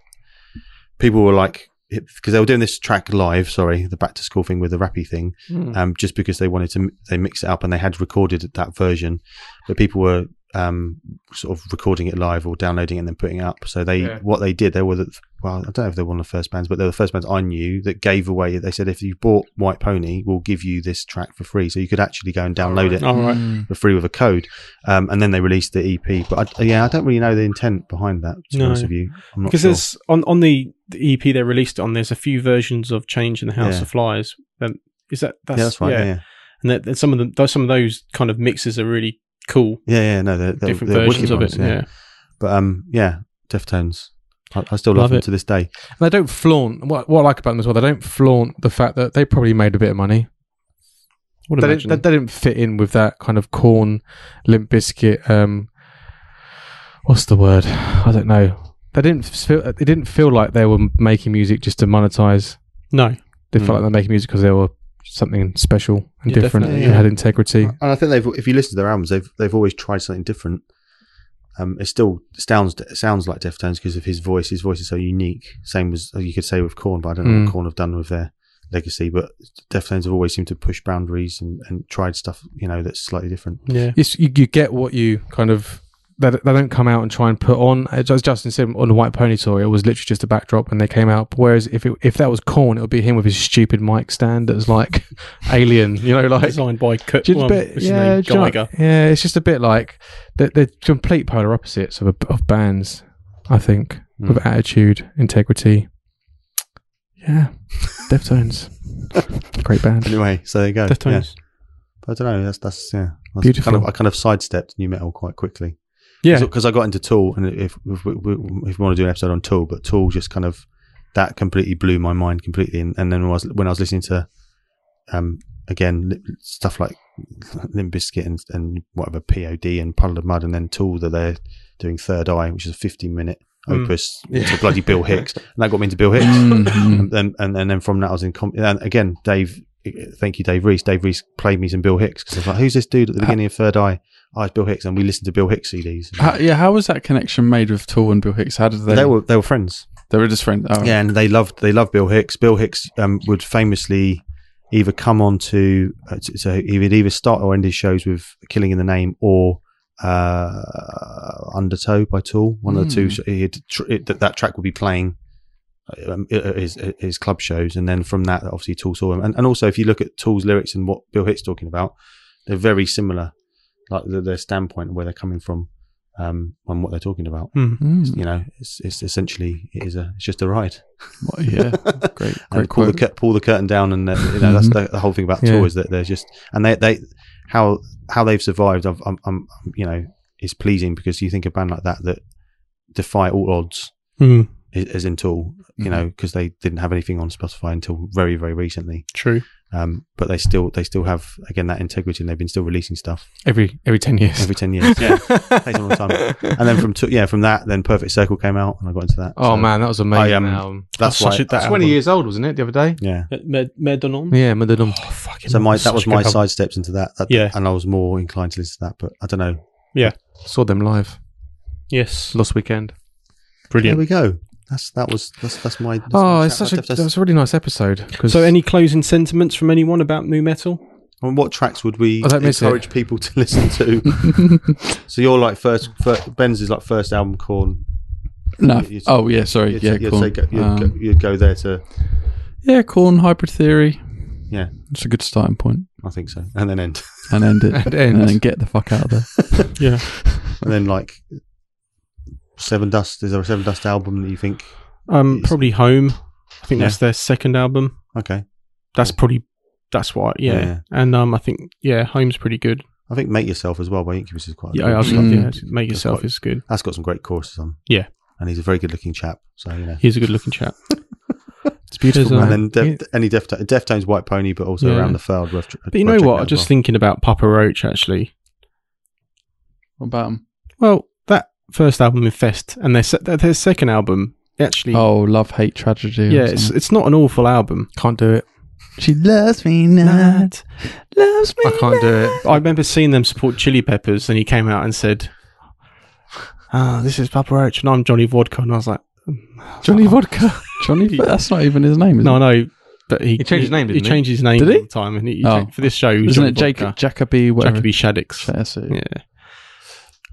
A: people were like because they were doing this track live. Sorry, the back to school thing with the rappy thing
D: Mm.
A: um, just because they wanted to m- they mix it up and they had recorded that version, but people were um, sort of recording it live or downloading it and then putting it up. So they
D: Yeah.
A: what they did they were the, well I don't know if they were one of the first bands, but they were the first bands I knew that gave away. They said if you bought White Pony, we'll give you this track for free, so you could actually go and download it
C: all Oh, right.
B: hmm.
A: for free with a code. Um, and then they released the EP. But I, yeah, I don't really know the intent behind that. To be
C: No.
A: honest with you, I'm not
C: Because
A: sure.
C: there's on on the, the EP they released it on. There's a few versions of Change in the House
A: Yeah.
C: of Flies. Um, is that that's,
A: yeah, that's right. Yeah, yeah,
C: And that, that some of them, those, some of those kind of mixes are really cool.
A: yeah. yeah, no, they're, they're,
C: different
A: they're
C: versions
A: wicked
C: of
A: ones,
C: it. Yeah.
A: But um, yeah, Deftones. I, I still love,
C: Love
A: them
C: it.
A: to this day.
D: And they don't flaunt. What, what I like about them as well, they don't flaunt the fact that they probably made a bit of money.
C: Would
D: They didn't,
C: imagine.
D: they, they didn't fit in with that kind of corn, limp biscuit. Um, what's the word? I don't know. They didn't feel. They didn't feel like they were making music just to monetize.
C: no.
D: They
A: Mm.
D: felt like they were making music because they were something special and
C: Yeah,
D: different
C: definitely,
D: and
C: yeah.
D: had integrity.
A: And I think they've, if you listen to their albums, they've they've always tried something different. Um, it still sounds sounds like Deftones because of his voice. His voice is so unique. Same as you could say with Korn, but I don't know
D: Mm.
A: what Korn have done with their legacy. But Deftones have always seemed to push boundaries and, and tried stuff you know that's slightly different.
C: Yeah.
D: It's, you, you get what you kind of. They, they don't come out and try and put on. As as Justin said on the White Pony tour, it was literally just a backdrop, and they came out. Whereas if it, if that was corn, it would be him with his stupid mic stand that's like alien, you know, like
C: Designed by Kurt.
D: Just a
C: Well,
D: bit,
C: what's his
D: yeah,
C: name?
D: do you know-
C: Geiger.
D: yeah. It's just a bit like they're, they're complete polar opposites of a, of bands. I think
C: Hmm.
D: of
A: Mm.
D: attitude, integrity. Yeah, Deftones, great band.
A: Anyway, so there you go. Yeah.
C: Deftones.
A: But I don't know. That's that's yeah. That's
D: Beautiful.
A: Kind of, I kind of sidestepped new metal quite quickly.
C: Yeah.
A: because I got into Tool, and if if we, we- if we want to do an episode on Tool, but Tool just kind of that completely blew my mind completely. And, and then when I was when I was listening to, um, again li- stuff like Limp Bizkit and, and whatever Pod and Puddle of Mud, and then Tool that they're doing Third Eye, which is a fifty minute
C: Mm. Mm-hmm.
A: opus to bloody Bill Hicks, and that got me into Bill Hicks
B: Mm,
A: and then and, and then from that I was in com- and again Dave thank you Dave Reese Dave Reese played me some Bill Hicks because I was like who's this dude at the beginning of Third Eye oh it's Bill Hicks and we listened to Bill Hicks CDs
B: mm. How- yeah, how was that connection made with Tool and Bill Hicks? How did they?
A: they were they were friends
B: they were just friends. Oh,
A: yeah and they loved they loved Bill Hicks Bill Hicks um, would famously either come on to uh, t- so he would either start or end his shows with Killing in the Name or uh, Undertow by Tool one of the two
B: Hmm.
A: So he'd tr- it, that, that track would be playing um, at his at his club shows, and then from that, obviously, Tool saw him. And, and also, if you look at Tool's lyrics and what Bill Hicks talking about, they're very similar, like the, their standpoint and where they're coming from, um, and what they're talking about.
B: Mm.
A: You know, it's, it's essentially it is a it's just a ride.
B: Well, yeah, great,
A: And
B: great
A: pull the
B: quote.
A: cur- pull the curtain down, and uh, you know that's the, the whole thing about
D: Yeah.
A: Tool is that they're just and they they how how they've survived. I've, I'm, I'm you know is pleasing because you think a band like that that defy all odds
C: Mm,
A: i- as in Tool, you know, 'cause know, because they didn't have anything on Spotify until very, very recently.
C: true.
A: Um, but they still they still have again that integrity, and they've been still releasing stuff
D: every every ten years.
A: every ten years.
C: Yeah.
A: Takes a long time. And then from two yeah from that, then Perfect Circle came out, and I got into that.
D: oh
A: So
D: man, that was
A: I,
D: amazing.
A: um,
D: album.
A: that's
C: That's
A: why
C: such a-
A: that
C: that's
D: Twenty
A: album-
D: years old, wasn't it? The other day.
A: Yeah.
C: Med- Medanon.
D: Yeah, Madonna.
C: Oh, fucking
A: So my that
C: such
A: was
C: a
A: my
C: good album.
A: sidesteps into that, that.
C: Yeah.
A: And I was more inclined to listen to that, but I don't know.
D: Saw them live
C: Yes,
D: last weekend.
A: There
C: brilliant.
A: we go. That's that was that's that's my. That's
D: oh,
A: my
D: it's
A: shout
D: such a
A: out.
D: that was a really nice episode. 'cause-
C: So, any closing sentiments from anyone about new metal?
A: And what tracks would we
C: Oh,
D: I don't miss
A: encourage people to listen to? so you're like first, first Ben's is like first album Corn.
B: No.
A: You-
B: Oh yeah, sorry.
A: You'd,
B: yeah,
A: you'd,
B: Korn.
A: say go, you'd, go,
B: Um,
A: you'd go there to.
B: yeah, Corn Hybrid Theory.
A: Yeah.
B: it's a good starting point,
A: I think so, and then end,
B: and end it,
D: And
B: and
D: end.
B: then get the fuck out of there.
C: Yeah,
A: and then like Seven Dust. Is there a Seven Dust album that you think?
C: um,
A: Yes.
C: probably Home. I think
A: Yeah.
C: that's their second album.
A: Okay,
C: That's probably that's why. Yeah,
A: Yeah.
C: and um, I think yeah, Home's pretty good.
A: I think Make Yourself as well by Incubus is quite. a
C: Yeah,
A: good
C: I was
A: one.
B: Mm.
C: yeah, make yourself
A: quite-
C: is good.
A: That's got some great choruses on.
C: Yeah.
A: and he's a very good-looking chap. So you know.
C: He's a good-looking chap.
D: it's beautiful.
C: There's a-
D: man.
A: And then Def,
D: Yeah.
A: any Deftones, Deftones, White Pony, but also
C: Yeah.
A: around the Feld. But
C: But you know what? I'm just thinking about Papa Roach actually.
B: What about 'em?
C: Well, that first album, Infest, and their se- their their second album actually.
B: Oh, love, hate, tragedy. or
C: yeah, it's
B: something.
C: it's not an awful album.
D: can't do it.
B: she loves me not, loves me.
D: I can't do it.
C: I remember seeing them support Chili Peppers, and he came out and said, "Ah, this is Papa Roach, and I'm Johnny Vodka." And I was like,
D: Johnny Vodka.
B: Johnny, but that's not even his name, is
C: "No,
B: it?
C: no." But he,
D: He changed his name,
C: He,
D: didn't he?
C: changed his name.
B: Did he?
C: all the Time and he, he
B: Oh.
C: changed- for this show, he was
B: Isn't
C: Johnny
B: it Jacob,
C: Vodka. E.
B: Jacoby? Whatever.
C: Jacoby Shaddix?
B: That's it.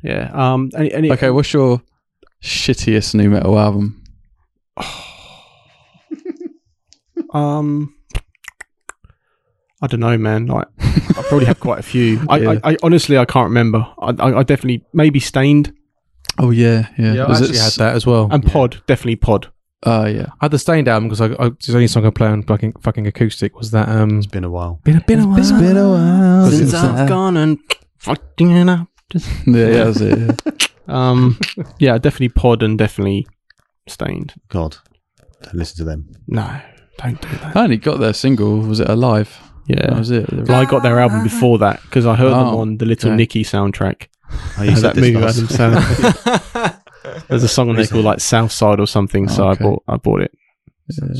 C: Yeah, yeah. Um, and, and it-
B: Okay, what's your shittiest new metal album?
C: Um, I don't know, man. Like, I probably have quite a few. I,
B: Yeah.
C: I, I honestly, I can't remember. I, I, I definitely maybe stained
B: Oh yeah, yeah.
D: Yeah, I
B: Was it
D: actually had
B: s-
D: that as well.
C: and Pod. Definitely Pod.
B: Oh yeah.
D: I had the Stained album because I, I the only song I play on fucking, fucking acoustic was that um
A: It's been a while.
D: been a been a while.
B: It's been a while
D: Since
B: since I-
C: gone and fucking it up.
B: Yeah, yeah, that was it. yeah.
C: Um, yeah, definitely Pod and definitely stained.
A: God, don't listen to them.
C: No, don't do that.
B: I only got their single. Was it Alive? That
C: Yeah.
B: was it.
C: Well, I got their album before that because I heard them
B: Oh,
C: on the Little
B: okay.
C: Nicky soundtrack.
A: Oh, you said
C: that
A: this
C: movie
A: last-
C: Adam Sandler. There's a song on there called like Southside or something, so
B: Oh, Okay.
C: I bought I bought it.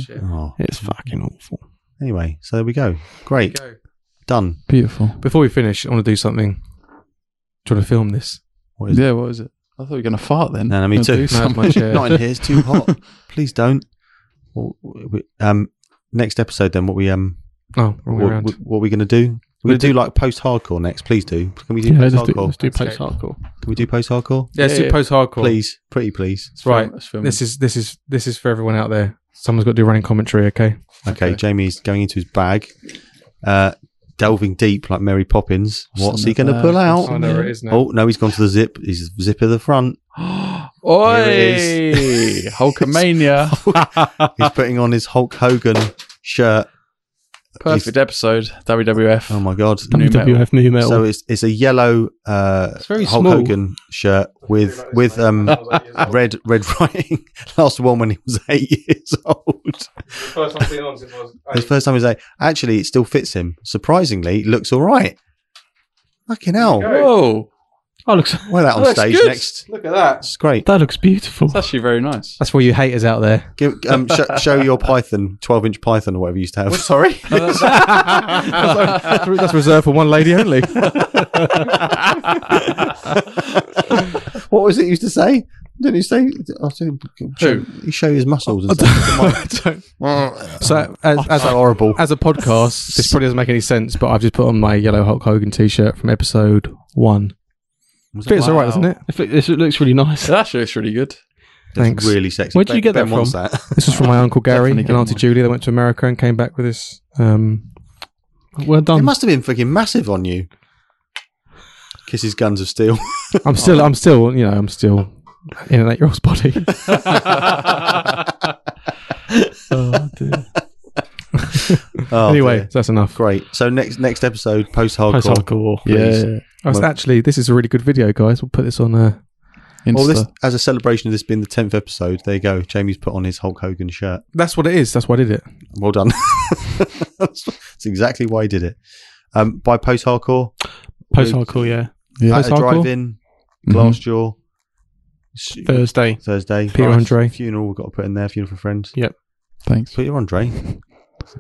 B: Yeah.
A: Oh,
C: It's fucking awful.
A: anyway, so there we go. Great, done.
B: Beautiful.
D: Before we finish, I want to do something. Do you want to film this?
A: What is
B: Yeah, what was it? I thought you were going to fart then.
A: No, no, me
B: Gonna
A: too.
B: do
A: No,
D: it's my
B: something.
D: chair.
A: it? Not in here. It's too hot. Please don't. Well, we- Um, next episode, then what we um
D: Oh, wrong way
A: what,
D: around.
A: what, what are we gonna do? We're gonna do like post hardcore next. Please do. Can we do
C: Yeah,
A: post
C: let's do,
A: hardcore?
C: let's do
D: Okay.
C: post hardcore.
A: Can we do post hardcore?
D: yeah, it's
B: Yeah, yeah.
D: post-hardcore.
A: Please, pretty please.
B: It's
D: Right.
B: film- it's film.
D: This is this is this is for everyone out there. Someone's got to do running commentary. Okay.
A: Okay,
B: Okay.
A: Jamie's going into his bag, uh, delving deep like Mary Poppins. What's
B: in
A: he
B: the
A: gonna
B: bag?
A: pull
B: What's
A: out?
B: in there.
D: is
A: Oh no, he's gone to the zip. He's zip of the front. Here
B: Oi! Hulkamania.
A: He's putting on his Hulk Hogan shirt.
B: Perfect episode. WWF.
A: Oh my god!
B: New metal.
C: WWF new metal.
A: So it's it's a yellow uh,
C: It's very
A: Hulk
C: small.
A: Hogan shirt with with um red red writing. Last one when he was eight years old. His first time he was eight. Actually, it still fits him. Surprisingly, it looks all right. Fucking hell!
B: Whoa.
C: oh, looks
A: Wear that on
B: Looks
A: stage
B: good.
A: next.
D: Look at that.
A: It's great.
C: that looks beautiful.
B: It's actually very nice.
D: That's for you haters out there.
A: Give, um, sh- show your Python, twelve inch Python or whatever you used to have.
D: Sorry. that's, that's reserved for one lady only.
A: What was it you used to say? Didn't you say? I think show, you show his muscles and stuff.
D: So as, as,
A: so horrible.
D: as a podcast, this probably doesn't make any sense, but I've just put on my yellow Hulk Hogan t-shirt from episode one.
A: Was
D: It's all
A: wow.
D: right, isn't it?
C: It look- this looks really nice.
B: That actually looks really good.
A: That's
D: Thanks.
A: Really sexy.
C: Where'd you
A: Ben-
C: get that
A: ben wants
C: from?
A: that.
D: This was from my uncle Gary
B: Definitely
D: and Auntie
B: get one.
D: Julie. They went to America and came back with this. Um,
C: Well
A: It
C: done.
A: must have been fucking massive on you. Kisses Guns of Steel.
D: I'm still, I'm still, you know, I'm still in an eight-year-old's body.
A: Oh,
D: anyway,
A: dear.
D: so that's enough.
A: great. So next next episode, post
C: Post
A: hardcore.
C: hardcore.
A: Please.
B: Yeah.
D: I was actually, this is a really good video, guys. We'll put this on uh,
A: Well, this,
B: Insta.
A: as a celebration of this being the 10th episode, there you go. Jamie's put on his Hulk Hogan shirt.
D: That's what it is. That's why I did it.
A: Well done. That's exactly why he did it. Um, by Post Hardcore,
C: Post hardcore, yeah.
B: Yeah.
A: at a
D: Post Hardcore?
A: drive in,
B: Mhm.
A: Glassjaw, s-
C: Thursday.
A: Thursday.
D: Peter
A: Nice.
D: Andre.
A: Funeral, we've got to put in there, funeral for friends.
B: Mm-hmm. Thanks.
A: Peter Andre.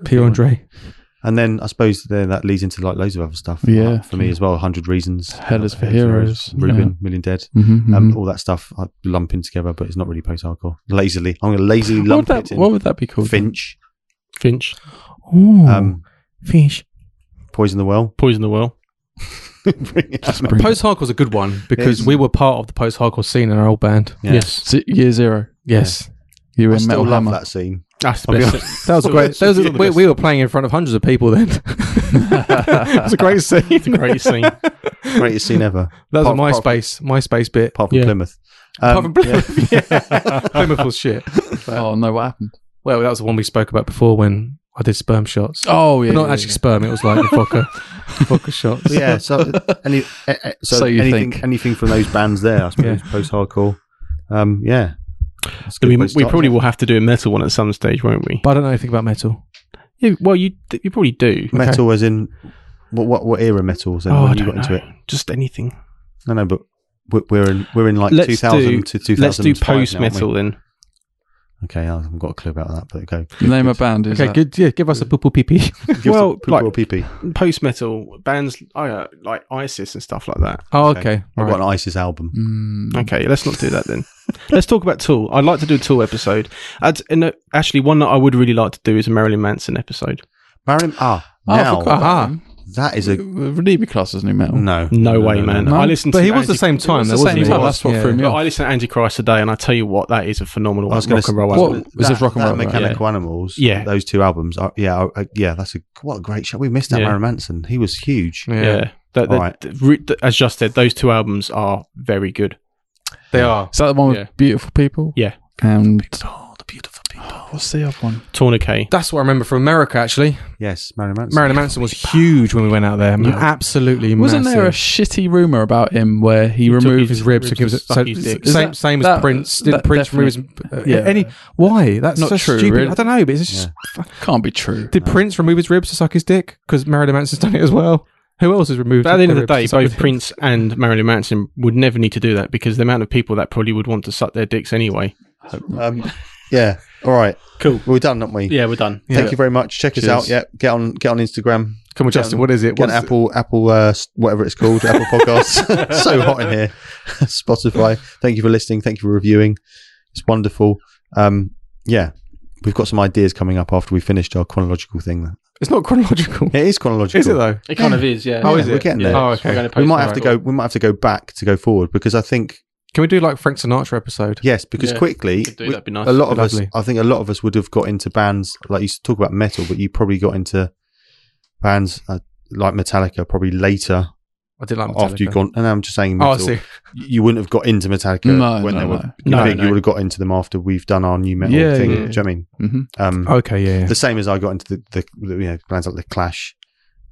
D: Pierre Andre.
A: And then I suppose then that leads into like loads of other stuff.
B: Yeah.
A: Like, for me as well, 100 Reasons. uh,
B: Hell is for Heroes.
A: Ruben,
B: Yeah.
A: Million Dead.
B: Mm-hmm.
A: Um, all that stuff I lump in together, but it's not really post hardcore. Lazily. I'm going to lazily
B: what, would
A: lump
B: that,
A: it in.
B: what would that be called?
A: Finch.
C: Finch.
D: Ooh,
A: Um,
D: fish.
A: Poison the Well.
C: Poison the Well.
A: Bring it
B: Just
A: back.
B: bring-
D: Post hardcore's a good one because
A: is.
D: we were part of the post hardcore scene in our old band.
A: Yeah.
C: Yes.
B: Z- year zero.
D: Yes,
B: You were
A: I
B: in
A: still
B: Metal
A: love
B: Hammer.
A: that scene.
C: That's the
A: I'll be
C: best.
D: that was a great. That was a,
C: Yeah.
D: we, we were playing in front of hundreds of people then. It's a great scene.
C: it's a great scene.
A: Greatest scene ever.
D: That was a
A: Apart- apart from-
D: MySpace MySpace bit.
A: Apart from
C: Yeah.
A: Plymouth.
D: Apart
A: Um,
D: from Plymouth, yeah. Plymouth was shit.
B: Oh no, what happened?
D: Well, that was the one we spoke about before when I did sperm shots.
B: Oh yeah,
D: But not
B: yeah,
D: actually
B: yeah.
D: sperm. It was like the vodka, vodka shots.
A: yeah, so any, eh, eh, so,
B: So you
A: anything,
B: think.
A: anything from those bands there, I suppose, post hardcore. Um, yeah, That's a
C: we,
A: good way to
C: we
A: start
C: probably
A: it.
C: will have to do a metal one at some stage, won't we?
D: But I don't know anything about metal.
C: Yeah, well, you you probably do.
A: metal as in what what, what era metals and
C: Oh, I
A: when you
C: don't
A: got into
C: know.
A: it.
C: Just anything.
A: No, no, but we're- we're in we're in like
C: Let's
A: two thousand
C: do-
A: to two thousand.
C: Let's do post metal then.
A: Okay, I haven't got a clue about that, but okay.
B: Name a band is
D: okay,
B: that?
D: good. Yeah, give us a poo poo pee pee.
A: Give
C: Well,
A: well, poo
C: like-
A: or pee pee.
C: Post metal bands uh, like ISIS and stuff like that.
D: Oh,
A: Okay.
D: okay.
A: I've
D: All
A: got
D: right.
A: an ISIS album.
B: Mm,
C: Okay, let's not do that then. let's talk about Tool. I'd like to do a Tool episode. And, and uh, actually, one that I would really like to do is a Marilyn Manson episode.
A: Marilyn. Ah,
B: Oh, I
A: now
B: forgot
D: Aha.
B: that one.
A: that is a
B: Rudibi class as new metal.
A: no.
C: No, way, man.
B: no.
C: I listened.
D: But
C: to
D: he was the
C: Anti-
D: same time,
B: It's
D: though,
B: the
D: wasn't
B: same
D: he?
B: time. That's what
D: Yeah.
B: threw me
C: Look, I
B: off.
C: listened to Antichrist today, and I tell you what, that is a phenomenal
A: I was
C: rock
A: gonna
C: and roll
A: s-
C: album.
B: What- was this rock and
A: that
B: roll, right?
A: Mechanical Animals.
C: Yeah.
A: those two albums. Are, yeah, I, I- yeah. That's a what a great show. We missed out
C: Yeah.
A: Marilyn Manson. He was huge.
C: Yeah.
D: yeah,
C: That- that-
A: Alright.
C: th- re- th- as just said, those two albums are very good.
D: they are.
B: Is that the one with
C: Yeah.
B: beautiful people?
C: Yeah.
B: And oh, the beautiful people. what's the other one?
C: Tourniquet.
D: That's what I remember from America. Actually,
A: Yes, Marilyn Manson.
D: Marilyn Manson was huge when we went out there.
C: Yeah.
D: Absolutely
B: Wasn't
D: massive.
B: there a shitty rumor about him where he,
C: took
B: removed
D: his ribs?
C: ribs
D: to give
C: and
D: it-
C: stuck
D: so
C: his dick.
D: same,
B: Is that-
D: same as
B: that-
D: Prince. Did
B: that
D: Prince remove his? Uh,
B: yeah.
D: Any? Why? That's
B: Not
D: so
B: true,
D: stupid.
B: really.
D: I don't know. But it's just
B: Can't be true.
D: Did Prince remove his ribs to suck his dick? Because Marilyn Manson's done it as well. Who else has removed?
C: But at the end of
D: their
C: the day,
D: ribs to suck
C: both
D: their
C: Prince and Marilyn Manson would never need to do that because the amount of people that probably would want to suck their dicks anyway.
A: Um, yeah. All right.
C: Cool.
A: We're done, aren't we?
C: Yeah, we're done.
A: Thank you very much. Check us out. Yeah. Get on. Get on Instagram.
D: dick? Come on, Justin. What is it?
A: Get
D: What's
A: an Apple, Apple, uh, s- whatever it's called, Apple Podcasts. so hot in here. Spotify. Thank you for listening. Thank you for reviewing. It's wonderful. Um, yeah, we've got some ideas coming up after we finished our chronological thing.
D: It's not chronological.
A: It is chronological.
D: Is it though?
C: It kind of is, yeah.
A: Yeah,
D: Oh, is
A: we're
D: it?
A: getting
C: Yeah.
A: there.
D: Oh,
C: We're
D: okay.
A: we
C: gonna post
A: might
C: that.
A: have to go. We might have to go back to go forward because I think
D: Can we do like Frank Sinatra episode?
A: yes, because
C: Yeah.
A: quickly
C: Could do,
A: we-
C: that'd be nice.
A: a lot of
D: Lovely.
A: us. I think a lot of us would have got into bands like you talk about metal, but you probably got into bands uh, like Metallica probably later
D: I did like
A: after you've
D: Metallica.
A: gone. And I'm just saying,
D: Oh, I
A: metal.
D: see.
A: you wouldn't have got into Metallica
B: No,
A: when
B: no,
A: they were
B: no.
A: you
C: No,
A: think
C: no.
A: You would have got into them after we've done our new metal
B: Yeah,
A: thing.
B: yeah.
A: Do you know what I mean?
B: Mhm.
A: Um,
D: Okay, Oh, yeah. yeah.
A: The same as I got into the, the, the you know bands like the Clash.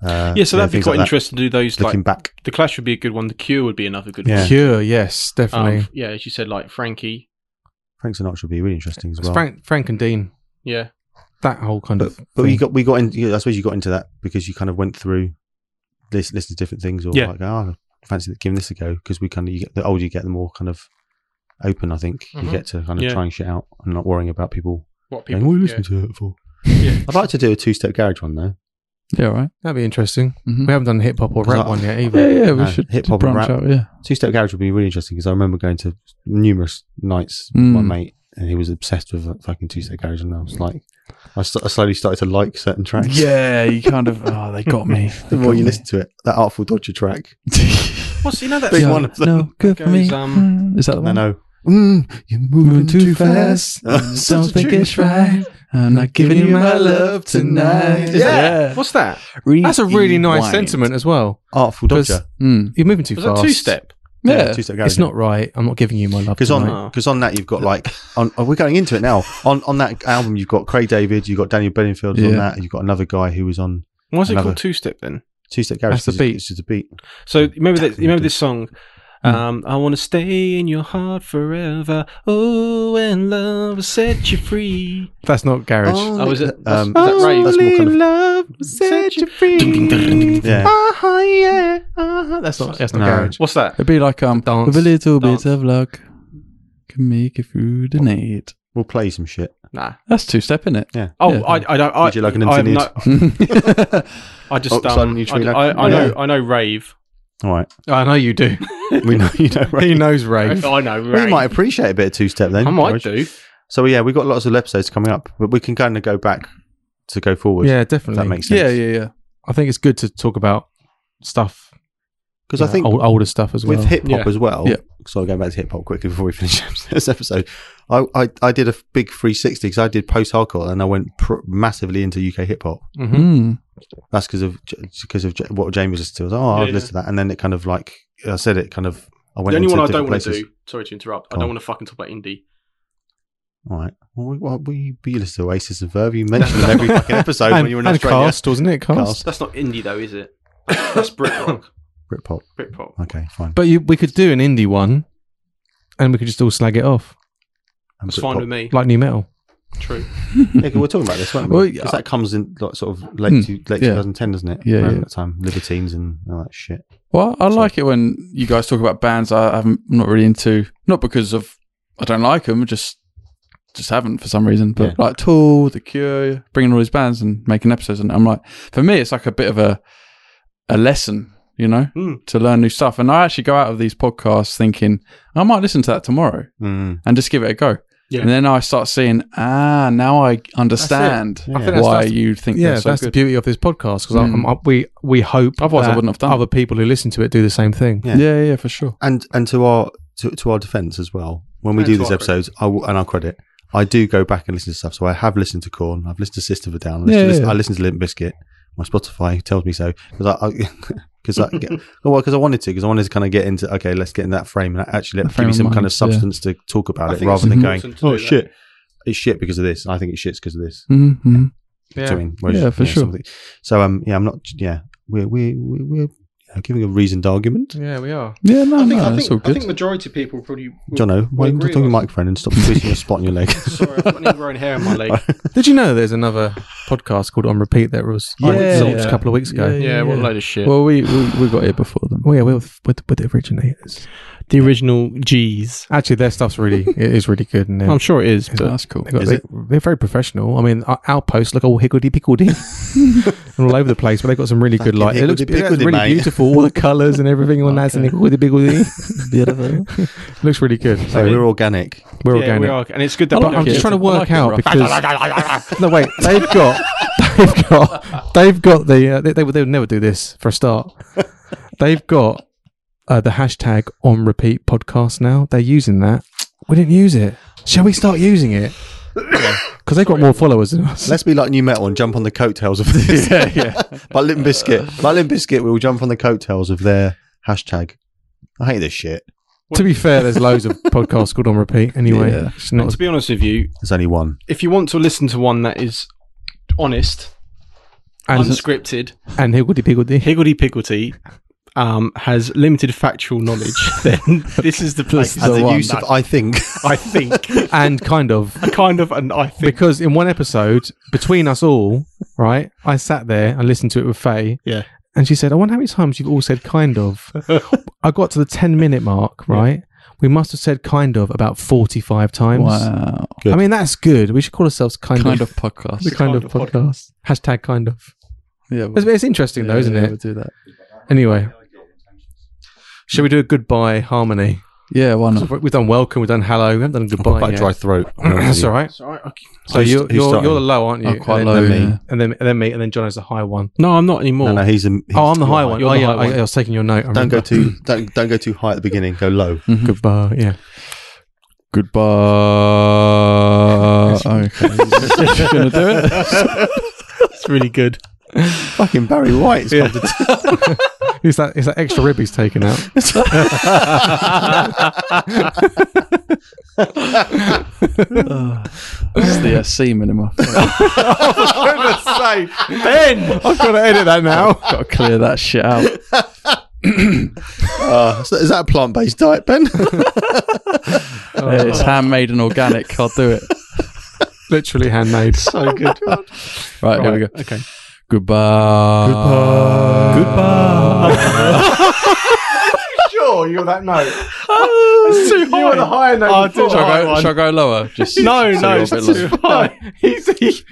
A: Uh,
C: Yeah,
A: you know,
C: so that'd be
A: things
C: quite
A: like that.
C: interesting to do those.
A: Looking
C: Like,
A: back,
C: the Clash would be a good one. The Cure would be another good
A: Yeah.
C: one.
D: Cure, yes, definitely.
C: Um, yeah, as you said, like Frankie.
A: Frank Sinatra would be really interesting as
D: It's
A: well.
D: Frank, Frank and Dean.
C: Yeah.
D: That whole kind
A: but
D: of.
A: but
D: thing.
A: we got we got in. You know, I suppose you got into that because you kind of went through this listen to different things or
C: Yeah.
A: like oh, I fancy giving this a go because we kind of you get, the older you get, the more kind of open. I think you
D: Mm-hmm.
C: Mhm.
A: get to kind of
C: Yeah.
A: trying shit out and not worrying about people.
C: What
A: going, what are you
C: yeah.
A: listening to it for? I'd like to do a two-step garage one though.
B: Yeah, right.
D: That'd be interesting.
B: Mhm.
D: We haven't done hip hop or
A: 'Cause
D: rap
A: I-
D: one yet
B: Yeah,
D: either.
B: yeah. We
A: No,
B: should
A: hip
B: hip-hop
A: hop uh, and
B: branch
A: rap.
B: out. Yeah.
A: Two Step Garage would be really interesting because I remember going to numerous nights with my
B: Mm.
A: mate, and he was obsessed with like, fucking Two Step Garage, and I was like, I, s- I slowly started to like certain tracks.
B: Yeah, you kind of. Oh, they got me.
A: The more you listen to it, that Artful Dodger track.
C: What's, you know that
A: Big
C: song?
A: one of them.
B: No, good for me.
C: Goes, um,
B: is that the
A: No,
B: one?
A: no. Mm, you're moving too fast.
B: Mm, Don't think it's right. I'm not giving you my love tonight.
C: Yeah. What's that?
D: That's a really nice
B: Rewind.
D: sentiment as well.
A: Artful
D: Because-
A: Dodger.
B: Mm.
D: You're moving too
C: Was
D: fast.
C: that two step?
B: Yeah.
A: Two Step Garage.
D: It's not right. I'm not giving you my love.
A: Because
D: tonight.
A: on
C: Right.
A: because on that you've got like on oh, we're going into it now on on that album you've got Craig David you've got Daniel Bedingfield on
B: Yeah.
A: that you've got another guy who was on
C: Why is it
A: Another.
C: called two step then?
A: Two Step Garage
D: That's the
A: 'cause
D: beat.
A: it's just a beat
C: So you remember that? You remember this song?
A: Hmm.
C: Um, I want to stay in your heart forever. Oh, and love will set you free.
D: That's not garage.
C: Oh, is it?
A: Um,
C: That's-
A: that's,
C: is that right?
A: that's more kind of
D: love set you free.
A: yeah.
C: Ah,
D: Uh-huh, yeah. Uh-huh. That's not. That's not
A: No.
D: garage.
C: What's that?
B: It'd be like um,
D: Dance.
B: with a little
C: Dance.
B: bit of luck, can make it through the night.
A: We'll play some shit.
C: Nah.
B: That's two step in it.
C: Oh,
B: Yeah.
C: I, I don't. I,
A: Would you like an
C: I have
A: interlude?
C: no-
B: yeah,
C: I just.
A: Oh,
C: um,
A: suddenly you treat
C: I,
A: like-
C: I, I know.
A: Yeah.
C: I know. Rave.
A: All right.
D: Oh, I know you do.
A: We know you know.
D: he
A: Right?
D: knows Ray.
C: I know.
A: We
C: Rave.
A: might appreciate a bit of two step then.
C: I might
A: George.
C: do.
A: So yeah, we've got lots of episodes coming up, but we can kind of go back to go forward.
D: Yeah,
A: if
D: definitely.
A: that makes sense.
B: yeah, yeah.
D: I think it's good to talk about stuff.
A: Because
D: you
A: I
D: know,
A: think
D: old, older stuff as well.
A: with hip hop
C: Yeah.
A: as well.
B: Yeah.
A: So I'll go back to hip hop quickly before we finish this episode. I, I, I did a big 360 because I did post hardcore and I went pr- massively into UK hip hop.
D: Mhm.
B: Mm.
A: That's because of because of J- what James was listening to. I was like, oh,
C: Yeah,
A: I've listened to that, and then it kind of like I said, it kind of I went.
C: the only
A: into
C: one I don't
A: different
C: want to
A: places.
C: do. Sorry to interrupt.
A: Go
C: I
A: on.
C: don't want to fucking talk about indie.
A: All right. Well, we, well, we but you listen to Oasis and Verve. You mentioned them every fucking episode
D: and,
A: when you were in
D: and
A: Australia.
D: cast, wasn't it? Cast.
A: Cast.
C: That's not indie though, is it? That's Brit rock.
A: Britpop.
C: Brit pop.
A: Okay, fine.
D: But you, we could do an indie one, and we could just all slag it off
A: And
C: It's fine
A: Britpop.
C: with me.
D: like new metal.
C: True.
A: Yeah, 'cause we're talking about this, weren't we?
B: Well,
A: Because
B: yeah.
A: that comes in like sort of late,
B: Hmm,
A: to, late
B: yeah.
A: 2010, doesn't it?
B: Yeah,
A: Around
B: yeah.
A: that time, Libertines and all that shit.
B: Well, I
A: So-
B: like it when you guys talk about bands I haven't, I'm not really into. Not because of I don't like them, just just haven't for some reason. But like Tool, The Cure, bringing all these bands and making episodes, and I'm like, for me, it's like a bit of a a lesson, you know,
C: Mm.
B: to learn new stuff. And I actually go out of these podcasts thinking I might listen to that tomorrow.
A: Mm.
B: and just give it a go.
C: Yeah.
B: And then I start seeing, ah, now I understand
A: I think
D: that's-
B: why
D: that's-
B: you think
D: Yeah,
B: they're so
D: that's the
B: good.
D: beauty of this podcast because
B: Mm.
D: we we hope
B: Otherwise, I
D: that
B: wouldn't have done.
D: other people who listen to it do the same thing.
A: Yeah.
B: yeah. yeah, yeah, for sure.
A: And and to our to, to our defense as well, when we
C: And
A: do
C: to
A: these
C: our
A: episodes, I will, and our credit, I do go back and listen to stuff. So I have listened to Corn, I've listened to Sister of a Down, I listen,
D: Yeah,
A: to, listen,
D: yeah.
A: I listen to Limp Biscuit. My Spotify tells me so because I. I Because I, get- well, 'cause I wanted to, because I wanted to kind of get into okay, let's get in that frame and actually let, give
B: Frame
A: me
B: of
A: some kind
B: mind,
A: of substance to talk about
C: I
A: it,
C: think
A: rather
C: it's
A: than going,
C: important to
A: oh
C: do that.
A: shit, it's shit because of this. I think it's shit's because of this. Do
B: Mm-hmm.
A: you know what I mean? Whereas,
B: Yeah, for
A: you know,
B: sure.
A: something- So um, yeah, I'm not. Yeah, we're we we we're you know, giving a reasoned argument.
D: Yeah, we are.
B: Yeah, no,
C: I think,
B: no,
C: I
B: that's
C: think,
B: all
C: I
B: good.
C: think majority of people probably. will-
A: Jono, why don't
C: will
A: you
C: Hmm. agree
A: talk your
C: with us.
A: microphone and stop tweeting a spot on your leg?
C: Sorry, I've got an ingrown hair on my leg.
D: Did you know there's another podcast called On Repeat that was
B: Yeah,
D: launched
B: yeah.
D: a couple of weeks ago?
B: Yeah,
C: Yeah, what a load of shit.
B: well, we, we we got here before them.
D: Oh yeah, we're with, with, with the originators.
C: the original G's.
D: Actually, their stuff's really it is really good. And they're,
C: I'm sure it is,
B: So
C: but
B: that's cool.
D: they got,
A: Is
D: they, they're very professional. I mean, our, our posts look all higgledy pickledy and all over the place, but they've got some really good
A: Fucking
D: light. It looks, it looks
A: higgledy-pickledy,
D: really
A: mate.
D: beautiful. All the colours and everything on that and higgledy pickledy.
B: Beautiful.
D: looks really good. So
A: So we're organic.
D: we're
C: yeah,
D: organic.
C: we are, and it's good
B: I
C: that
B: like
C: we
D: I'm
C: don't
B: it.
D: just
C: get-
D: trying to
B: I like
D: work
B: it,
D: out
B: right.
D: because no wait they've got they've got they've got the uh, they, they would they would never do this for a start they've got uh, the hashtag on repeat podcast now they're using that we didn't use it shall we start using it because they've got more followers than us
A: Let's be like new metal and jump on the coattails of this.
B: yeah, yeah.
A: like Limp Biscuit. Like Limp Biscuit, we will jump on the coattails of their hashtag. I hate this shit.
D: to be fair there's loads of podcasts called on repeat anyway
B: Yeah.
D: it's not
C: to be honest with you,
A: There's only one.
C: if you want to listen to one that is honest,
D: and,
C: unscripted,
D: and higgledy piggledy
C: higgledy piggledy, um, has limited factual knowledge, then this is the place.
B: This is
A: And the
B: one.
A: use of I think.
C: I think
D: and kind of
C: a kind of an I think.
D: because in one episode between us all, right, I sat there and listened to it with Faye.
C: Yeah.
D: And she said, "I wonder how many times you've all said kind of." I got to the ten-minute mark, right? We must have said kind of about forty-five times.
B: Wow.
A: Good.
D: I mean, that's good. We should call ourselves kind,
B: Kind
D: of,
B: of podcast.
D: the kind, of, podcast. Hashtag kind of.
B: Yeah,
D: It's, it's interesting though, isn't
B: we
D: it?
B: do that.
D: Anyway, shall we do a goodbye harmony?
B: Yeah, why not?
D: We've done welcome. We've done hello. We haven't done
A: I've got
D: goodbye
A: quite a
D: yet.
A: dry throat.
D: that's all right.
C: Sorry, okay.
D: So
A: Who's-
D: you're
A: who's
D: you're,
A: starting?
D: you're the low, aren't you?
B: Oh, quite
D: and then,
B: low,
D: me,
B: yeah.
D: and then and then me, and then Jono's the high one.
C: No, Oh, I'm not anymore.
A: No, no, he's, a, he's
D: Oh, I'm the high
A: you're
D: one.
C: You're
D: oh,
C: the
D: yeah,
C: high
D: I,
C: one.
D: I was taking your note. I
A: Don't go
D: remember.
A: too don't don't go too high at the beginning. Go low.
D: Hmm. Goodbye. Yeah.
B: Goodbye. okay. gonna do it.
C: It's really good.
A: Fucking Barry White's yeah. come to
D: It's that, it's that extra rib he's taken out.
B: It's the uh, semen in my throat.
C: Ben,
D: I've got to edit that now.
B: Got to clear that shit out.
A: Uh, so is that a plant based diet, Ben?
B: it's handmade and organic. I'll do it.
D: Literally handmade.
A: so good.
B: Right, here we go.
C: Okay.
B: Goodbye. Goodbye. Goodbye.
D: sure, you're that note.
C: That's too high.
D: higher note.
C: Oh, before.
B: shall, I
C: High
B: go,
C: one.
B: shall I go lower? Just
C: no,
B: so
C: no,
B: you're a
C: it's
B: bit
C: too
B: lower.
C: high.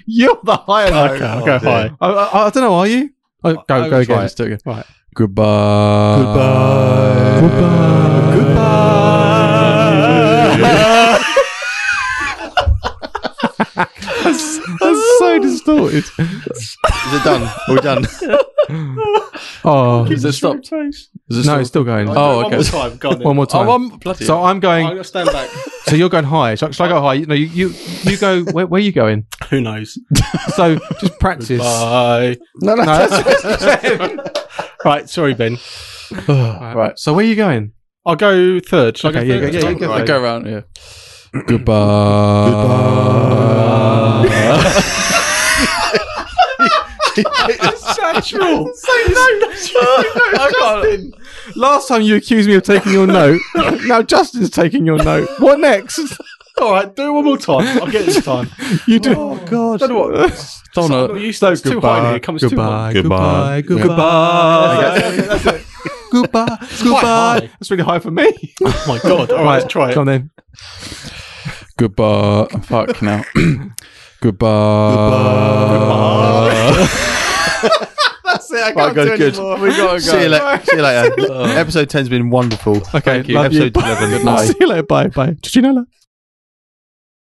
D: you're the higher
C: Okay, I'll go high.
D: I, I, I don't know. Are you? Oh, go,
B: I'll
D: go
B: try
D: again.
B: this, do it again.
C: Right.
B: Goodbye. Goodbye.
D: Oh, That's so distorted.
A: Is it done? Are we done?
D: Oh
B: Is it stopped? Is it
D: no,
B: still-
D: it's still going.
B: Oh,
C: One
B: okay.
C: more time. Go on then.
D: One more
B: Oh,
D: time.
B: I'm bloody.
D: so I'm
C: I'm
D: going.
C: gonna stand back.
D: So you're going high. Shall, shall I go high? You- No, you you, you go. Where, where are you going?
C: Who knows?
D: So just practice.
C: Bye.
A: No, no.
D: No, that's-
C: Right, sorry, Ben.
D: right. So where are you going?
C: I'll go third. Shall
D: Okay,
C: I
D: yeah,
C: go third? Right.
D: yeah, yeah, go
B: I
D: third.
B: go around here. Goodbye.
C: Satchel.
B: Justin.
D: Last time you accused me of taking your note. now Justin's taking your note. What next?
C: All right, do it one more time. I'll get it this time.
D: You do. Oh,
A: God.
C: Don't know what.
B: Don't know.
C: You used to it's too high in here. It comes too high.
D: Goodbye. Goodbye. Goodbye. Goodbye. Goodbye. That's really high for me.
C: Oh my god! All right, let's try it.
D: Come on then.
B: Goodbye. Fuck now. Goodbye.
D: That's it. I
A: can't go, do good. anymore.
B: We gotta go.
A: See you, la- see you later. Episode 10's been wonderful.
D: Okay.
B: Thank you.
D: Love you.
A: Episode 11.
B: Good night.
D: See you later. Bye. Bye. Did you know that?